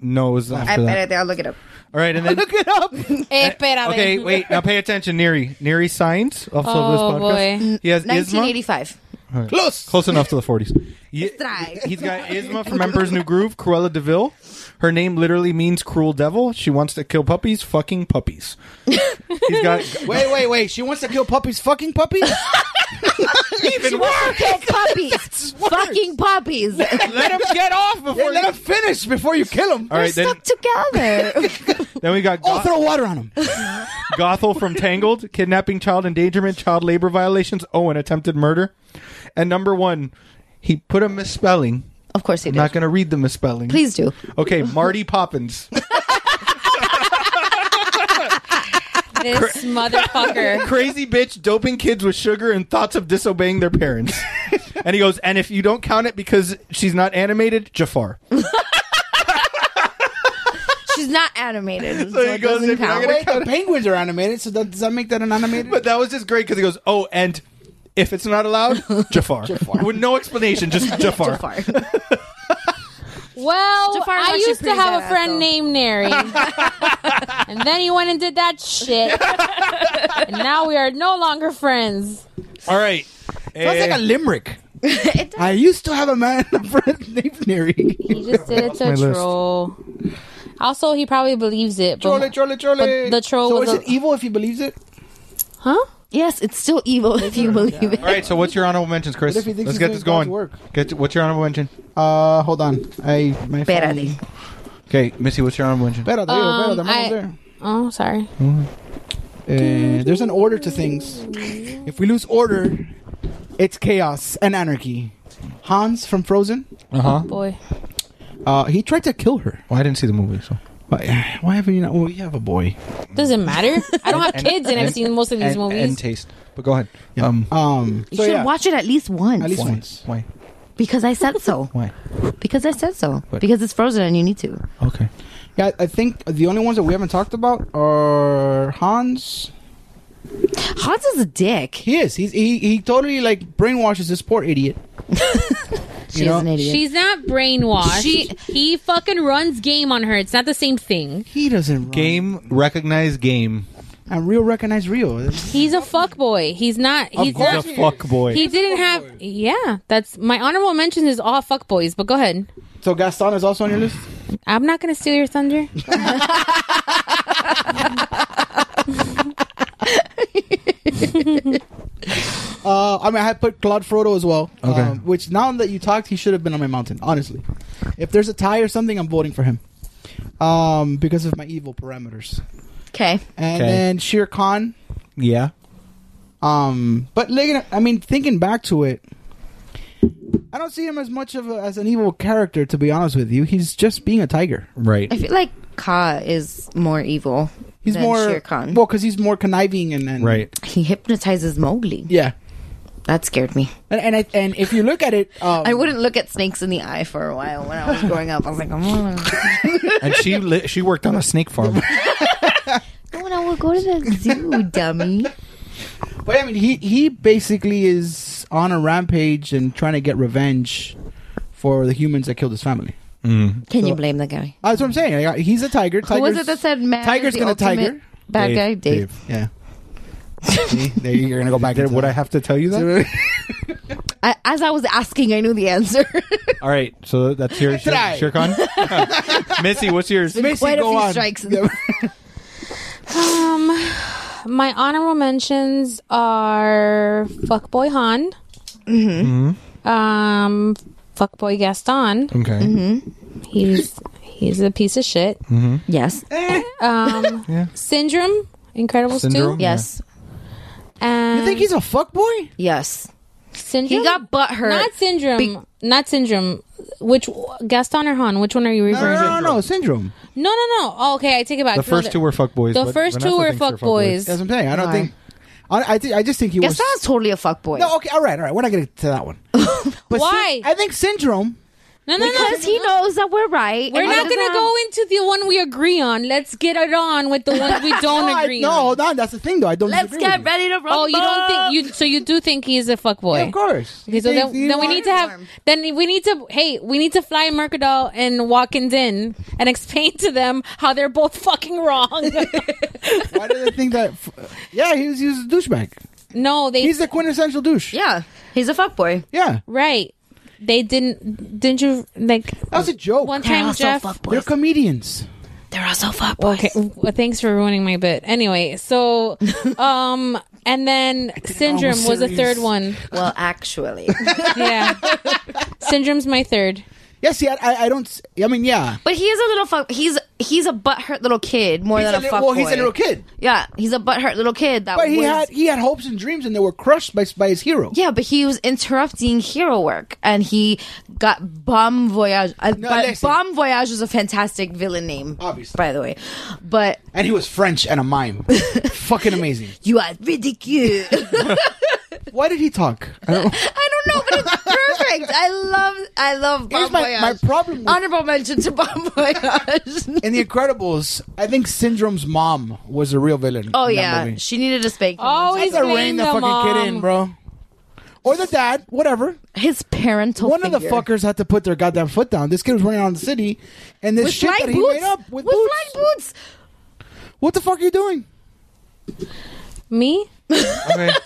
No, it was after that.
I'll look it up.
All right, and then
Look it up.
Espera,
Eh, okay, wait. Now pay attention, Neri. Neri signs off
Oh,
of this podcast.
boy.
He has Isma.
1985.
All right.
Close.
Close enough to the 40s. Ye-
Try.
He's got Isma from Emperor's New Groove, Cruella DeVille. Her name literally means cruel devil. She wants to kill puppies, fucking puppies. He's got
Wait, wait, wait. She wants to kill puppies. Fucking puppies.
Even worse. Kill puppies. Fucking puppies.
let him get off before.
Yeah, let them finish before you kill them.
All right, then
Stuck together.
then we got
Oh,
Goth-
throw water on them.
Gothel from Tangled, kidnapping, child endangerment, child labor violations, oh, and attempted murder. And number one, he put a misspelling.
of course he
I'm
did.
not going to read the misspelling.
Please do.
Okay, Marty Poppins.
This motherfucker.
Crazy bitch doping kids with sugar and thoughts of disobeying their parents. and he goes, and if you don't count it because she's not animated, Jafar.
She's not animated. So,
he
it
goes,
doesn't
if you're not
count.
gonna-
Wait, the penguins are animated, so that, does that make that an animated?
But that was just great because he goes, oh, and if it's not allowed, Jafar. With no explanation, just Jafar.
Jafar.
Well,
Jafar's
I
actually
used to
pretty
have a
badass,
friend
though.
named Neri, and then he went and did that shit, and now we are no longer friends.
All right.
Sounds like a limerick.
It does-
I used to have a man a friend named Neri.
He just did it
my
to
list.
troll. Also, he probably believes it. But,
Trolley, trolley, trolley.
But the troll
So
was
is
a-
it evil if he believes it?
huh?
yes, it's still evil if you believe it.
All right, so what's your honorable mentions, Chris?
What if he thinks
Let's
he's
get
doing
this going.
God's work?
Get to- what's your honorable mention?
Uh, hold on. I my
Espérate.
phone-
Okay, Missy, what's your honorable mention?
Um,
Espérate, espérate, I'm
I-
over
Oh, sorry.
there. Uh, there's an order to things. If we lose order, it's chaos and anarchy. Hans from Frozen,
Uh huh.
Boy,
uh, he tried to kill her.
Well, I didn't see the movie, so
Why, why haven't you not? Well, we have a boy.
doesn't matter. I don't have kids, and I've seen most of these
and,
movies.
and taste. But go ahead. Um,
Um,
You
so
should
yeah,
watch it at least once.
at least
why?
once.
Why?
Because I said so.
Why?
Because I said so.
But-
Because it's frozen and you need to.
Okay.
Yeah, I think the only ones that we haven't talked about are Hans.
Hans is a dick.
He is. He's, he he totally like brainwashes this poor idiot.
She's an idiot.
She's not brainwashed. She he fucking runs game on her. It's not the same thing.
He doesn't run.
Game recognize game.
and real recognize real.
He's a fuck boy. He's not. He's
He's
not.
a fuck boy.
He didn't have. Yeah, that's my honorable mention is all fuck boys. But go ahead.
So Gaston is also on your list.
I'm not gonna steal your thunder.
Uh, I mean, I put Claude Frodo as well.
Okay.
Um, which now that you talked, he should have been on my mountain. Honestly, if there's a tie or something, I'm voting for him. Um, because of my evil parameters,
Okay.
and
Okay.
then Shere Khan.
yeah.
Um, but looking, at- I mean, thinking back to it, I don't see him as much of a, as an evil character. To be honest with you, he's just being a tiger.
Right.
I feel like Ka is more evil.
He's
than
more
Shere Khan.
well because he's more conniving and, and
Right.
he hypnotizes Mowgli.
Yeah,
That scared me.
and and, I, and if you look at it, um,
I wouldn't look at snakes in the eye for a while when I was growing up. I was like, I'm gonna-
And she li- she worked on a snake farm.
no, I will go to the zoo, dummy.
But I mean, he he basically is on a rampage and trying to get revenge for the humans that killed his family. Ah,
Can you blame the guy?
That's what I'm saying. Like, He's a tiger.
Who was
Tigers-
it that said man? is
Tiger's
the
gonna
ultimate
tiger.
Bad guy, Dave.
Yeah. See, there you- you're gonna go back.
Did- would I have to tell you that?
I, as I was asking, I knew the answer.
All right. So that's your
Try.
Shere Khan. Missy, what's yours?
Quite a few strikes.
Um, my honorable mentions are fuckboy Han, mm-hmm. um, fuckboy Gaston.
Okay.
He's he's a piece of shit.
yes.
Eh.
Um,
Yeah.
syndrome, Incredibles
Syndrome?
two,
Yes.
and
You think he's a fuck boy?
Yes.
syndrome.
He got butt hurt.
Not syndrome. not syndrome. Which Gaston or Han? Which one are you
No, no,
referring
no,
to?
no, no, syndrome.
No, no, no. Oh, okay, I take it back.
The first two were fuckboys.
The
but
first
Vanessa
two were
thinks they're fuckboys.
fuckboys.
That's what I'm saying. I don't
Why?
think. I, I, thi- I just think he was.
Gaston's totally a fuckboy.
No, okay, all right, all right. We're not getting to that one. But
Why?
I think syndrome.
No, no, no.
Because he knows that we're right.
We're
and he
not going to
doesn't-
go into the one we agree on. Let's get it on with the ones we don't
No, I-
agree
no,
on.
hold on. That's the thing, though. I don't. disagree with you.
ready to
Oh, you don't think you? So you do think he is a fuckboy?
Yeah, of course.
Okay, so
He
then,
thinks he's
then we
a
need to have. Then we need to. Hey, we need to fly Mercadal and Watkins in and explain to them how they're both fucking wrong.
Why do they think that? uh, Yeah, he was, he was a douchebag.
no, they.
He's the quintessential douche.
Yeah, he's a fuckboy.
Yeah,
right. They didn't. Didn't you like?
that was a joke.
One time, Jeff.
They're comedians.
They're also fuckboys.
Okay. Well, thanks for ruining my bit. Anyway, so um, and then syndrome was the
serious.
third one.
Well, actually,
Yeah, syndrome's my third.
Yeah, see, I, I, I don't. s- I mean, yeah.
but he is a little fuck. He's he's a butthurt little kid more
He's
than a,
a little-
fuckboy.
well, he's a little kid.
Yeah, he's a butthurt little kid. That
But he
was-
had he had hopes and dreams, and they were crushed by by his hero.
Yeah, but he was interrupting hero work, and he got Bomb Voyage. Uh,
No,
but
listen.
Bomb Voyage was a fantastic villain name,
Obviously.
by the way. But
And he was French and a mime. Fucking amazing.
you are ridiculous.
Why did he talk? I don't
I don't know, but it's perfect. I love, I love Bomb
Here's my,
Voyage.
my problem with
Honorable mention to Bomb Voyage.
in The Incredibles, I think Syndrome's mom was a real villain.
oh
in that
yeah,
movie.
she needed a spanking.
Always
Either rein
blame
the, fucking kid in,
mom.
bro. Or the dad, whatever.
His parental.
One of the
figure.
fuckers had to put their goddamn foot down. This kid was running around the city, and this
with
shit
flag
that he
boots.
made up with,
with
boots.
flag boots.
What the fuck are you doing?
Me?
Okay.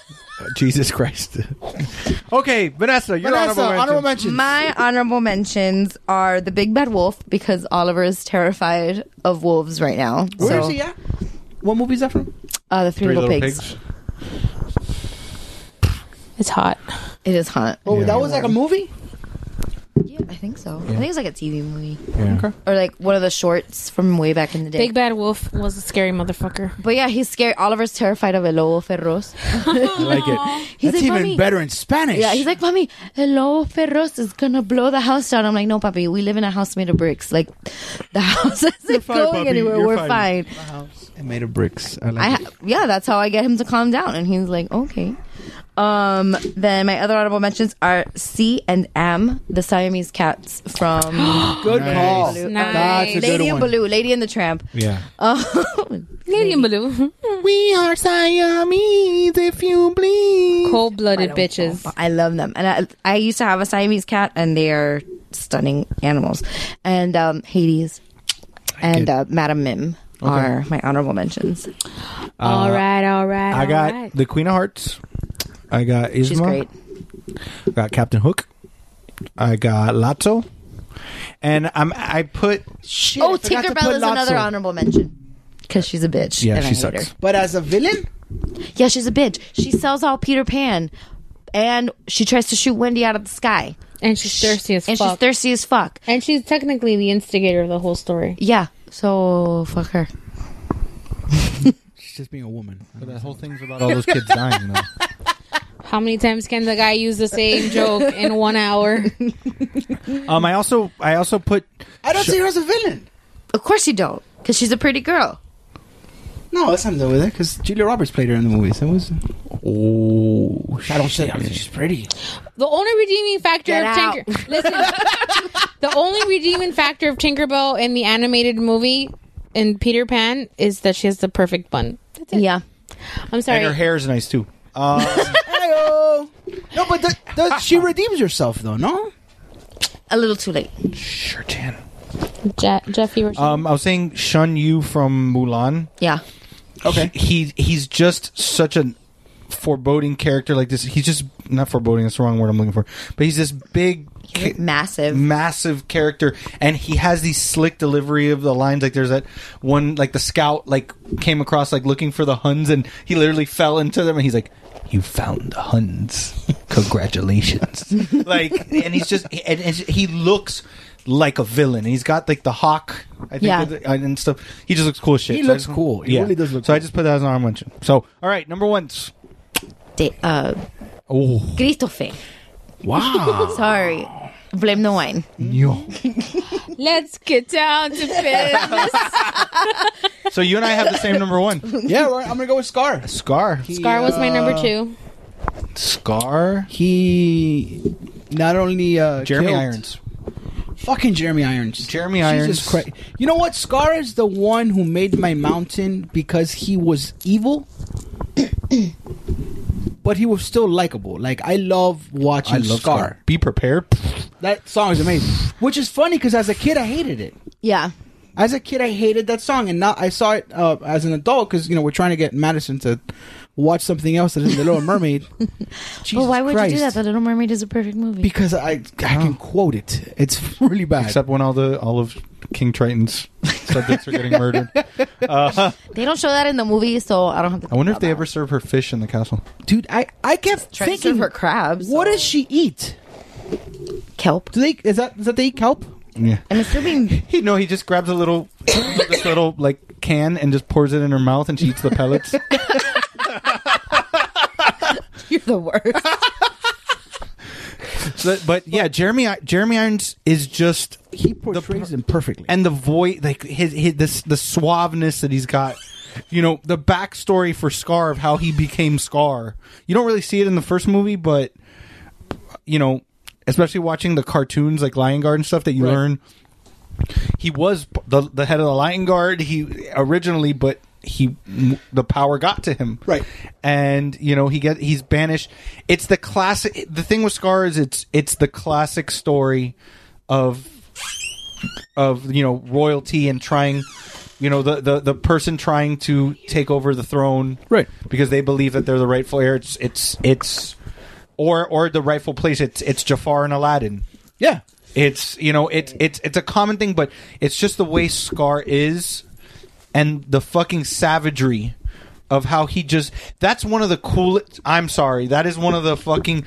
Jesus Christ. okay, Vanessa, your
Vanessa,
honorable,
honorable
mention.
mention.
My honorable mentions are the big bad wolf because Oliver is terrified of wolves right now.
Where is
So,
he at? What movie is that from?
Uh, the three, little, pigs.
It's hot.
It is hot.
Oh, that was like a movie.
Yeah, I think so. I think it's like a TV movie
Yeah.
or like one of the shorts from way back in the day.
Big Bad Wolf was a scary motherfucker.
but yeah, he's scared. Oliver's terrified of el lobo feroz.
I like it.
He's
That's
like,
even
mommy.
better in Spanish.
Yeah, he's like, mommy, el lobo feroz is gonna blow the house down. I'm like, no, papi, we live in a house made of bricks. Like, the house isn't
fine,
going
papi.
anywhere.
You're
We're
fine."
fine.
I made of bricks. I like
I ha- Uh, yeah, that's how I get him to calm down, and he's like, okay. Um, then my other honorable mentions are C and M, the Siamese cats from
good call.
Baloo.
Nice.
That's a
Lady
good
and
one.
Baloo, Lady and the Tramp. Oh,
Yeah.
Lady in Blue.
We are Siamese if you bleed.
Cold blooded bitches.
I love them, and I, I used to have a Siamese cat, and they are stunning animals. And um, Hades and uh, Madame Mim are my honorable mentions.
all right, all right.
I
all
got
right.
the Queen of Hearts. I got Isma.
She's great.
I got Captain Hook. I got Lato. And I'm I put
Shit,
Oh,
I forgot to
Tinkerbell
put
is another
Lotso.
honorable mention because she's a bitch.
Yeah,
and I
she
hate
sucks.
her.
But as a villain,
Yeah, she's a bitch. She sells all Peter Pan, and she tries to shoot Wendy out of the sky.
and she's thirsty as
and
fuck.
she's thirsty as fuck.
and she's technically the instigator of the whole story.
Yeah, so fuck her.
she's just being a woman.
the whole thing's about all those kids dying though.
How many times can the guy use the same joke in one hour?
Um I also I also put
I don't see her as a villain.
Of course you don't, because she's a pretty girl.
No, that's something with it because Julia Roberts played her in the movies. That was.
Oh
I don't say. I mean, she's pretty.
The only redeeming factor
Get
of
out.
Tinker. Listen, the only redeeming factor of Tinkerbell in the animated movie in Peter Pan is that she has the perfect bun.
Yeah.
I'm
and her
sorry.
hair is nice too. Um,
Heyo. No, but the, the, she redeems herself though. No.
A little too late.
sure tan.
Je- Jeff, you were
Um I was saying Shun Yu from Mulan.
Yeah.
Okay. He, he- he's just such a foreboding character like this. He's just not foreboding, that's the wrong word I'm looking for. But he's this big ca-
Massive.
massive character and he has the slick delivery of the lines like there's that one like the scout like came across like looking for the huns and he literally fell into them and he's like you found the huns congratulations like and he's just and, and he looks like a villain he's got like the hawk i think
Yeah.
with the- uh, and stuff he just looks cool as shit
He
So I
looks
just-
cool. He
yeah
really does look
so i
cool.
just put that as an arm mention so all right number ones
De- uh,
oh
Christophe.
Ah.
Wow.
Sorry. Blame the wine.
yo
Let's get down to business.
So you and I have the same number one.
yeah, right, I'm gonna go with Scar.
Scar.
Scar was my number
uh,
two.
Scar.
He not only uh,
Jeremy
killed-
Irons.
Fucking Jeremy Irons.
Jeremy Irons.
Jesus Christ. You know what? Scar is the one who made my mountain because he was evil, but he was still likable. Like I love watching
I love
Scar.
Scar. Be prepared.
That song is amazing. Which is funny because as a kid I hated it.
Yeah.
As a kid I hated that song, and now I saw it uh, as an adult because you know we're trying to get Madison to watch something else that isn't The Little Mermaid.
But why would you do that?
Christ.
The Little Mermaid is a perfect movie.
Because I, I can quote it. It's really bad.
Oh. Except when all the all of King Triton's subjects are getting murdered. Uh,
they don't show that in the movie, so I don't have to.
I wonder if they ever serve her fish in the castle.
Dude, I I kept
Trying to serve her crabs.
What does she eat?
Kelp.
Do they is that is that they eat kelp?
Yeah.
I'm assuming
He no, he just grabs a little, this little like can and just pours it in her mouth, and she eats the pellets.
you're the worst.
So, but yeah, Jeremy I- Jeremy Irons is just
he portrays him perfectly,
and the voice, like his, his this the suaveness that he's got. You know the backstory for Scar of how he became Scar. You don't really see it in the first movie, but you know, especially watching the cartoons like Lion Guard and stuff that you learn. He was p- the the head of the Lion Guard. He originally, but he the power got to him, right? And you know he get he's banished. It's the classic. The thing with Scar is it's it's the classic story of of you know royalty and trying you know the, the the person trying to take over the throne right because they believe that they're the rightful heir it's it's it's or or the rightful place it's it's Jafar and Aladdin
yeah
it's you know it's it's it's a common thing but it's just the way Scar is and the fucking savagery of how he just that's one of the coolest I'm sorry that is one of the fucking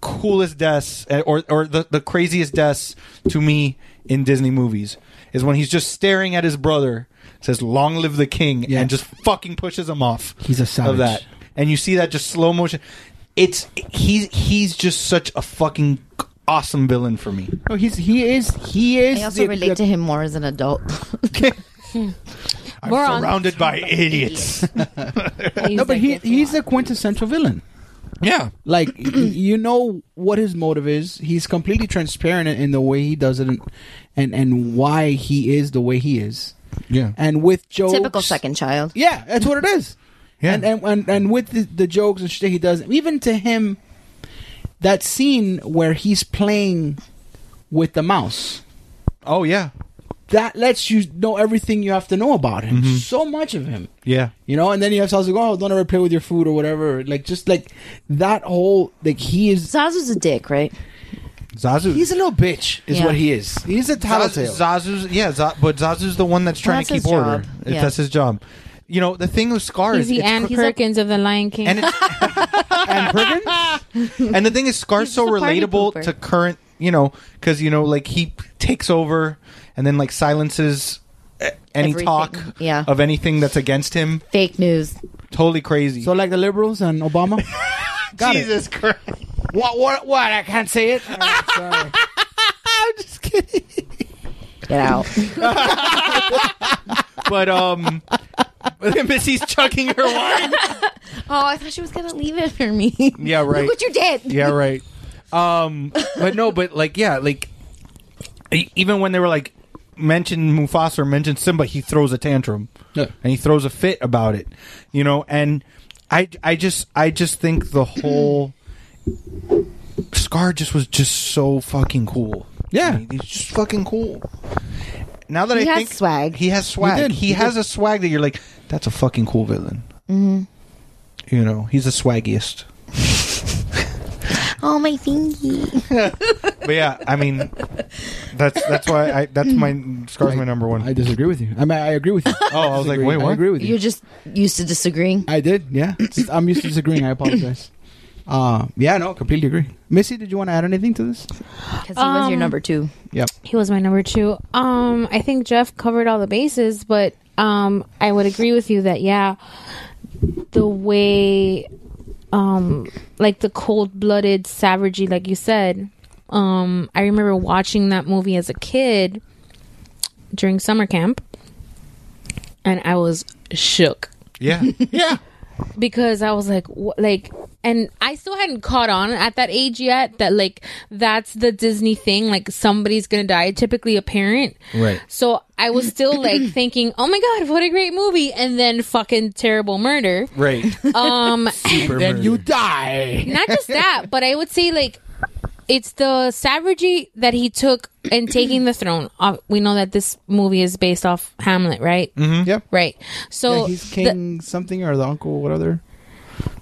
coolest deaths eh, or or the, the craziest deaths to me in Disney movies is when he's just staring at his brother says long live the king and just fucking pushes him off
He's a savage.
of that and you see that just slow motion it's he's he's just such a fucking awesome villain for me
No, he's he is he is.
I also relate to him more as an adult.
I'm
We're on-
surrounded by idiots.
no, but he he's the quintessential villain.
Yeah,
like y- you know what his motive is. He's completely transparent in- in the way he does it, and and, and why he is the way he is.
Yeah,
and with jokes,
Typical second child.
Yeah, that's what it is.
Yeah,
and and and, and with the, the jokes and shit he does, even to him, that scene where he's playing with the mouse.
Oh yeah,
that lets you know everything you have to know about him. So much of him.
Yeah.
You know, and then you have Saz like, oh, don't ever play with your food or whatever. Like, just like that whole like he is.
Zazu's a dick, right?
Zazu.
He's a little bitch, is
Yeah.
what he is. He's a tattletale.
Zazu's yeah, Za- but Zazu's the one that's trying
that's
to keep
his
order.
job.
If
Yeah.
That's his job. You know the thing with Scar
He's
is
the
it's
Anne
cr-
Perkins of the Lion King.
And and the thing is Scar's so
just a party
relatable
pooper.
to current. You know, because you know, like he takes over and then like silences eh, any
Everything.
talk
Yeah.
of anything that's against him.
Fake news.
Totally crazy.
so like the liberals and Obama. Got it.
Jesus Christ!
What? What? What? I can't say it. All right, sorry.
Get out.
But um, Missy's chucking her wine.
Oh, I thought she was gonna leave it for me.
Yeah, right.
Look what you did.
yeah right um but no but like yeah like e- even when they were like mention mufasa or mention simba he throws a tantrum
Yeah.
and he throws a fit about it you know and i i just i just think the whole scar just was just so fucking cool
Yeah.
he's just fucking cool now that
He
i
has
think
swag.
he has swag
He did.
he,
He
has a swag that you're like that's a fucking cool villain
Mm-hmm.
you know he's the swaggiest
Oh my thingy.
But yeah, I mean, that's that's why I that's my scars my number one.
I disagree with you. I mean, I agree with you.
oh, I was like, wait,
I
what?
agree with you.
You're just used to disagreeing.
I did. Yeah, Just- I'm used to disagreeing. I apologize. Uh, yeah, no, completely agree. Missy, did you want to add anything to this?
Because he was your
Um,
number two.
Yep.
He was my number two. Um, I think Jeff covered all the bases, but um, I would agree with you that yeah, the way, um, like the cold-blooded savagery, like you said. Um, I remember watching that movie as a kid during summer camp, and I was shook.
Yeah. yeah.
Because I was like, wh- like, and I still hadn't caught on at that age yet that like that's the Disney thing. Like somebody's gonna die, typically a parent.
Right.
So I was still like thinking, oh my god, what a great movie, and then fucking terrible murder.
Right.
Um,
and then you die.
not just that, but I would say like it's the savagery that he took in taking the throne. Uh, we know that this movie is based off Hamlet, right?
Hmm?
Mm-hmm. Yep.
Right. So
Yeah, he's
the-
king something or the uncle, whatever.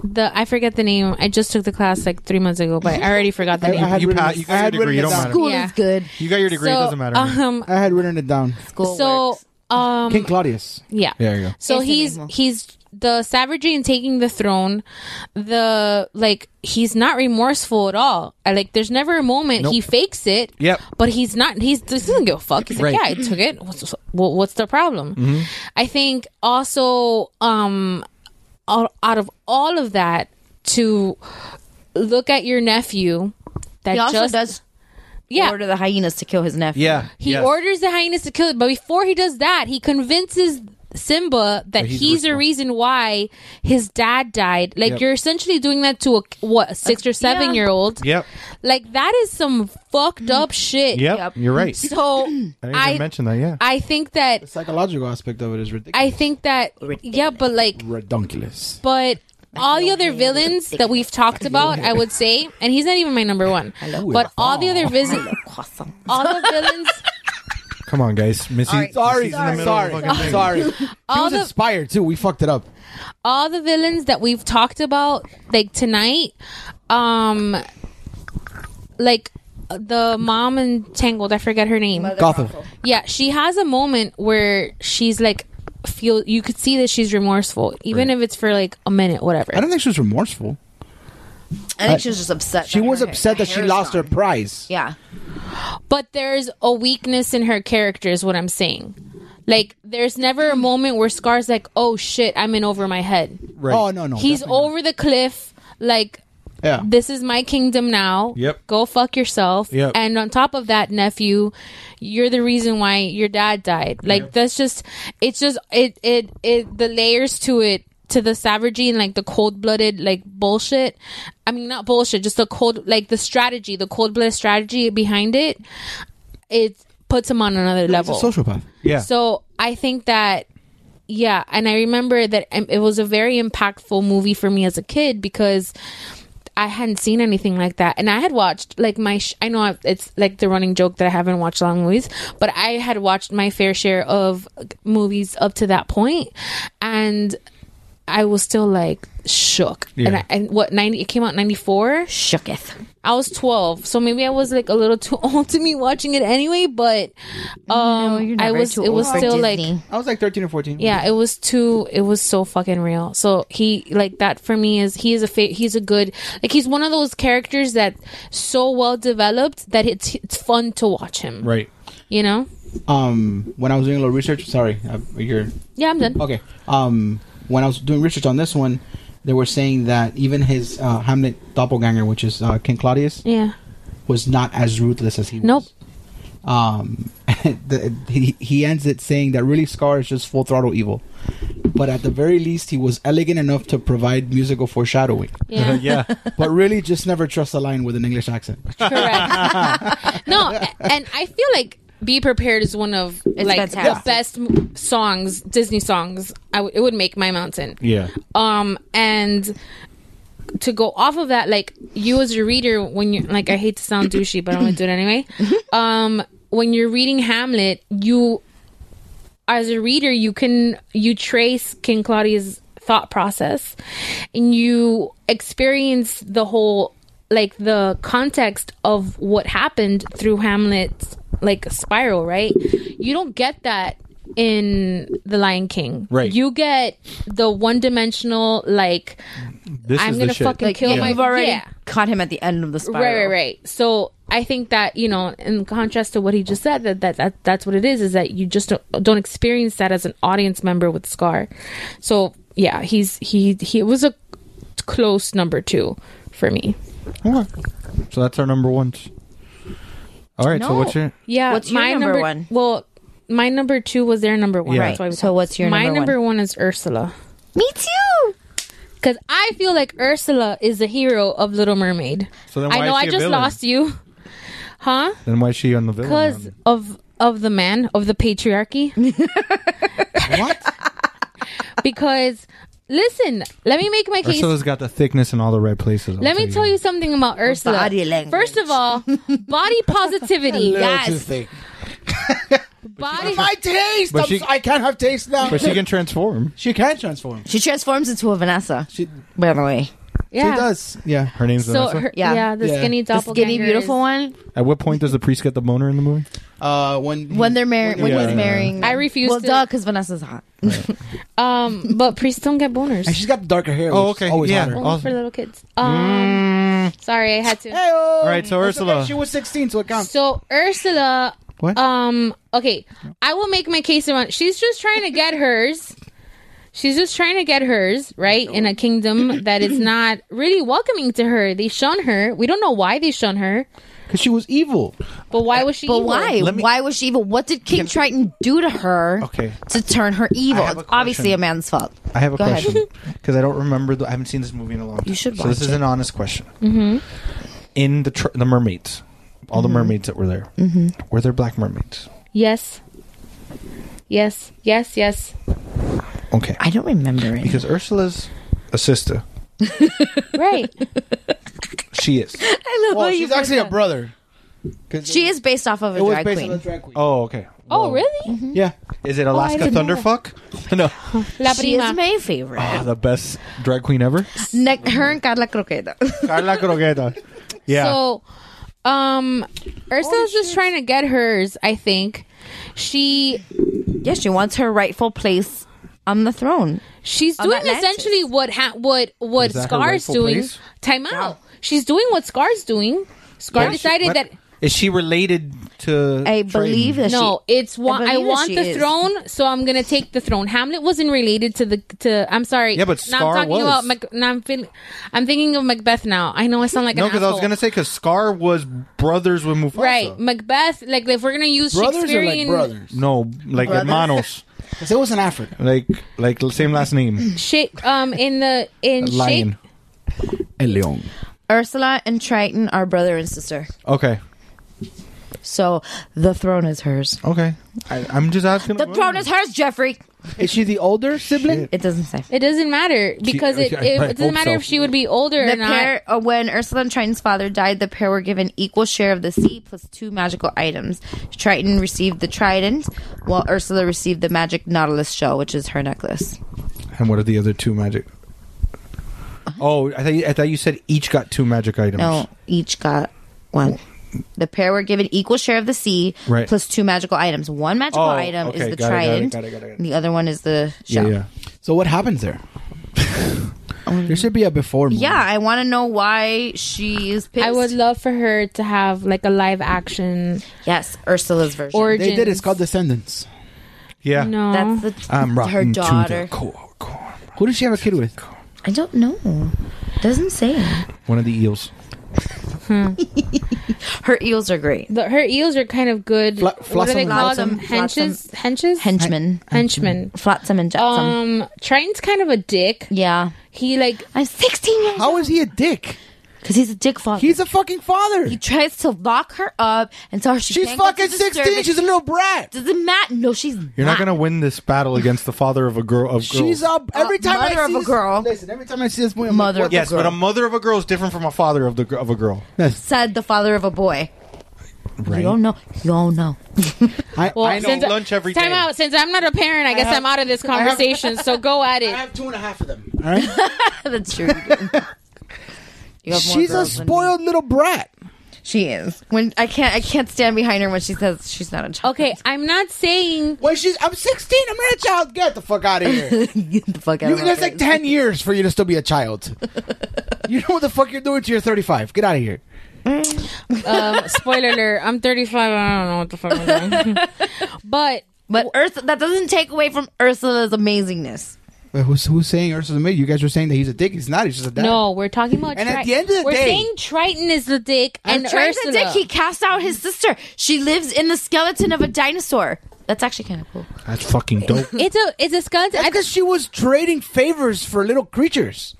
the I forget the name. I just took the class like three months ago, but I already forgot the
I- I
name.
had
You,
written
pa-
it
you
down. I
got
had
your degree. It
written
don't
it down.
matter.
School
Yeah.
is good.
You got your degree. it
So,
doesn't matter.
Um,
I had written it down.
so um,
King Claudius.
yeah.
There you go.
So
Ese
he's
mismo.
he's the savagery in taking the throne. The like he's not remorseful at all. I, like there's never a moment
Nope.
he fakes it.
Yep.
But he's not. He's this doesn't give a fuck. He's like,
Right. Mm-hmm.
yeah, I took it. What's what, what's the problem? I think also um out, out of all of that to look at your nephew that
He also
just
does
yeah
order the hyenas to kill his nephew.
Yeah.
he
yes.
orders the hyenas to kill it, but before he does that, he convinces Simba that
That he's
he's, the
responsible.
reason why his dad died. Like
Yep.
you're essentially doing that to a what a six or seven year old.
Yep.
Like that is some fucked up shit.
Yep. You're right.
So
I didn't even
I
mention that. Yeah.
I think that
The psychological aspect of it is ridiculous.
I think that yeah, but like
Redonkulous.
but all the other villains that we've talked about, I would say, and he's not even my number one. But all the other villains,
Awesome.
all the villains,
Come on, guys. Missy.
Sorry,
Missy's in the
sorry,
middle of
sorry,
the fucking thing.
sorry. He
All
was
the- Oh,
inspired too. We fucked it up.
all the villains that we've talked about like tonight um like the mom entangled i forget her name
Gotham.
yeah she has a moment where she's like feel you could see that she's remorseful even if it's for like a minute whatever
I don't think she was remorseful.
I think she was just upset.
She
that
was
her-
upset that
her
she
hair's
lost her
gone.
prize.
Yeah.
but there's a weakness in her character is what i'm saying like there's never a moment where scar's like oh shit i'm in over my head
Right.
Oh no no.
he's
definitely
over the cliff like
not. Yeah.
this is my kingdom now.
Yep.
Go fuck yourself.
Yep.
And on top of that, nephew, you're the reason why your dad died. Like that's just it's just it it it the layers to it to the savagery and like the cold blooded like bullshit. I mean not bullshit, just the cold like the strategy, the cold blooded strategy behind it. It puts him on another level.
He's a sociopath.
Yeah.
So I think that, yeah, and I remember that um, it was a very impactful movie for me as a kid because I hadn't seen anything like that, and I had watched like my sh- I know I- it's like the running joke that I haven't watched long movies, but I had watched my fair share of movies up to that point, and. I was still like shook, and, I, and what ninety? It came out ninety four.
Shooketh.
I was twelve, so maybe I was like a little too old to be watching it anyway. But um, I was. It was still like
I was like thirteen or fourteen.
yeah, it was too. It was so fucking real. So he like that for me is he is a fa- he's a good like he's one of those characters that so well developed that it's it's fun to watch him.
Right.
You know.
Um, when I was doing a little research, sorry, I, you're
Yeah, I'm done.
okay. Um, when I was doing research on this one, they were saying that even his uh, Hamlet doppelganger, which is uh, King Claudius,
Yeah.
was not as ruthless as he was.
Nope.
Um, the, he, he ends it saying that really Scar is just full throttle evil. But at the very least, he was elegant enough to provide musical foreshadowing.
Yeah.
yeah.
But really, just never trust a line with an English accent.
Correct. no, a- and I feel like "Be Prepared" is one of like the
fantastic.
best m- songs, Disney songs. I w- it would make my mountain.
Yeah.
um and to go off of that like you as a reader when you like i hate to sound douchey but i'm gonna do it anyway um when you're reading hamlet you as a reader you can you trace king claudia's thought process and you experience the whole like the context of what happened through hamlet's like spiral right you don't get that in the lion king
Right.
you get the one-dimensional like
This
I'm
is
gonna
the shit.
fucking kill
yeah.
my
You've already
yeah.
caught him at the end of the spiral.
Right, right, right. So I think that you know, in contrast to what he just said, that that, that that's what it is. Is that you just don't, don't experience that as an audience member with Scar. So yeah, he's he he was a close number two for me.
Okay. So that's our number ones. All right. So
No.
what's your?
Yeah,
What's your number one?
Well, my number two was their number one.
Yeah.
That's why we
So
talked.
what's your
my
number one?
number one is Ursula.
Me too.
Because I feel like Ursula is the hero of Little Mermaid.
So then why
I know
is
I
she a
just
villain?
lost you, huh?
Then why is she on the villain?
Because of of the man of the patriarchy.
what?
Because listen, let me make my case.
Ursula's got the thickness in all the right places. I'll
Let me tell you something about Ursula.
Body
First of all, body positivity. yes. Body.
My taste.
But
I'm
she-
so- I can't have taste now.
But she can transform.
She can transform.
She transforms into a Vanessa. She, by the way,
Yeah.
She does. Yeah.
Her name's
So
Vanessa.
her, yeah. the
Yeah.
skinny
the
doppelganger.
skinny, beautiful
is-
one.
At what point does the priest get the boner in the movie?
Uh, when
When they're married, when
Yeah.
he's marrying.
I refuse
Well,
to-
duh, because Vanessa's hot.
Um, but priests don't get boners.
and she's got the darker hair.
Oh,
which is
okay.
Always
Yeah.
hotter.
Only
Awesome.
for little kids. Um, sorry, I had to.
All
right, so Ursula.
She was 16, so it counts.
So Ursula,
What?
um, okay, I will make my case around. She's just trying to get hers. She's just trying to get hers right in a kingdom that is not really welcoming to her. They shun her. We don't know why they shun her,
Because she was evil.
but why was she?
But
evil?
why?
Let me-
why was she evil? What did King Triton do to her
Okay.
to turn her evil?
I have a
It's obviously
question.
a man's fault.
I have a
Go ahead.
question because I don't remember. The, I haven't seen this movie in a long time. You
should
So this
watch
is an honest question. Mm-hmm. In the tr- the mermaids, all the mermaids that were there, mm-hmm. were there black mermaids?
Yes, yes, yes, yes.
Okay,
I don't remember it.
because Ursula's a sister.
Right.
She is.
I love
Well,
how
she's
you-
actually a brother.
She is based off of a
It was
drag
based on a
queen.
drag queen.
Oh, okay.
oh,
Well, mm-hmm.
really?
Yeah.
Is it Alaska
didn't know
Thunderfuck? no,
La
She is
prima.
my favorite.
Ah, the best drag queen ever,
Ne- her and Carla Croqueta.
Carla Croqueta. Yeah.
So, um, Ursula's just trying to get hers. I think she
yeah, she wants her rightful place on the throne.
She's
of
doing
Atlantis.
essentially what ha- what what
Is that her
Scar's
rightful
doing.
place?
Time out. She's doing what Scar's doing. Scar
What is she-
decided
what-
that
is she related to?
I believe that
no, it's wa-
I
I,
believe that
want
she
the
is.
throne, so I'm gonna take the throne. Hamlet wasn't related to the to. I'm sorry.
Yeah, but
now
Scar
I'm talking
was.
about. Mac- now I'm, fin- I'm thinking of Macbeth now. I know I sound like
no,
an
because I was
asshole.
gonna say because Scar was brothers with Mufasa.
right Macbeth. Like if we're gonna use
Brothers are like
Shakespearean,
brothers.
No, like
Brothers?
hermanos,
Because it was in Africa.
like like same last name.
Shake um in the in Shake.
Lion.
Leon.
Ursula and Triton are brother and sister.
Okay.
So the throne is hers.
Okay. I, I'm just asking.
The throne is hers, Jeffrey.
Is she the older sibling?
It doesn't say.
It doesn't matter because it,
I- I
it, it
hope
doesn't matter
so.
if she would be older
The
or not.
pair, uh, when Ursula and Triton's father died, the pair were given equal share of the sea plus two magical items. Triton received the trident, while Ursula received the magic nautilus shell, which is her necklace.
And what are the other two magic? Oh, I thought you, I thought you said each got two magic items.
No, each got one. The pair were given equal share of the sea
Right.
plus two magical items. One magical
Oh,
item is
okay,
the
got it, got it,
trident,
got it, got it, got it.
and the other one is the
Yeah,
shell.
yeah.
So what happens there? there should be a before movie.
Um, Yeah, I want to know why she's pissed.
I would love for her to have like a live action
yes, Ursula's version.
or
They did. It's called Descendants.
Yeah.
no.
that's the
I'm rotten
her
To
daughter.
the core, core.
Who did she have a kid with?
I don't know. Doesn't say.
One of the eels.
Her eels are great.
The- her eels are kind of good.
Fla-
what do they
flotsam and
call
jetsam.
them? Henches, henches,
Henchman,
henchmen.
flotsam and jetsam.
Um, Triton's kind of a dick.
yeah,
He like
I'm 16 years
How is he a dick?
because he's a dick father.
He's a fucking father.
he tries to lock her up and tell her she
She's
can't go to
fucking
the
16.
service.
She's a little brat.
doesn't matter. No, she's
You're
Ah.
not gonna win this battle against the father of a girl of girls.
She's a every time
Uh, mother
I
of
see
a
this-
girl.
Listen, every time I see this movie, I'm
Mother
like, what
of
yes,
girl.
but a mother of a girl is different from a father of the gr- of a girl.
said the father of a boy.
Right.
You don't know. You don't know.
I,
well,
I know.
since I-
lunch every
time
day.
out. Since I'm not a parent, I, guess
have-
I'm out of this
I have-
conversation. so go at
I
it.
have two and a half of them. All right.
That's true. You do. You have more
She's a
girls than me.
spoiled little brat.
She is. When I can't, I can't stand behind her when she says she's not a child.
Okay, I'm not saying
When she's, I'm 16. I'm not a child. Get the fuck out of here.
Get the fuck out
You,
of my
that's like
face.
10 years for you to still be a child. you know what the fuck you're doing to your 35. Get out of here.
uh, spoiler alert. I'm 35. I don't know what the fuck I'm doing. but
But Ursula, that doesn't take away from Ursula's amazingness.
Wait, who's, who's saying Ursula's maid? You guys were saying that he's a dick. He's not. He's just a dad.
no, we're talking about.
And at the end of the
we're
day-
saying Triton is the dick and
Triton
Ursula.
the dick, he cast out his sister. She lives in the skeleton of a dinosaur. That's actually kind of cool.
That's fucking dope.
It's a it's a skeleton.
Because she was trading favors for little creatures.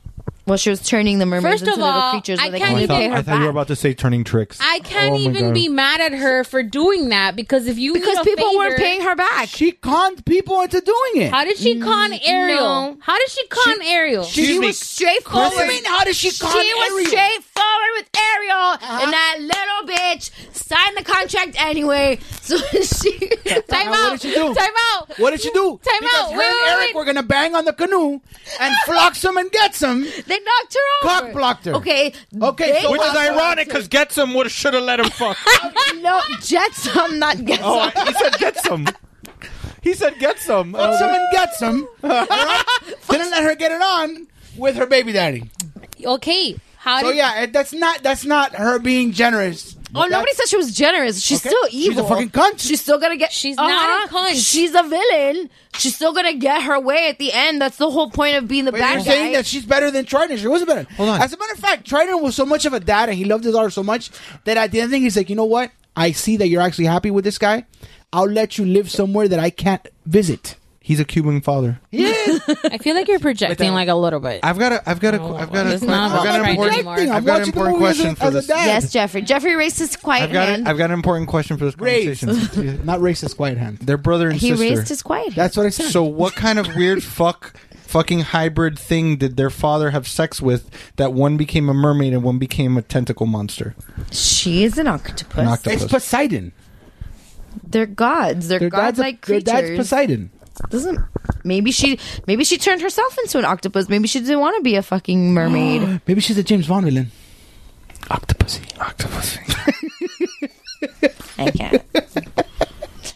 Well, she was turning the mermaids
First of
into little
all,
creatures
I
where they
can't
can only
Oh, I
even-
pay
thought,
her
I thought you were about to say turning tricks.
I can't
Oh my
even
God.
be mad at her for doing that because if you
Because
need a
people weren't
favor-
paying her back.
She conned people into doing it.
How did she con Ariel?
no.
How did she Oh, con Ariel?
She Excuse me. was
straightforward.
What do you mean, how did she con
She Uh-huh. was
Ariel?
straightforward with Ariel, and that little bitch signed the contract anyway. So she
Time
Now,
out.
What did she do?
Time out.
What did she do?
Time
because
out.
Her
Wait,
and
wait,
Eric
wait.
were gonna bang on the canoe and flocks him and gets him.
they knocked her over.
Cock blocked her.
Okay.
Okay,
they
so
Which is
knocked her
ironic because Getsum would have should have let him fuck.
over. no Jetsam, not Get
oh, he said Getsum. He said Getsum.
Fucks him and gets him. All right? Didn't let her get it on with her baby daddy.
Okay. How
So
did
yeah, it- that's not that's not her being generous.
Oh, nobody said she was generous. She's
Okay.
still
She's a
evil.
fucking cunt.
She's still gonna get. uh-huh.
She's not a cunt.
She's a villain. She's still gonna get her way at the end. That's the whole point of being the
But
bad
you're
guy.
saying that she's better than Trident. She wasn't better. Hold
on.
As a matter of fact, Trident was so much of a dad and he loved his daughter so much that at the end of the thing, he's like, you know what? I see that you're actually happy with this guy. I'll let you live somewhere that I can't visit.
He's a Cuban father.
I feel like you're projecting like a little bit.
I've got a. I've got a.
Oh,
I've got a.
it's not
I've got
about
an
Trident
important.
anymore.
I've got an important question for this.
yes, Jeffrey. Jeffrey raised his quiet
I've got.
hand.
A, I've got an important question for this
Raised.
conversation.
Not racist, quiet hand.
They're brother and
he
sister.
raised his quiet. hand.
That's what I said.
So what kind of weird fuck fucking hybrid thing did their father have sex with that one became a mermaid and one became a tentacle monster?
she is an octopus.
An octopus.
it's Poseidon.
They're gods. They're,
Their dad's, a,
godlike
their
creatures.
dad's Poseidon.
Doesn't maybe she maybe she turned herself into an octopus. Maybe she didn't want to be a fucking mermaid.
Maybe she's a James Bond villain. Octopussy.
Octopus.
I can't.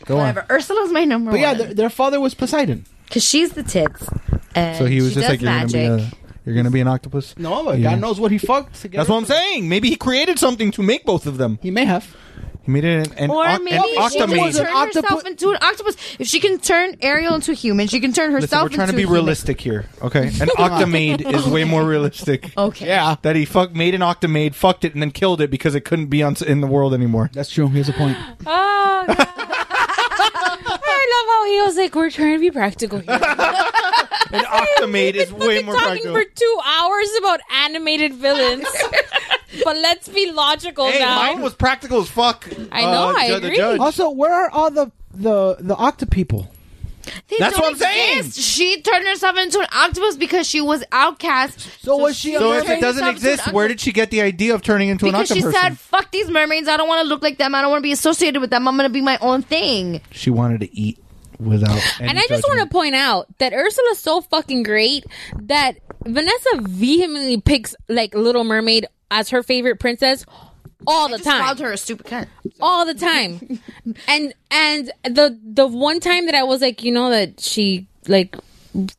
Go on.
Whatever. Ursula's my number
But yeah,
one.
their, their father was Poseidon.
because she's the tits. And
So he was
she
just like
does
you're
magic.
gonna be a, you're gonna be an octopus.
No,
Yeah.
God knows what he fucked. Together.
That's what I'm saying. Maybe he created something to make both of them.
He may have.
He made it an, an,
Or
oc-
maybe
an
she
octomane.
can
Was
turn
an
octomate.
herself
octopu-
into an octopus. If she can turn Ariel into a human, she can turn
Listen,
herself
we're trying to
into
be
a human.
realistic here, okay? An octomade is way more realistic.
Okay.
Yeah.
That he fuck made an octomade, fucked it, and then killed it because it couldn't be on s- in the world anymore.
That's true. Here's a point.
Oh, God. I love how he was like, we're trying to be practical here.
An octomade is way more
talking
practical.
for two hours about animated villains. but let's be logical
Hey,
now.
mine was practical as fuck. Uh,
I know, I
ju- the
agree.
judge.
Also, where are all the the the octa people?
They
That's
don't
what I'm saying.
exist. She turned herself into an octopus because she was outcast.
So was she a
So if
Turn
it
mermaid?
doesn't
yourself into
exist,
an
where
octo-
did she get the idea of turning into
Because
an
she
octopus?
said, "Fuck these mermaids! I don't want to look like them. I don't want to be associated with them. I'm going to be my own thing."
she wanted to eat without. Any
And I just want to point out that Ursula's so fucking great that Vanessa vehemently picks like Little Mermaid as her favorite princess all the
Just called
time,
her a stupid cunt.
all the time. and and the the one time that I was like, you know that she like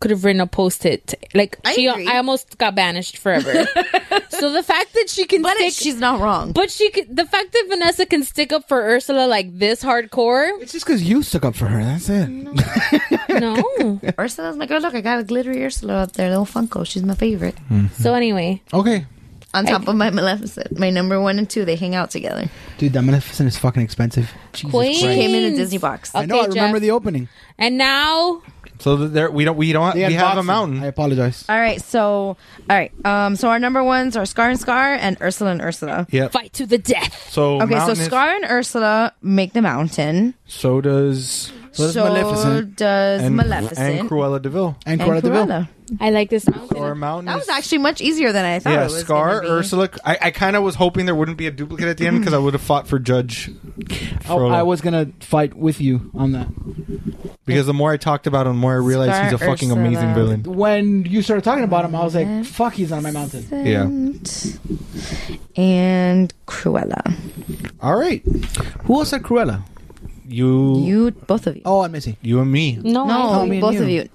could have written a post it like
I
she
agree.
I almost got banished forever. so the fact that she can
But it-
stick,
she's not wrong.
but she could, the fact that Vanessa can stick up for Ursula like this hardcore,
It's just because you stuck up for her. That's it.
no.
Ursula's my girl. "Oh, Look, I got a glittery Ursula up there, little Funko. She's my favorite.
so anyway,
Okay,
On top of my Maleficent, my number one and two, they hang out together.
dude, that Maleficent is fucking expensive. Jesus
Queen.
Christ.
Came in a
Queens.
Disney box.
I know. I
Okay,
remember
Jeff.
the opening.
and now
So that there, we don't. We don't.
They
we
had
have a
boxes.
mountain.
I apologize.
All right, so all right, um, so our number ones are Scar and Scar and Ursula and Ursula.
Yep.
fight to the death.
So
Okay, so
mountain is-
Scar and Ursula make the mountain.
So does.
So does Maleficent
does
and,
Maleficent
and Cruella Deville.
and
and
Cruella de Vil.
Cruella.
I like this mountain.
Or mountain.
That
is-
was actually much easier than I thought.
Yeah,
it was
Scar,
gonna be.
Ursula. I, I kind of was hoping there wouldn't be a duplicate at the end because I would have fought for Judge.
Oh,
Frodo.
I was gonna fight with you on that.
because the more I talked about him, the more I realized
Scar,
he's a fucking
Ursula.
amazing villain.
When you started talking about him, I was like, "Fuck, he's on my mountain."
Yeah.
and Cruella.
All right,
Who else had Cruella?
you, you,
You, both of you.
Oh, and Missy.
you and me,
No,
no,
me and
both
you.
of you.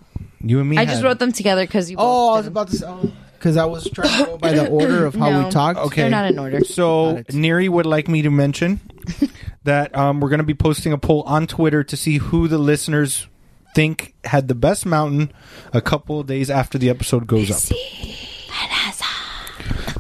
you and me.
I just
had-
wrote them together because you.
Oh,
both
I was
did.
about to. say Because I was trying to go by the order of how
No.
we talked.
Okay.
They're not in order.
So Neri would like me to mention that um, we're going to be posting a poll on Twitter to see who the listeners think had the best mountain a couple of days after the episode goes up.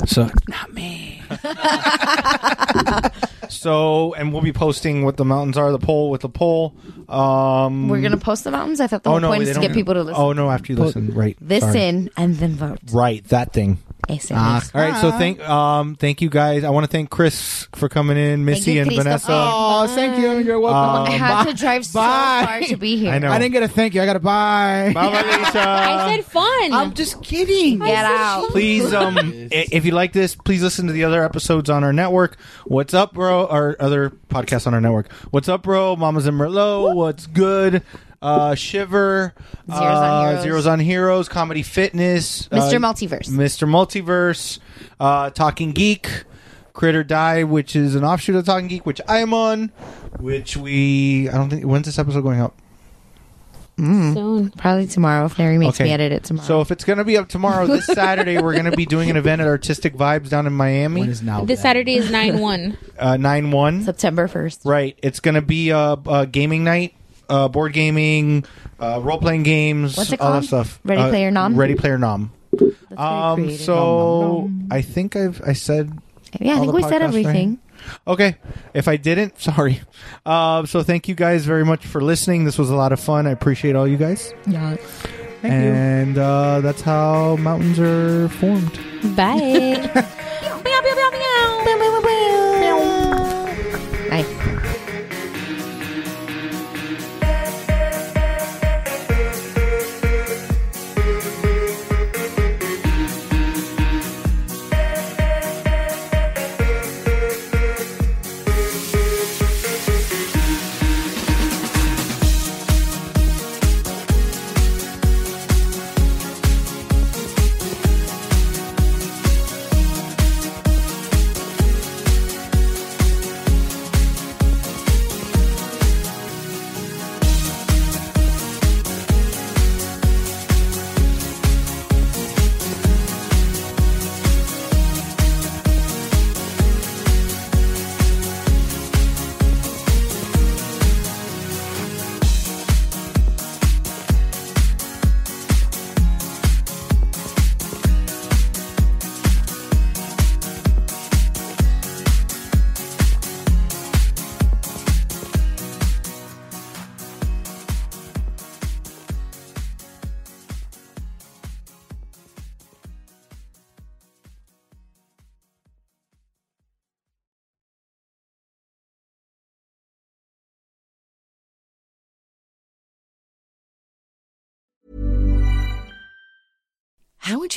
So not me. So, and we'll be posting what the mountains are. The poll with the poll. Um,
We're gonna post the mountains. I thought the
oh,
whole
no,
point
they
is to
don't-
get people to listen.
Oh no! After you listen, right? sorry.
listen and then vote.
Right, that thing.
Ese
Ah,
mismo.
all right, so thank um thank you guys. I want to thank Chris for coming in, Missy and Vanessa.
Oh, thank you. You're
Um,
welcome.
I
had to drive so far to be here.
I know.
I didn't get a thank you. I got to bye.
Bye,
I said fun.
I'm just kidding.
Get out.
please um i- if you like this please listen to the other episodes on our network what's up bro our other podcasts on our network what's up bro mamas and merlot what's good uh shiver
Zeros on
uh,
Heroes.
zeros on heroes comedy fitness
Mr.
uh,
Multiverse.
mr multiverse uh talking geek critter die which is an offshoot of talking geek which i am on which we i don't think when's this episode going up
Mm.
Soon.
Probably tomorrow if Larry makes me edit it tomorrow.
so if it's going to be up tomorrow this saturday we're going to be doing an event at artistic vibes down in miami now
This Saturday is nine one.
uh, nine one
September first.
Right. It's going to be a uh, uh, gaming night, uh, board gaming, uh, role playing games,
What's it
all that
called?
stuff.
Ready
Uh,
Player Nom?
Ready Player Nom. Um,
creative.
so I think I've I said.
Yeah, I
all
think
the
we said
podcasts, right?
everything.
Okay. If I didn't, sorry. Uh, so thank you guys very much for listening. This was a lot of fun. I appreciate all you guys.
Yeah.
Thank you.
and uh, that's how mountains are formed.
Bye.
Bye.
How would